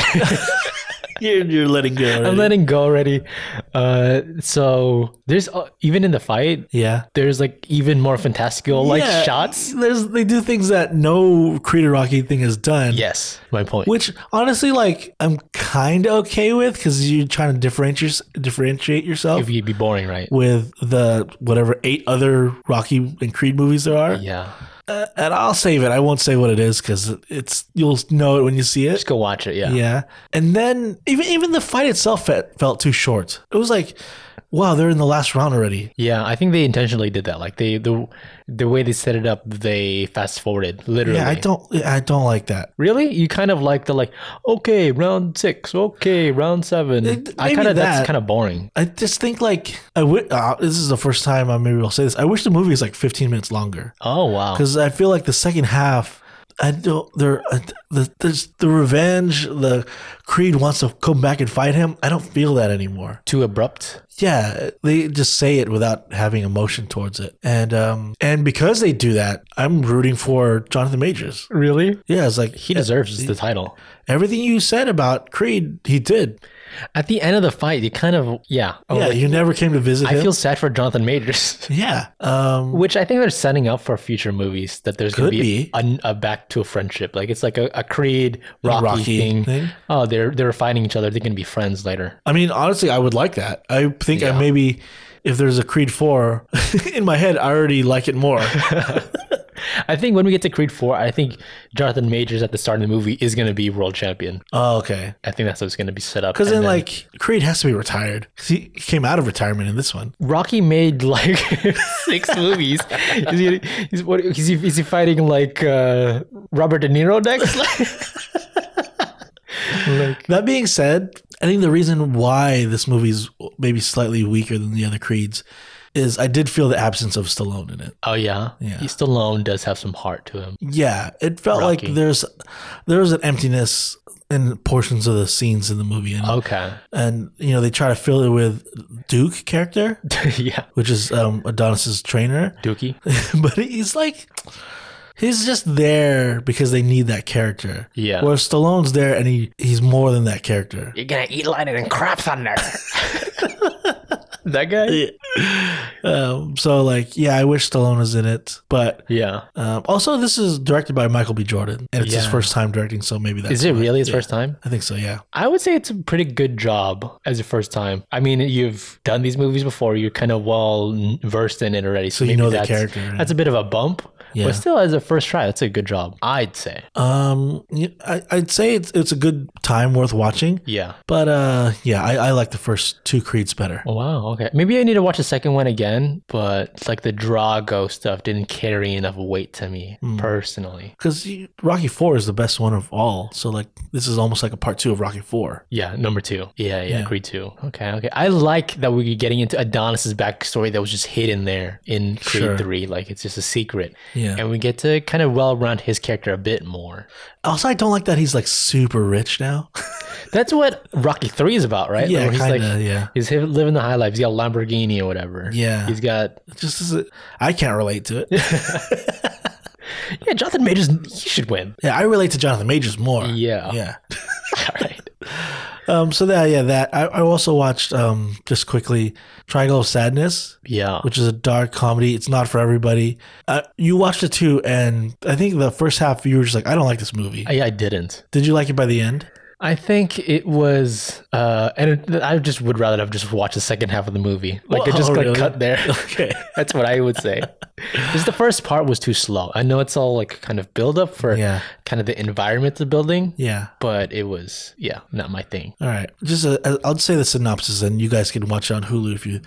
[SPEAKER 1] you're, you're letting go. already.
[SPEAKER 2] I'm letting go already. Uh, so there's uh, even in the fight,
[SPEAKER 1] yeah.
[SPEAKER 2] there's like even more fantastical like
[SPEAKER 1] Yeah,
[SPEAKER 2] shots.
[SPEAKER 1] There's they do things that no Creed or Rocky thing has done.
[SPEAKER 2] Yes, my point.
[SPEAKER 1] Which honestly, like, I'm kind of okay with because you're trying to differentiate differentiate yourself
[SPEAKER 2] if you'd be boring, right?
[SPEAKER 1] with the whatever eight other Rocky and Creed movies there are.
[SPEAKER 2] Yeah,
[SPEAKER 1] Uh, and I'll save it. I won't say what it is because it's you'll know it when you see it.
[SPEAKER 2] just go watch it. Yeah,
[SPEAKER 1] Yeah. And then even even the fight itself fe- felt too short. It was like, wow, they're in the last round already.
[SPEAKER 2] Yeah, I think they intentionally did that. Like they the the way they set it up, they fast forwarded literally.
[SPEAKER 1] Yeah, I don't I don't like that.
[SPEAKER 2] Really? You kind of like the like, okay, round six, okay, round seven. I
[SPEAKER 1] maybe
[SPEAKER 2] kind
[SPEAKER 1] that.
[SPEAKER 2] of that's kind of boring.
[SPEAKER 1] I just think like I would. Uh, this is the first time I maybe will say this. I wish the movie is like 15 minutes longer
[SPEAKER 2] Oh wow.
[SPEAKER 1] because I feel like the second half. I don't. There, uh, the there's the revenge. The Creed wants to come back and fight him. I don't feel that anymore.
[SPEAKER 2] Too abrupt.
[SPEAKER 1] Yeah, they just say it without having emotion towards it, and um, and because they do that, I'm rooting for Jonathan Majors.
[SPEAKER 2] Really?
[SPEAKER 1] Yeah, it's like
[SPEAKER 2] He deserves the title.
[SPEAKER 1] everything you said about Creed. He did.
[SPEAKER 2] At the end of the fight, you kind of yeah. Oh,
[SPEAKER 1] yeah,
[SPEAKER 2] like,
[SPEAKER 1] you never came to visit
[SPEAKER 2] I
[SPEAKER 1] him.
[SPEAKER 2] feel sad for Jonathan Majors,
[SPEAKER 1] yeah. Um.
[SPEAKER 2] which I think they're setting up for future movies that there's going
[SPEAKER 1] Could
[SPEAKER 2] to be,
[SPEAKER 1] be.
[SPEAKER 2] A, a back to a friendship. Like it's like a, a Creed Rocky,
[SPEAKER 1] Rocky
[SPEAKER 2] thing.
[SPEAKER 1] thing?
[SPEAKER 2] Oh, they're they're fighting each other. They're going to be friends later.
[SPEAKER 1] I mean, honestly, I would like that. I think I maybe if there's a Creed four in my head, I already like it more.
[SPEAKER 2] I think when we get to Creed Four, I think Jonathan Majors at the start of the movie is going to be world champion.
[SPEAKER 1] oh, okay.
[SPEAKER 2] I think that's how it's going to be set up.
[SPEAKER 1] Because then,
[SPEAKER 2] And
[SPEAKER 1] like, Creed has to be retired. 'Cause He came out of retirement in this one.
[SPEAKER 2] Rocky made like six movies. Is he, is, what, is he is he fighting like uh, Robert De Niro next? like
[SPEAKER 1] That being said, I think the reason why this movie's maybe slightly weaker than the other Creeds is I did feel the absence of Stallone in it.
[SPEAKER 2] oh yeah,
[SPEAKER 1] Yeah.
[SPEAKER 2] He Stallone does have some heart to him.
[SPEAKER 1] Yeah, it felt
[SPEAKER 2] Rocky.
[SPEAKER 1] like there's there's an emptiness in portions of the scenes in the movie, and,
[SPEAKER 2] Okay,
[SPEAKER 1] and you know they try to fill it with Duke character,
[SPEAKER 2] yeah,
[SPEAKER 1] which is um, Adonis's trainer.
[SPEAKER 2] Dookie.
[SPEAKER 1] but he's like he's just there because they need that character.
[SPEAKER 2] Yeah.
[SPEAKER 1] Whereas Stallone's there and he he's more than that character.
[SPEAKER 2] You're gonna eat lightning and crap thunder. that guy. Yeah.
[SPEAKER 1] Um, so like yeah, I wish Stallone was in it. But um, also this is directed by Michael B. Jordan and it's his
[SPEAKER 2] Yeah.
[SPEAKER 1] first time directing, so maybe that's
[SPEAKER 2] Is it
[SPEAKER 1] why.
[SPEAKER 2] really his
[SPEAKER 1] Yeah.
[SPEAKER 2] first time?
[SPEAKER 1] I think so, yeah.
[SPEAKER 2] I would say it's a pretty good job as a first time. I mean, you've done these movies before. You're kind of well versed in it already, so
[SPEAKER 1] you know the
[SPEAKER 2] that's,
[SPEAKER 1] character, right?
[SPEAKER 2] That's a bit of a bump,
[SPEAKER 1] Yeah.
[SPEAKER 2] but still, as a first try, that's a good job. I'd say.
[SPEAKER 1] Um yeah, I, I'd say it's it's a good time worth watching.
[SPEAKER 2] Yeah.
[SPEAKER 1] But uh yeah, I, I like the first two creeds better.
[SPEAKER 2] Oh, wow. Okay. Maybe I need to watch the second one again, but it's like the Drago stuff didn't carry enough weight to me personally.
[SPEAKER 1] Because Rocky Four is the best one of all, so like this is almost like a part two of Rocky Four.
[SPEAKER 2] Yeah, number two. Yeah, yeah,
[SPEAKER 1] Yeah.
[SPEAKER 2] Creed two. Okay, okay. I like that we're getting into Adonis's backstory that was just hidden there in Creed
[SPEAKER 1] Sure.
[SPEAKER 2] three. Like it's just a secret,
[SPEAKER 1] Yeah.
[SPEAKER 2] and we get to kind of well round his character a bit more.
[SPEAKER 1] Also, I don't like that he's like super rich now.
[SPEAKER 2] That's what Rocky Three is about, right?
[SPEAKER 1] Yeah,
[SPEAKER 2] Where he's
[SPEAKER 1] kinda,
[SPEAKER 2] like,
[SPEAKER 1] yeah.
[SPEAKER 2] he's hi- living the high life. He's got a Lamborghini or whatever.
[SPEAKER 1] Yeah.
[SPEAKER 2] he's got.
[SPEAKER 1] It just is I can't relate to it.
[SPEAKER 2] Yeah, Yeah, Jonathan Majors, he should win.
[SPEAKER 1] Yeah, I relate to Jonathan Majors more.
[SPEAKER 2] Yeah.
[SPEAKER 1] Yeah.
[SPEAKER 2] All right.
[SPEAKER 1] Um, so that yeah, that I, I also watched um, just quickly Triangle of Sadness,
[SPEAKER 2] Yeah.
[SPEAKER 1] which is a dark comedy. It's not for everybody. Uh, you watched it too, and I think the first half you were just like, I don't like this movie.
[SPEAKER 2] I, I didn't.
[SPEAKER 1] Did you like it by the end?
[SPEAKER 2] I think it was, uh, and it, I just would rather have just watched the second half of the movie. Like it
[SPEAKER 1] Whoa,
[SPEAKER 2] just got
[SPEAKER 1] oh, really?
[SPEAKER 2] cut there.
[SPEAKER 1] Okay.
[SPEAKER 2] That's what I would say. Because the first part was too slow. I know it's all like kind of build up for
[SPEAKER 1] Yeah.
[SPEAKER 2] kind of the environment of the building,
[SPEAKER 1] Yeah.
[SPEAKER 2] but it was yeah, not my thing.
[SPEAKER 1] All right. Just i I'll say the synopsis, and you guys can watch it on Hulu if you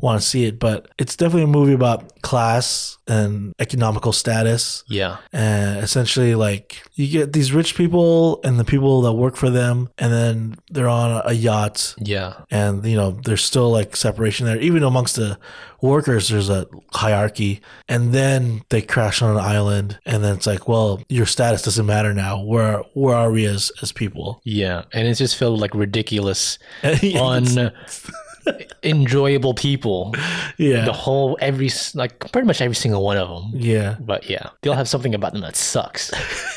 [SPEAKER 1] want to see it. But it's definitely a movie about class and economical status.
[SPEAKER 2] Yeah,
[SPEAKER 1] and essentially like you get these rich people and the people that work for them and then they're on a yacht
[SPEAKER 2] yeah,
[SPEAKER 1] and you know there's still like separation there even amongst the workers there's a hierarchy and then they crash on an island and then it's like well your status doesn't matter now where where are we as as people
[SPEAKER 2] yeah. And it just felt like ridiculous,
[SPEAKER 1] Yeah,
[SPEAKER 2] un enjoyable people.
[SPEAKER 1] yeah
[SPEAKER 2] The whole every s- like pretty much every single one of them.
[SPEAKER 1] yeah
[SPEAKER 2] But yeah, they all have something about them that sucks,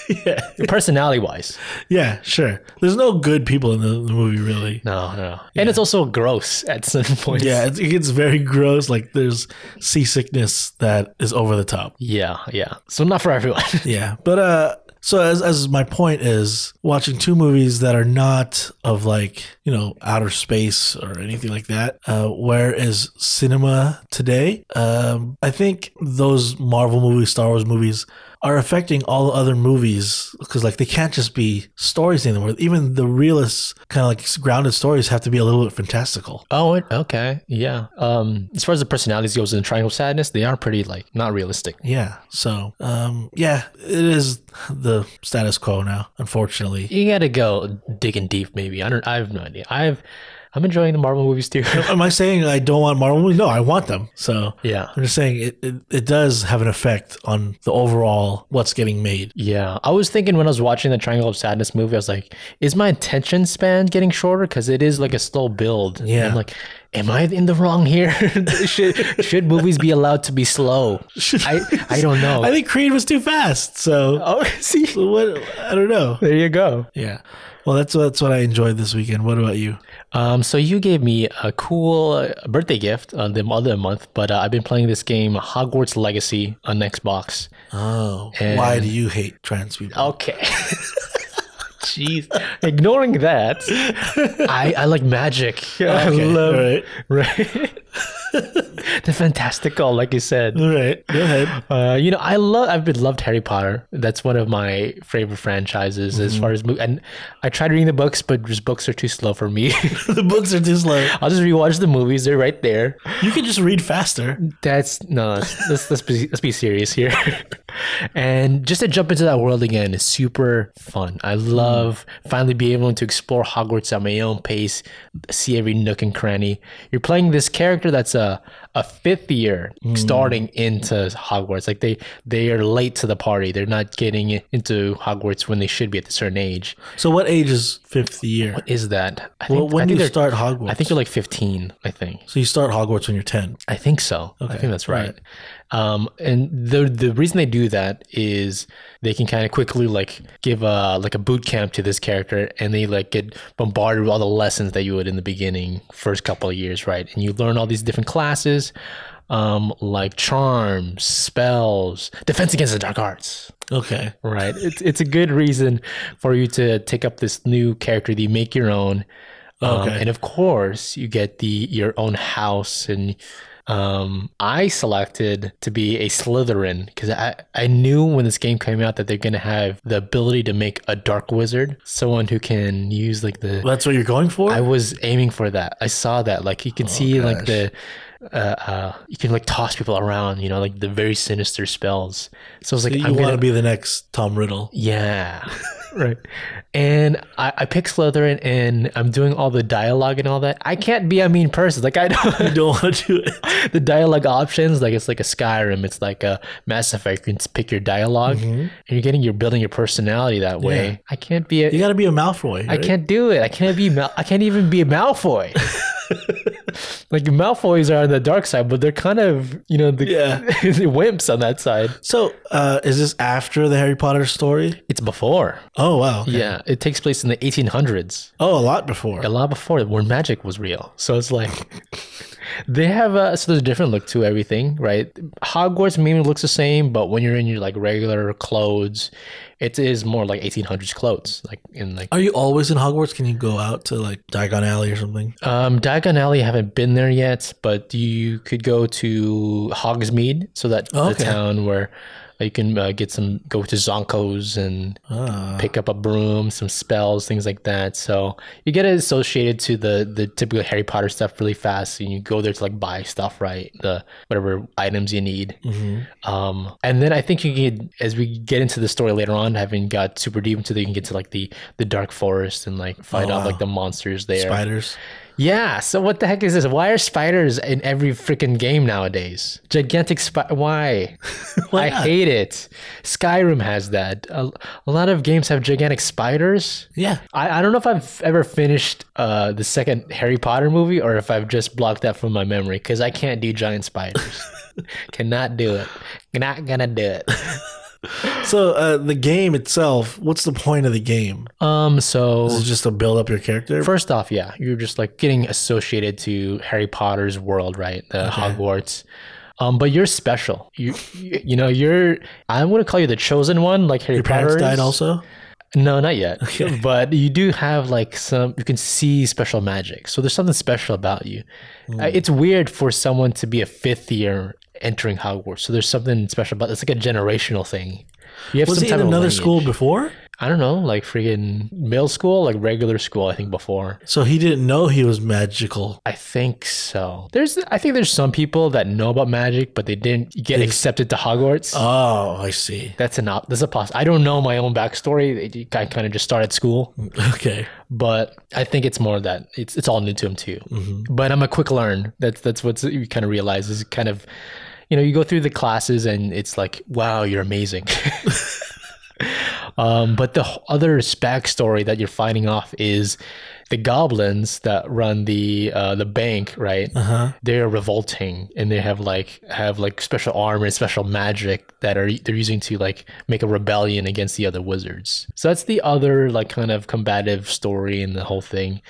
[SPEAKER 1] yeah
[SPEAKER 2] personality wise.
[SPEAKER 1] yeah sure there's no good people in the, the movie really
[SPEAKER 2] No, no, and it's also gross at certain points.
[SPEAKER 1] yeah it's- it gets very gross like there's seasickness that is over the top
[SPEAKER 2] yeah, yeah. So not for everyone.
[SPEAKER 1] Yeah, but uh, so as as my point is, watching two movies that are not of like you know outer space or anything like that. Uh, where is cinema today? Um, I think those Marvel movies, Star Wars movies. Are affecting all other movies because like they can't just be stories anymore. Even the realest kind of like grounded stories have to be a little bit fantastical.
[SPEAKER 2] Oh, it- okay, yeah. Um, as far as the personalities goes in Triangle of Sadness, they are pretty like not realistic.
[SPEAKER 1] Yeah. So um, yeah, it is the status quo now, unfortunately.
[SPEAKER 2] You gotta go digging deep, maybe. I don't. I have no idea. I've I'm enjoying the Marvel movies too.
[SPEAKER 1] Am I saying I don't want Marvel movies? No, I want them. So
[SPEAKER 2] yeah,
[SPEAKER 1] I'm just saying it, it, it does have an effect on the overall what's getting made.
[SPEAKER 2] yeah. I was thinking when I was watching the Triangle of Sadness movie, I was like, is my attention span getting shorter? Because it is like a slow build. And
[SPEAKER 1] Yeah.
[SPEAKER 2] I'm like, am I in the wrong here? should should movies be allowed to be slow? I I don't know.
[SPEAKER 1] I think Creed was too fast. So
[SPEAKER 2] oh, see,
[SPEAKER 1] what? I don't know.
[SPEAKER 2] there you go.
[SPEAKER 1] Yeah. Well, that's what, that's what I enjoyed this weekend. What about you?
[SPEAKER 2] Um, so you gave me a cool uh, birthday gift on the other month, but uh, I've been playing this game Hogwarts Legacy on Xbox.
[SPEAKER 1] Oh, why do you hate trans people?
[SPEAKER 2] Okay. Oh, Jeez. Ignoring that, I, I like magic. I
[SPEAKER 1] Okay,
[SPEAKER 2] love
[SPEAKER 1] all right.
[SPEAKER 2] right? the fantastical, like you said.
[SPEAKER 1] All right. Go ahead.
[SPEAKER 2] Uh, you know, I love. I've been loved Harry Potter. That's one of my favorite franchises
[SPEAKER 1] Mm-hmm.
[SPEAKER 2] as far as mo- and I tried reading the books, but just books are too slow for me.
[SPEAKER 1] the books are too slow.
[SPEAKER 2] I'll just rewatch the movies. They're right there.
[SPEAKER 1] You can just read faster.
[SPEAKER 2] That's no. Let's let's, let's, be, let's be serious here. and just to jump into that world again is super fun. I love finally being able to explore Hogwarts at my own pace, see every nook and cranny. You're playing this character that's a a fifth year
[SPEAKER 1] Hmm.
[SPEAKER 2] starting into Hogwarts. Like they they are late to the party. They're not getting into Hogwarts when they should be at a certain age.
[SPEAKER 1] So what age is fifth year?
[SPEAKER 2] Is that? I
[SPEAKER 1] Well, when
[SPEAKER 2] I
[SPEAKER 1] do you
[SPEAKER 2] they're-
[SPEAKER 1] start Hogwarts?
[SPEAKER 2] I think you're like 15. I think.
[SPEAKER 1] so you start Hogwarts when you're 10.
[SPEAKER 2] I think so. I think that's right. Um, and the the reason they do that is they can kind of quickly like give a like a boot camp to this character, and they like get bombarded with all the lessons that you would in the beginning first couple of years, right? And you learn all these different classes, um, like charms, spells, defense against the dark arts.
[SPEAKER 1] Okay.
[SPEAKER 2] Right. It's it's a good reason for you to take up this new character that you make your own. Um,
[SPEAKER 1] Okay.
[SPEAKER 2] And of course, you get the your own house and. Um, I selected to be a Slytherin because I, I knew when this game came out that they're gonna have the ability to make a dark wizard, someone who can use like the
[SPEAKER 1] That's what you're going for?
[SPEAKER 2] I was aiming for that. I saw that. Like you
[SPEAKER 1] oh,
[SPEAKER 2] can see, like the uh, uh, you can like toss people around. You know, like the very sinister spells. So I was like,
[SPEAKER 1] you
[SPEAKER 2] I'm
[SPEAKER 1] want
[SPEAKER 2] gonna
[SPEAKER 1] to be the next Tom Riddle.
[SPEAKER 2] yeah. right. And I, I pick Slytherin and I'm doing all the dialogue and all that. I can't be a mean person. Like I don't
[SPEAKER 1] You don't want to do it.
[SPEAKER 2] the dialogue options, like it's like a Skyrim, it's like a Mass Effect. You can pick your dialog and you're getting you're building your personality that way.
[SPEAKER 1] Mm-hmm. Yeah.
[SPEAKER 2] I can't be a
[SPEAKER 1] You got to be a Malfoy.
[SPEAKER 2] I
[SPEAKER 1] right?
[SPEAKER 2] can't do it. I can't be Mal- I can't even be a Malfoy. like Malfoys are on the dark side, but they're kind of you know the,
[SPEAKER 1] Yeah.
[SPEAKER 2] the wimps on that side.
[SPEAKER 1] So, uh, is this after the Harry Potter story?
[SPEAKER 2] It's before.
[SPEAKER 1] Oh wow. okay.
[SPEAKER 2] Yeah, it takes place in the 1800s,
[SPEAKER 1] Oh, a lot before.
[SPEAKER 2] a lot before where magic was real. So it's like they have a so there's a different look to everything, right? Hogwarts maybe looks the same, but when you're in your like regular clothes, it is more like 1800s clothes, like in like
[SPEAKER 1] Are you always in Hogwarts? Can you go out to like Diagon Alley or something?
[SPEAKER 2] Um, Diagon Alley, I haven't been there yet, but you could go to Hogsmeade, so that the
[SPEAKER 1] Okay.
[SPEAKER 2] town where you can uh, get some, go to Zonko's and
[SPEAKER 1] Ah.
[SPEAKER 2] pick up a broom, some spells, things like that. So you get it associated to the the typical Harry Potter stuff really fast, and you go there to like buy stuff, right? The whatever items you need.
[SPEAKER 1] mm-hmm.
[SPEAKER 2] Um, and then I think you can, as we get into the story later on, having got super deep into, the, you can get to like the the dark forest and like fight
[SPEAKER 1] Oh,
[SPEAKER 2] off
[SPEAKER 1] wow.
[SPEAKER 2] like the monsters there.
[SPEAKER 1] Spiders.
[SPEAKER 2] Yeah. So what the heck is this? Why are spiders in every freaking game nowadays? Gigantic spider. Why?
[SPEAKER 1] Why
[SPEAKER 2] I
[SPEAKER 1] not?
[SPEAKER 2] hate it. Skyrim has that. A, a lot of games have gigantic spiders.
[SPEAKER 1] Yeah.
[SPEAKER 2] I, I don't know if I've ever finished uh, the second Harry Potter movie or if I've just blocked that from my memory because I can't do giant spiders. Cannot do it. Not gonna do it.
[SPEAKER 1] So uh, the game itself. What's the point of the game?
[SPEAKER 2] Um. So
[SPEAKER 1] Is it just to build up your character?
[SPEAKER 2] First off, yeah, you're just like getting associated to Harry Potter's world, right? The Hogwarts. Um, but you're special. You, you, you know, you're. I'm gonna call you the chosen one, like Harry
[SPEAKER 1] your parents
[SPEAKER 2] Potter. is.
[SPEAKER 1] died also.
[SPEAKER 2] No, not yet. But you do have like some. You can see special magic. So there's something special about you.
[SPEAKER 1] Hmm.
[SPEAKER 2] Uh, It's weird for someone to be a fifth year entering Hogwarts. So there's something special about. It's like a generational thing. You have
[SPEAKER 1] Was
[SPEAKER 2] some
[SPEAKER 1] he
[SPEAKER 2] type
[SPEAKER 1] in
[SPEAKER 2] of
[SPEAKER 1] another
[SPEAKER 2] lineage.
[SPEAKER 1] school before?
[SPEAKER 2] I don't know, like freaking middle school, like regular school. I think before.
[SPEAKER 1] So he didn't know he was magical.
[SPEAKER 2] I think so. There's, I think there's some people that know about magic, but they didn't get accepted to Hogwarts.
[SPEAKER 1] Oh, I see.
[SPEAKER 2] that's an op. That's a poss. I don't know my own backstory. I kind of just started school,
[SPEAKER 1] Okay.
[SPEAKER 2] but I think it's more that it's it's all new to him too. But I'm a quick learn. That's that's what you kind of realize is kind of, you know, you go through the classes and it's like, wow, you're amazing. Um, but the h- other backstory that you're finding off is the goblins that run the uh, the bank, right? Uh-huh. They're revolting, and they have like have like special armor and special magic that are they're using to like make a rebellion against the other wizards. So that's the other like kind of combative story in the whole thing.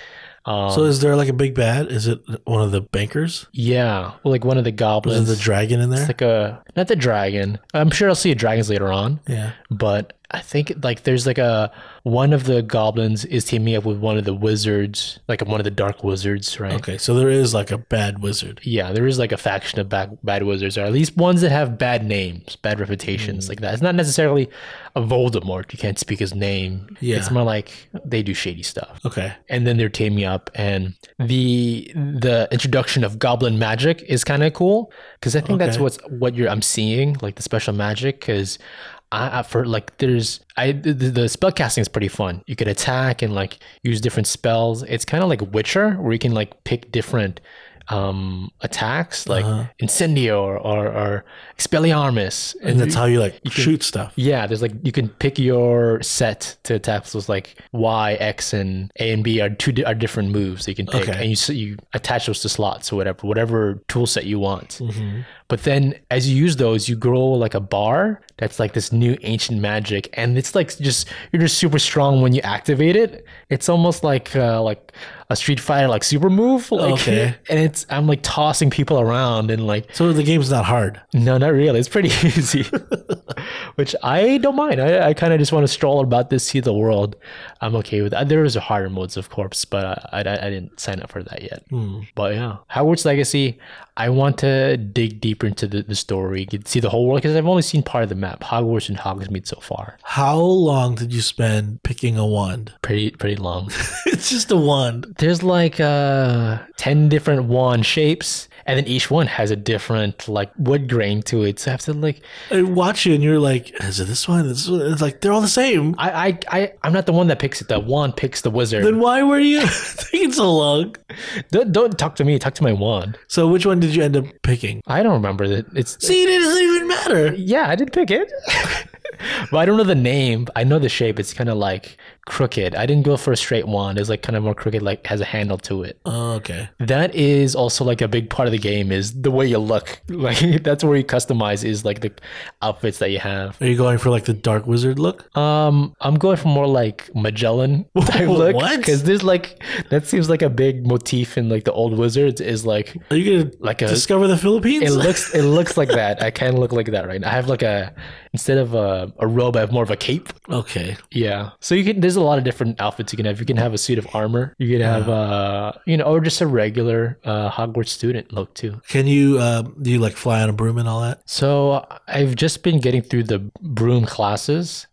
[SPEAKER 2] Um,
[SPEAKER 1] So is there like a big bad? Is it one of the bankers?
[SPEAKER 2] yeah, well, like one of the
[SPEAKER 1] Is it
[SPEAKER 2] goblins,
[SPEAKER 1] the dragon in there?
[SPEAKER 2] like a not the dragon. I'm sure I'll see dragons later on
[SPEAKER 1] yeah.
[SPEAKER 2] but I think like there's like a one of the goblins is teaming up with one of the wizards, like one of the dark wizards, right?
[SPEAKER 1] Okay. So there is like a bad wizard.
[SPEAKER 2] Yeah, there is like a faction of bad, bad wizards, or at least ones that have bad names, bad reputations, like that. It's not necessarily a Voldemort; you can't speak his name.
[SPEAKER 1] Yeah.
[SPEAKER 2] it's more like they do shady stuff,
[SPEAKER 1] Okay.
[SPEAKER 2] and then they're teaming up. And the the introduction of goblin magic is kind of cool because I think that's
[SPEAKER 1] Okay.
[SPEAKER 2] what's what you're I'm seeing, like the special magic, because. I, I for like there's I the, the spell casting is pretty fun. You could attack and like use different spells. It's kind of like Witcher where you can like pick different um attacks like
[SPEAKER 1] Uh-huh.
[SPEAKER 2] incendio or, or or expelliarmus
[SPEAKER 1] And that's how you like shoot stuff.
[SPEAKER 2] yeah, there's like you can pick your set to attack. So it's like Y, X, and A and B are two di- are different moves that you can pick,
[SPEAKER 1] Okay.
[SPEAKER 2] and you s- you attach those to slots or whatever whatever tool set you want.
[SPEAKER 1] Mm-hmm.
[SPEAKER 2] But then as you use those, you grow like a bar that's like this new ancient magic, and it's like just you're just super strong when you activate it. It's almost like uh, like a Street Fighter like super move, like,
[SPEAKER 1] Okay.
[SPEAKER 2] and it's I'm like tossing people around and like
[SPEAKER 1] So the game's not hard.
[SPEAKER 2] no, not really. It's pretty easy, which I don't mind. I, I kind of just want to stroll about this, see the world. I'm okay with that. There is a harder modes, of course, but I, I, I didn't sign up for that yet. But yeah, Howard's Legacy. I want to dig deeper into the, the story, get, see the whole world because I've only seen part of the map, Hogwarts and Hogsmeade so far.
[SPEAKER 1] How long did you spend picking a wand?
[SPEAKER 2] Pretty pretty long.
[SPEAKER 1] it's just a wand.
[SPEAKER 2] There's like uh, ten different wand shapes, and then each one has a different like wood grain to it. So I have to like
[SPEAKER 1] I watch you and you're like, is it this one? This one? It's like they're all the same.
[SPEAKER 2] I, I, I, I'm not the one that picks it. The wand picks the wizard.
[SPEAKER 1] Then why were you taking so long?
[SPEAKER 2] don't, don't talk to me. Talk to my wand.
[SPEAKER 1] So which one did you end up picking?
[SPEAKER 2] I don't remember that. It's
[SPEAKER 1] See, it doesn't even matter.
[SPEAKER 2] yeah, I did pick it, but I don't know the name. I know the shape. It's kind of like crooked. I didn't go for a straight one. It's like kind of more crooked, like has a handle to it.
[SPEAKER 1] Oh, okay.
[SPEAKER 2] That is also like a big part of the game is the way you look. Like that's where you customize is like the outfits that you have.
[SPEAKER 1] Are you going for like the dark wizard look?
[SPEAKER 2] Um, I'm going for more like Magellan type
[SPEAKER 1] What?
[SPEAKER 2] look because there's like that seems like a big motif in like the old wizards is like
[SPEAKER 1] Are you gonna
[SPEAKER 2] like a
[SPEAKER 1] discover the
[SPEAKER 2] it
[SPEAKER 1] Philippines?
[SPEAKER 2] looks it looks like that. I kind of look like that right now. I have like a instead of a, a robe, I have more of a cape.
[SPEAKER 1] okay.
[SPEAKER 2] Yeah. So you can there's a lot of different outfits you can have. You can have a suit of armor. You can have uh you know or just a regular uh Hogwarts student look too.
[SPEAKER 1] Can you uh, do you like fly on a broom and all that?
[SPEAKER 2] So I've just been getting through the broom classes.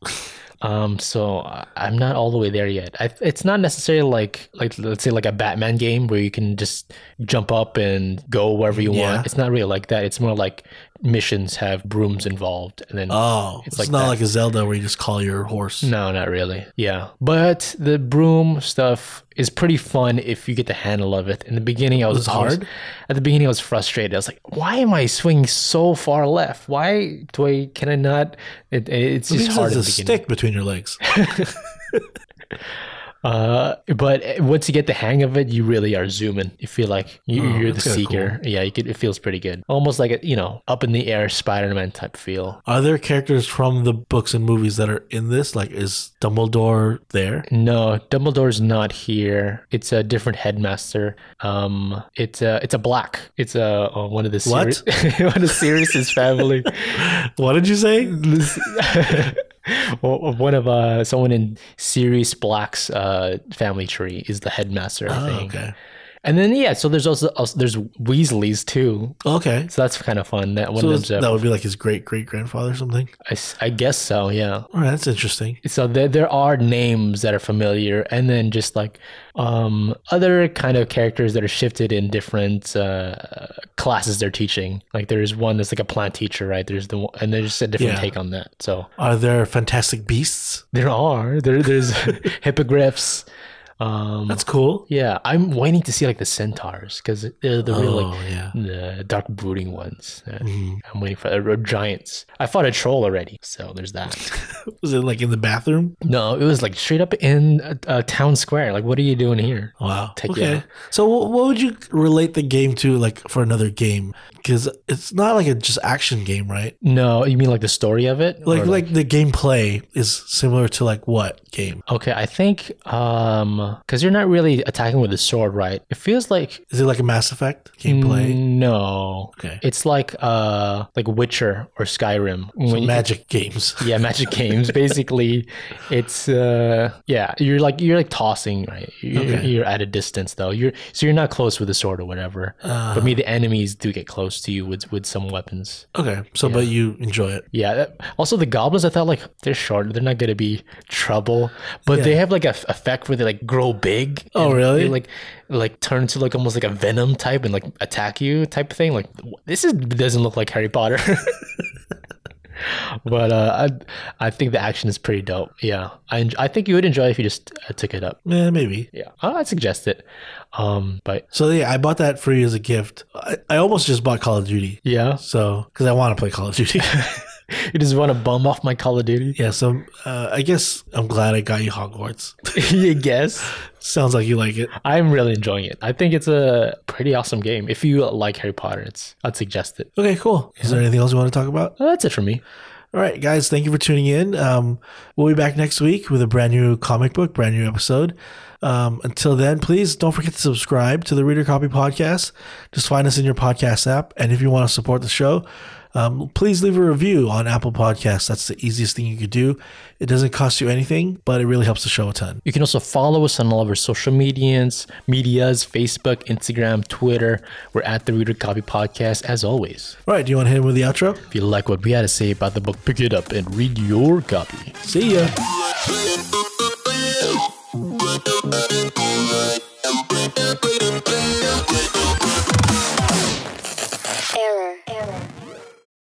[SPEAKER 2] Um, so I- I'm not all the way there yet. I, it's not necessarily like like let's say like a Batman game where you can just jump up and go wherever you
[SPEAKER 1] Yeah.
[SPEAKER 2] want. It's not really like that. It's more like missions have brooms involved, and then
[SPEAKER 1] Oh, it's,
[SPEAKER 2] like
[SPEAKER 1] not
[SPEAKER 2] that.
[SPEAKER 1] like a Zelda where you just call your horse.
[SPEAKER 2] No, not really. Yeah. But the broom stuff is pretty fun if you get the handle of it. In the beginning, I was,
[SPEAKER 1] it hard?
[SPEAKER 2] I was- at the beginning, I was frustrated. I was like, why am I swinging so far left? Why do I, can I not? It, it's just
[SPEAKER 1] Because
[SPEAKER 2] hard at
[SPEAKER 1] there's
[SPEAKER 2] the
[SPEAKER 1] a
[SPEAKER 2] beginning.
[SPEAKER 1] stick between your legs.
[SPEAKER 2] Uh, but once you get the hang of it, you really are zooming. You feel like you, you're the
[SPEAKER 1] Oh, that's kinda
[SPEAKER 2] seeker. Yeah, you could, it feels pretty good. Almost like a, you know, up in the air Spider-Man type feel.
[SPEAKER 1] Are there characters from the books and movies that are in this? Like, is Dumbledore there?
[SPEAKER 2] No, Dumbledore's not here. It's a different headmaster. Um, it's a it's a black. It's a oh, one of the
[SPEAKER 1] What?
[SPEAKER 2] Siri- one of Sirius's family.
[SPEAKER 1] What did you say?
[SPEAKER 2] Or- or one of uh someone in Sirius Black's uh family tree is the headmaster. I
[SPEAKER 1] Oh,
[SPEAKER 2] think.
[SPEAKER 1] okay.
[SPEAKER 2] And then yeah, so there's also, also there's Weasleys too.
[SPEAKER 1] Okay.
[SPEAKER 2] So that's kind of fun. That one
[SPEAKER 1] So
[SPEAKER 2] of
[SPEAKER 1] it's-
[SPEAKER 2] them's a-
[SPEAKER 1] that would be like his great great grandfather or something.
[SPEAKER 2] I s I I guess so. Yeah.
[SPEAKER 1] All right, that's interesting.
[SPEAKER 2] so there, there are names that are familiar and then just like um, other kind of characters that are shifted in different uh, classes they're teaching like there's one that's like a plant teacher right there's the one and there's just a different
[SPEAKER 1] Yeah.
[SPEAKER 2] take on that so
[SPEAKER 1] Are there fantastic beasts?
[SPEAKER 2] there are there, there's hippogriffs um,
[SPEAKER 1] That's cool.
[SPEAKER 2] yeah i'm waiting to see like the centaurs because they're the real
[SPEAKER 1] Oh
[SPEAKER 2] like
[SPEAKER 1] yeah. Mm.
[SPEAKER 2] the dark brooding ones. Uh, I'm waiting for or giants. I fought a troll already, so there's that.
[SPEAKER 1] Was it like in the bathroom?
[SPEAKER 2] No, it was like straight up in a, a town square. Like, what are you doing here?
[SPEAKER 1] Wow.
[SPEAKER 2] Take
[SPEAKER 1] okay.
[SPEAKER 2] you out.
[SPEAKER 1] So wh- what would you relate the game to, like for another game? Because it's not like a just action game, right?
[SPEAKER 2] No, you mean like the story of it?
[SPEAKER 1] Like
[SPEAKER 2] Or,
[SPEAKER 1] like the gameplay is similar to like what game?
[SPEAKER 2] okay, I think um, because you're not really attacking with a sword, right? It feels like
[SPEAKER 1] Is it like a Mass Effect
[SPEAKER 2] Mm,
[SPEAKER 1] gameplay?
[SPEAKER 2] No,
[SPEAKER 1] Okay.
[SPEAKER 2] it's like uh, like Witcher or Skyrim. When you-
[SPEAKER 1] Magic games.
[SPEAKER 2] yeah, magic games. Basically, it's uh, yeah, you're like you're like tossing, right? You're,
[SPEAKER 1] Okay.
[SPEAKER 2] you're at a distance though. You're so you're not close with a sword or whatever.
[SPEAKER 1] Uh,
[SPEAKER 2] But me, the enemies do get close to you with with some weapons.
[SPEAKER 1] okay. So but you enjoy it.
[SPEAKER 2] Yeah. That, also, the goblins, I thought like they're short. They're not gonna be trouble, but they have like a f- effect where they like grow big.
[SPEAKER 1] Oh,
[SPEAKER 2] and
[SPEAKER 1] really?
[SPEAKER 2] They, like, like turn into like almost like a venom type and like attack you type thing. Like this is doesn't look like Harry Potter. but uh, I I think the action is pretty dope. Yeah, I en- I think you would enjoy it if you just uh, took it up.
[SPEAKER 1] Yeah, maybe.
[SPEAKER 2] Yeah, I- I'd suggest it. Um, but
[SPEAKER 1] So yeah, I bought that for you as a gift. I, I almost just bought Call of Duty.
[SPEAKER 2] yeah,
[SPEAKER 1] So because I want to play Call of Duty.
[SPEAKER 2] you just want to bum off my Call of Duty.
[SPEAKER 1] yeah. So uh, I guess I'm glad I got you Hogwarts.
[SPEAKER 2] you guess.
[SPEAKER 1] Sounds like you like it.
[SPEAKER 2] I'm really enjoying it. I think it's a pretty awesome game. If you like Harry Potter, it's I'd suggest it.
[SPEAKER 1] Okay, cool. Is there anything else you want to talk about?
[SPEAKER 2] Well, that's it for me.
[SPEAKER 1] All right, guys, thank you for tuning in. Um, we'll be back next week with a brand new comic book, brand new episode. Um, until then, please don't forget to subscribe to the Reader Copy Podcast. Just find us in your podcast app. And if you want to support the show, um, please leave a review on Apple Podcasts. That's the easiest thing you could do. It doesn't cost you anything, but it really helps the show a ton.
[SPEAKER 2] You can also follow us on all of our social medias, medias, Facebook, Instagram, Twitter. We're at the Reader Copy Podcast as always.
[SPEAKER 1] All right, do you want to hit him with the outro?
[SPEAKER 2] If you like what we had to say about the book, pick it up and read your copy.
[SPEAKER 1] See ya.
[SPEAKER 3] Bye.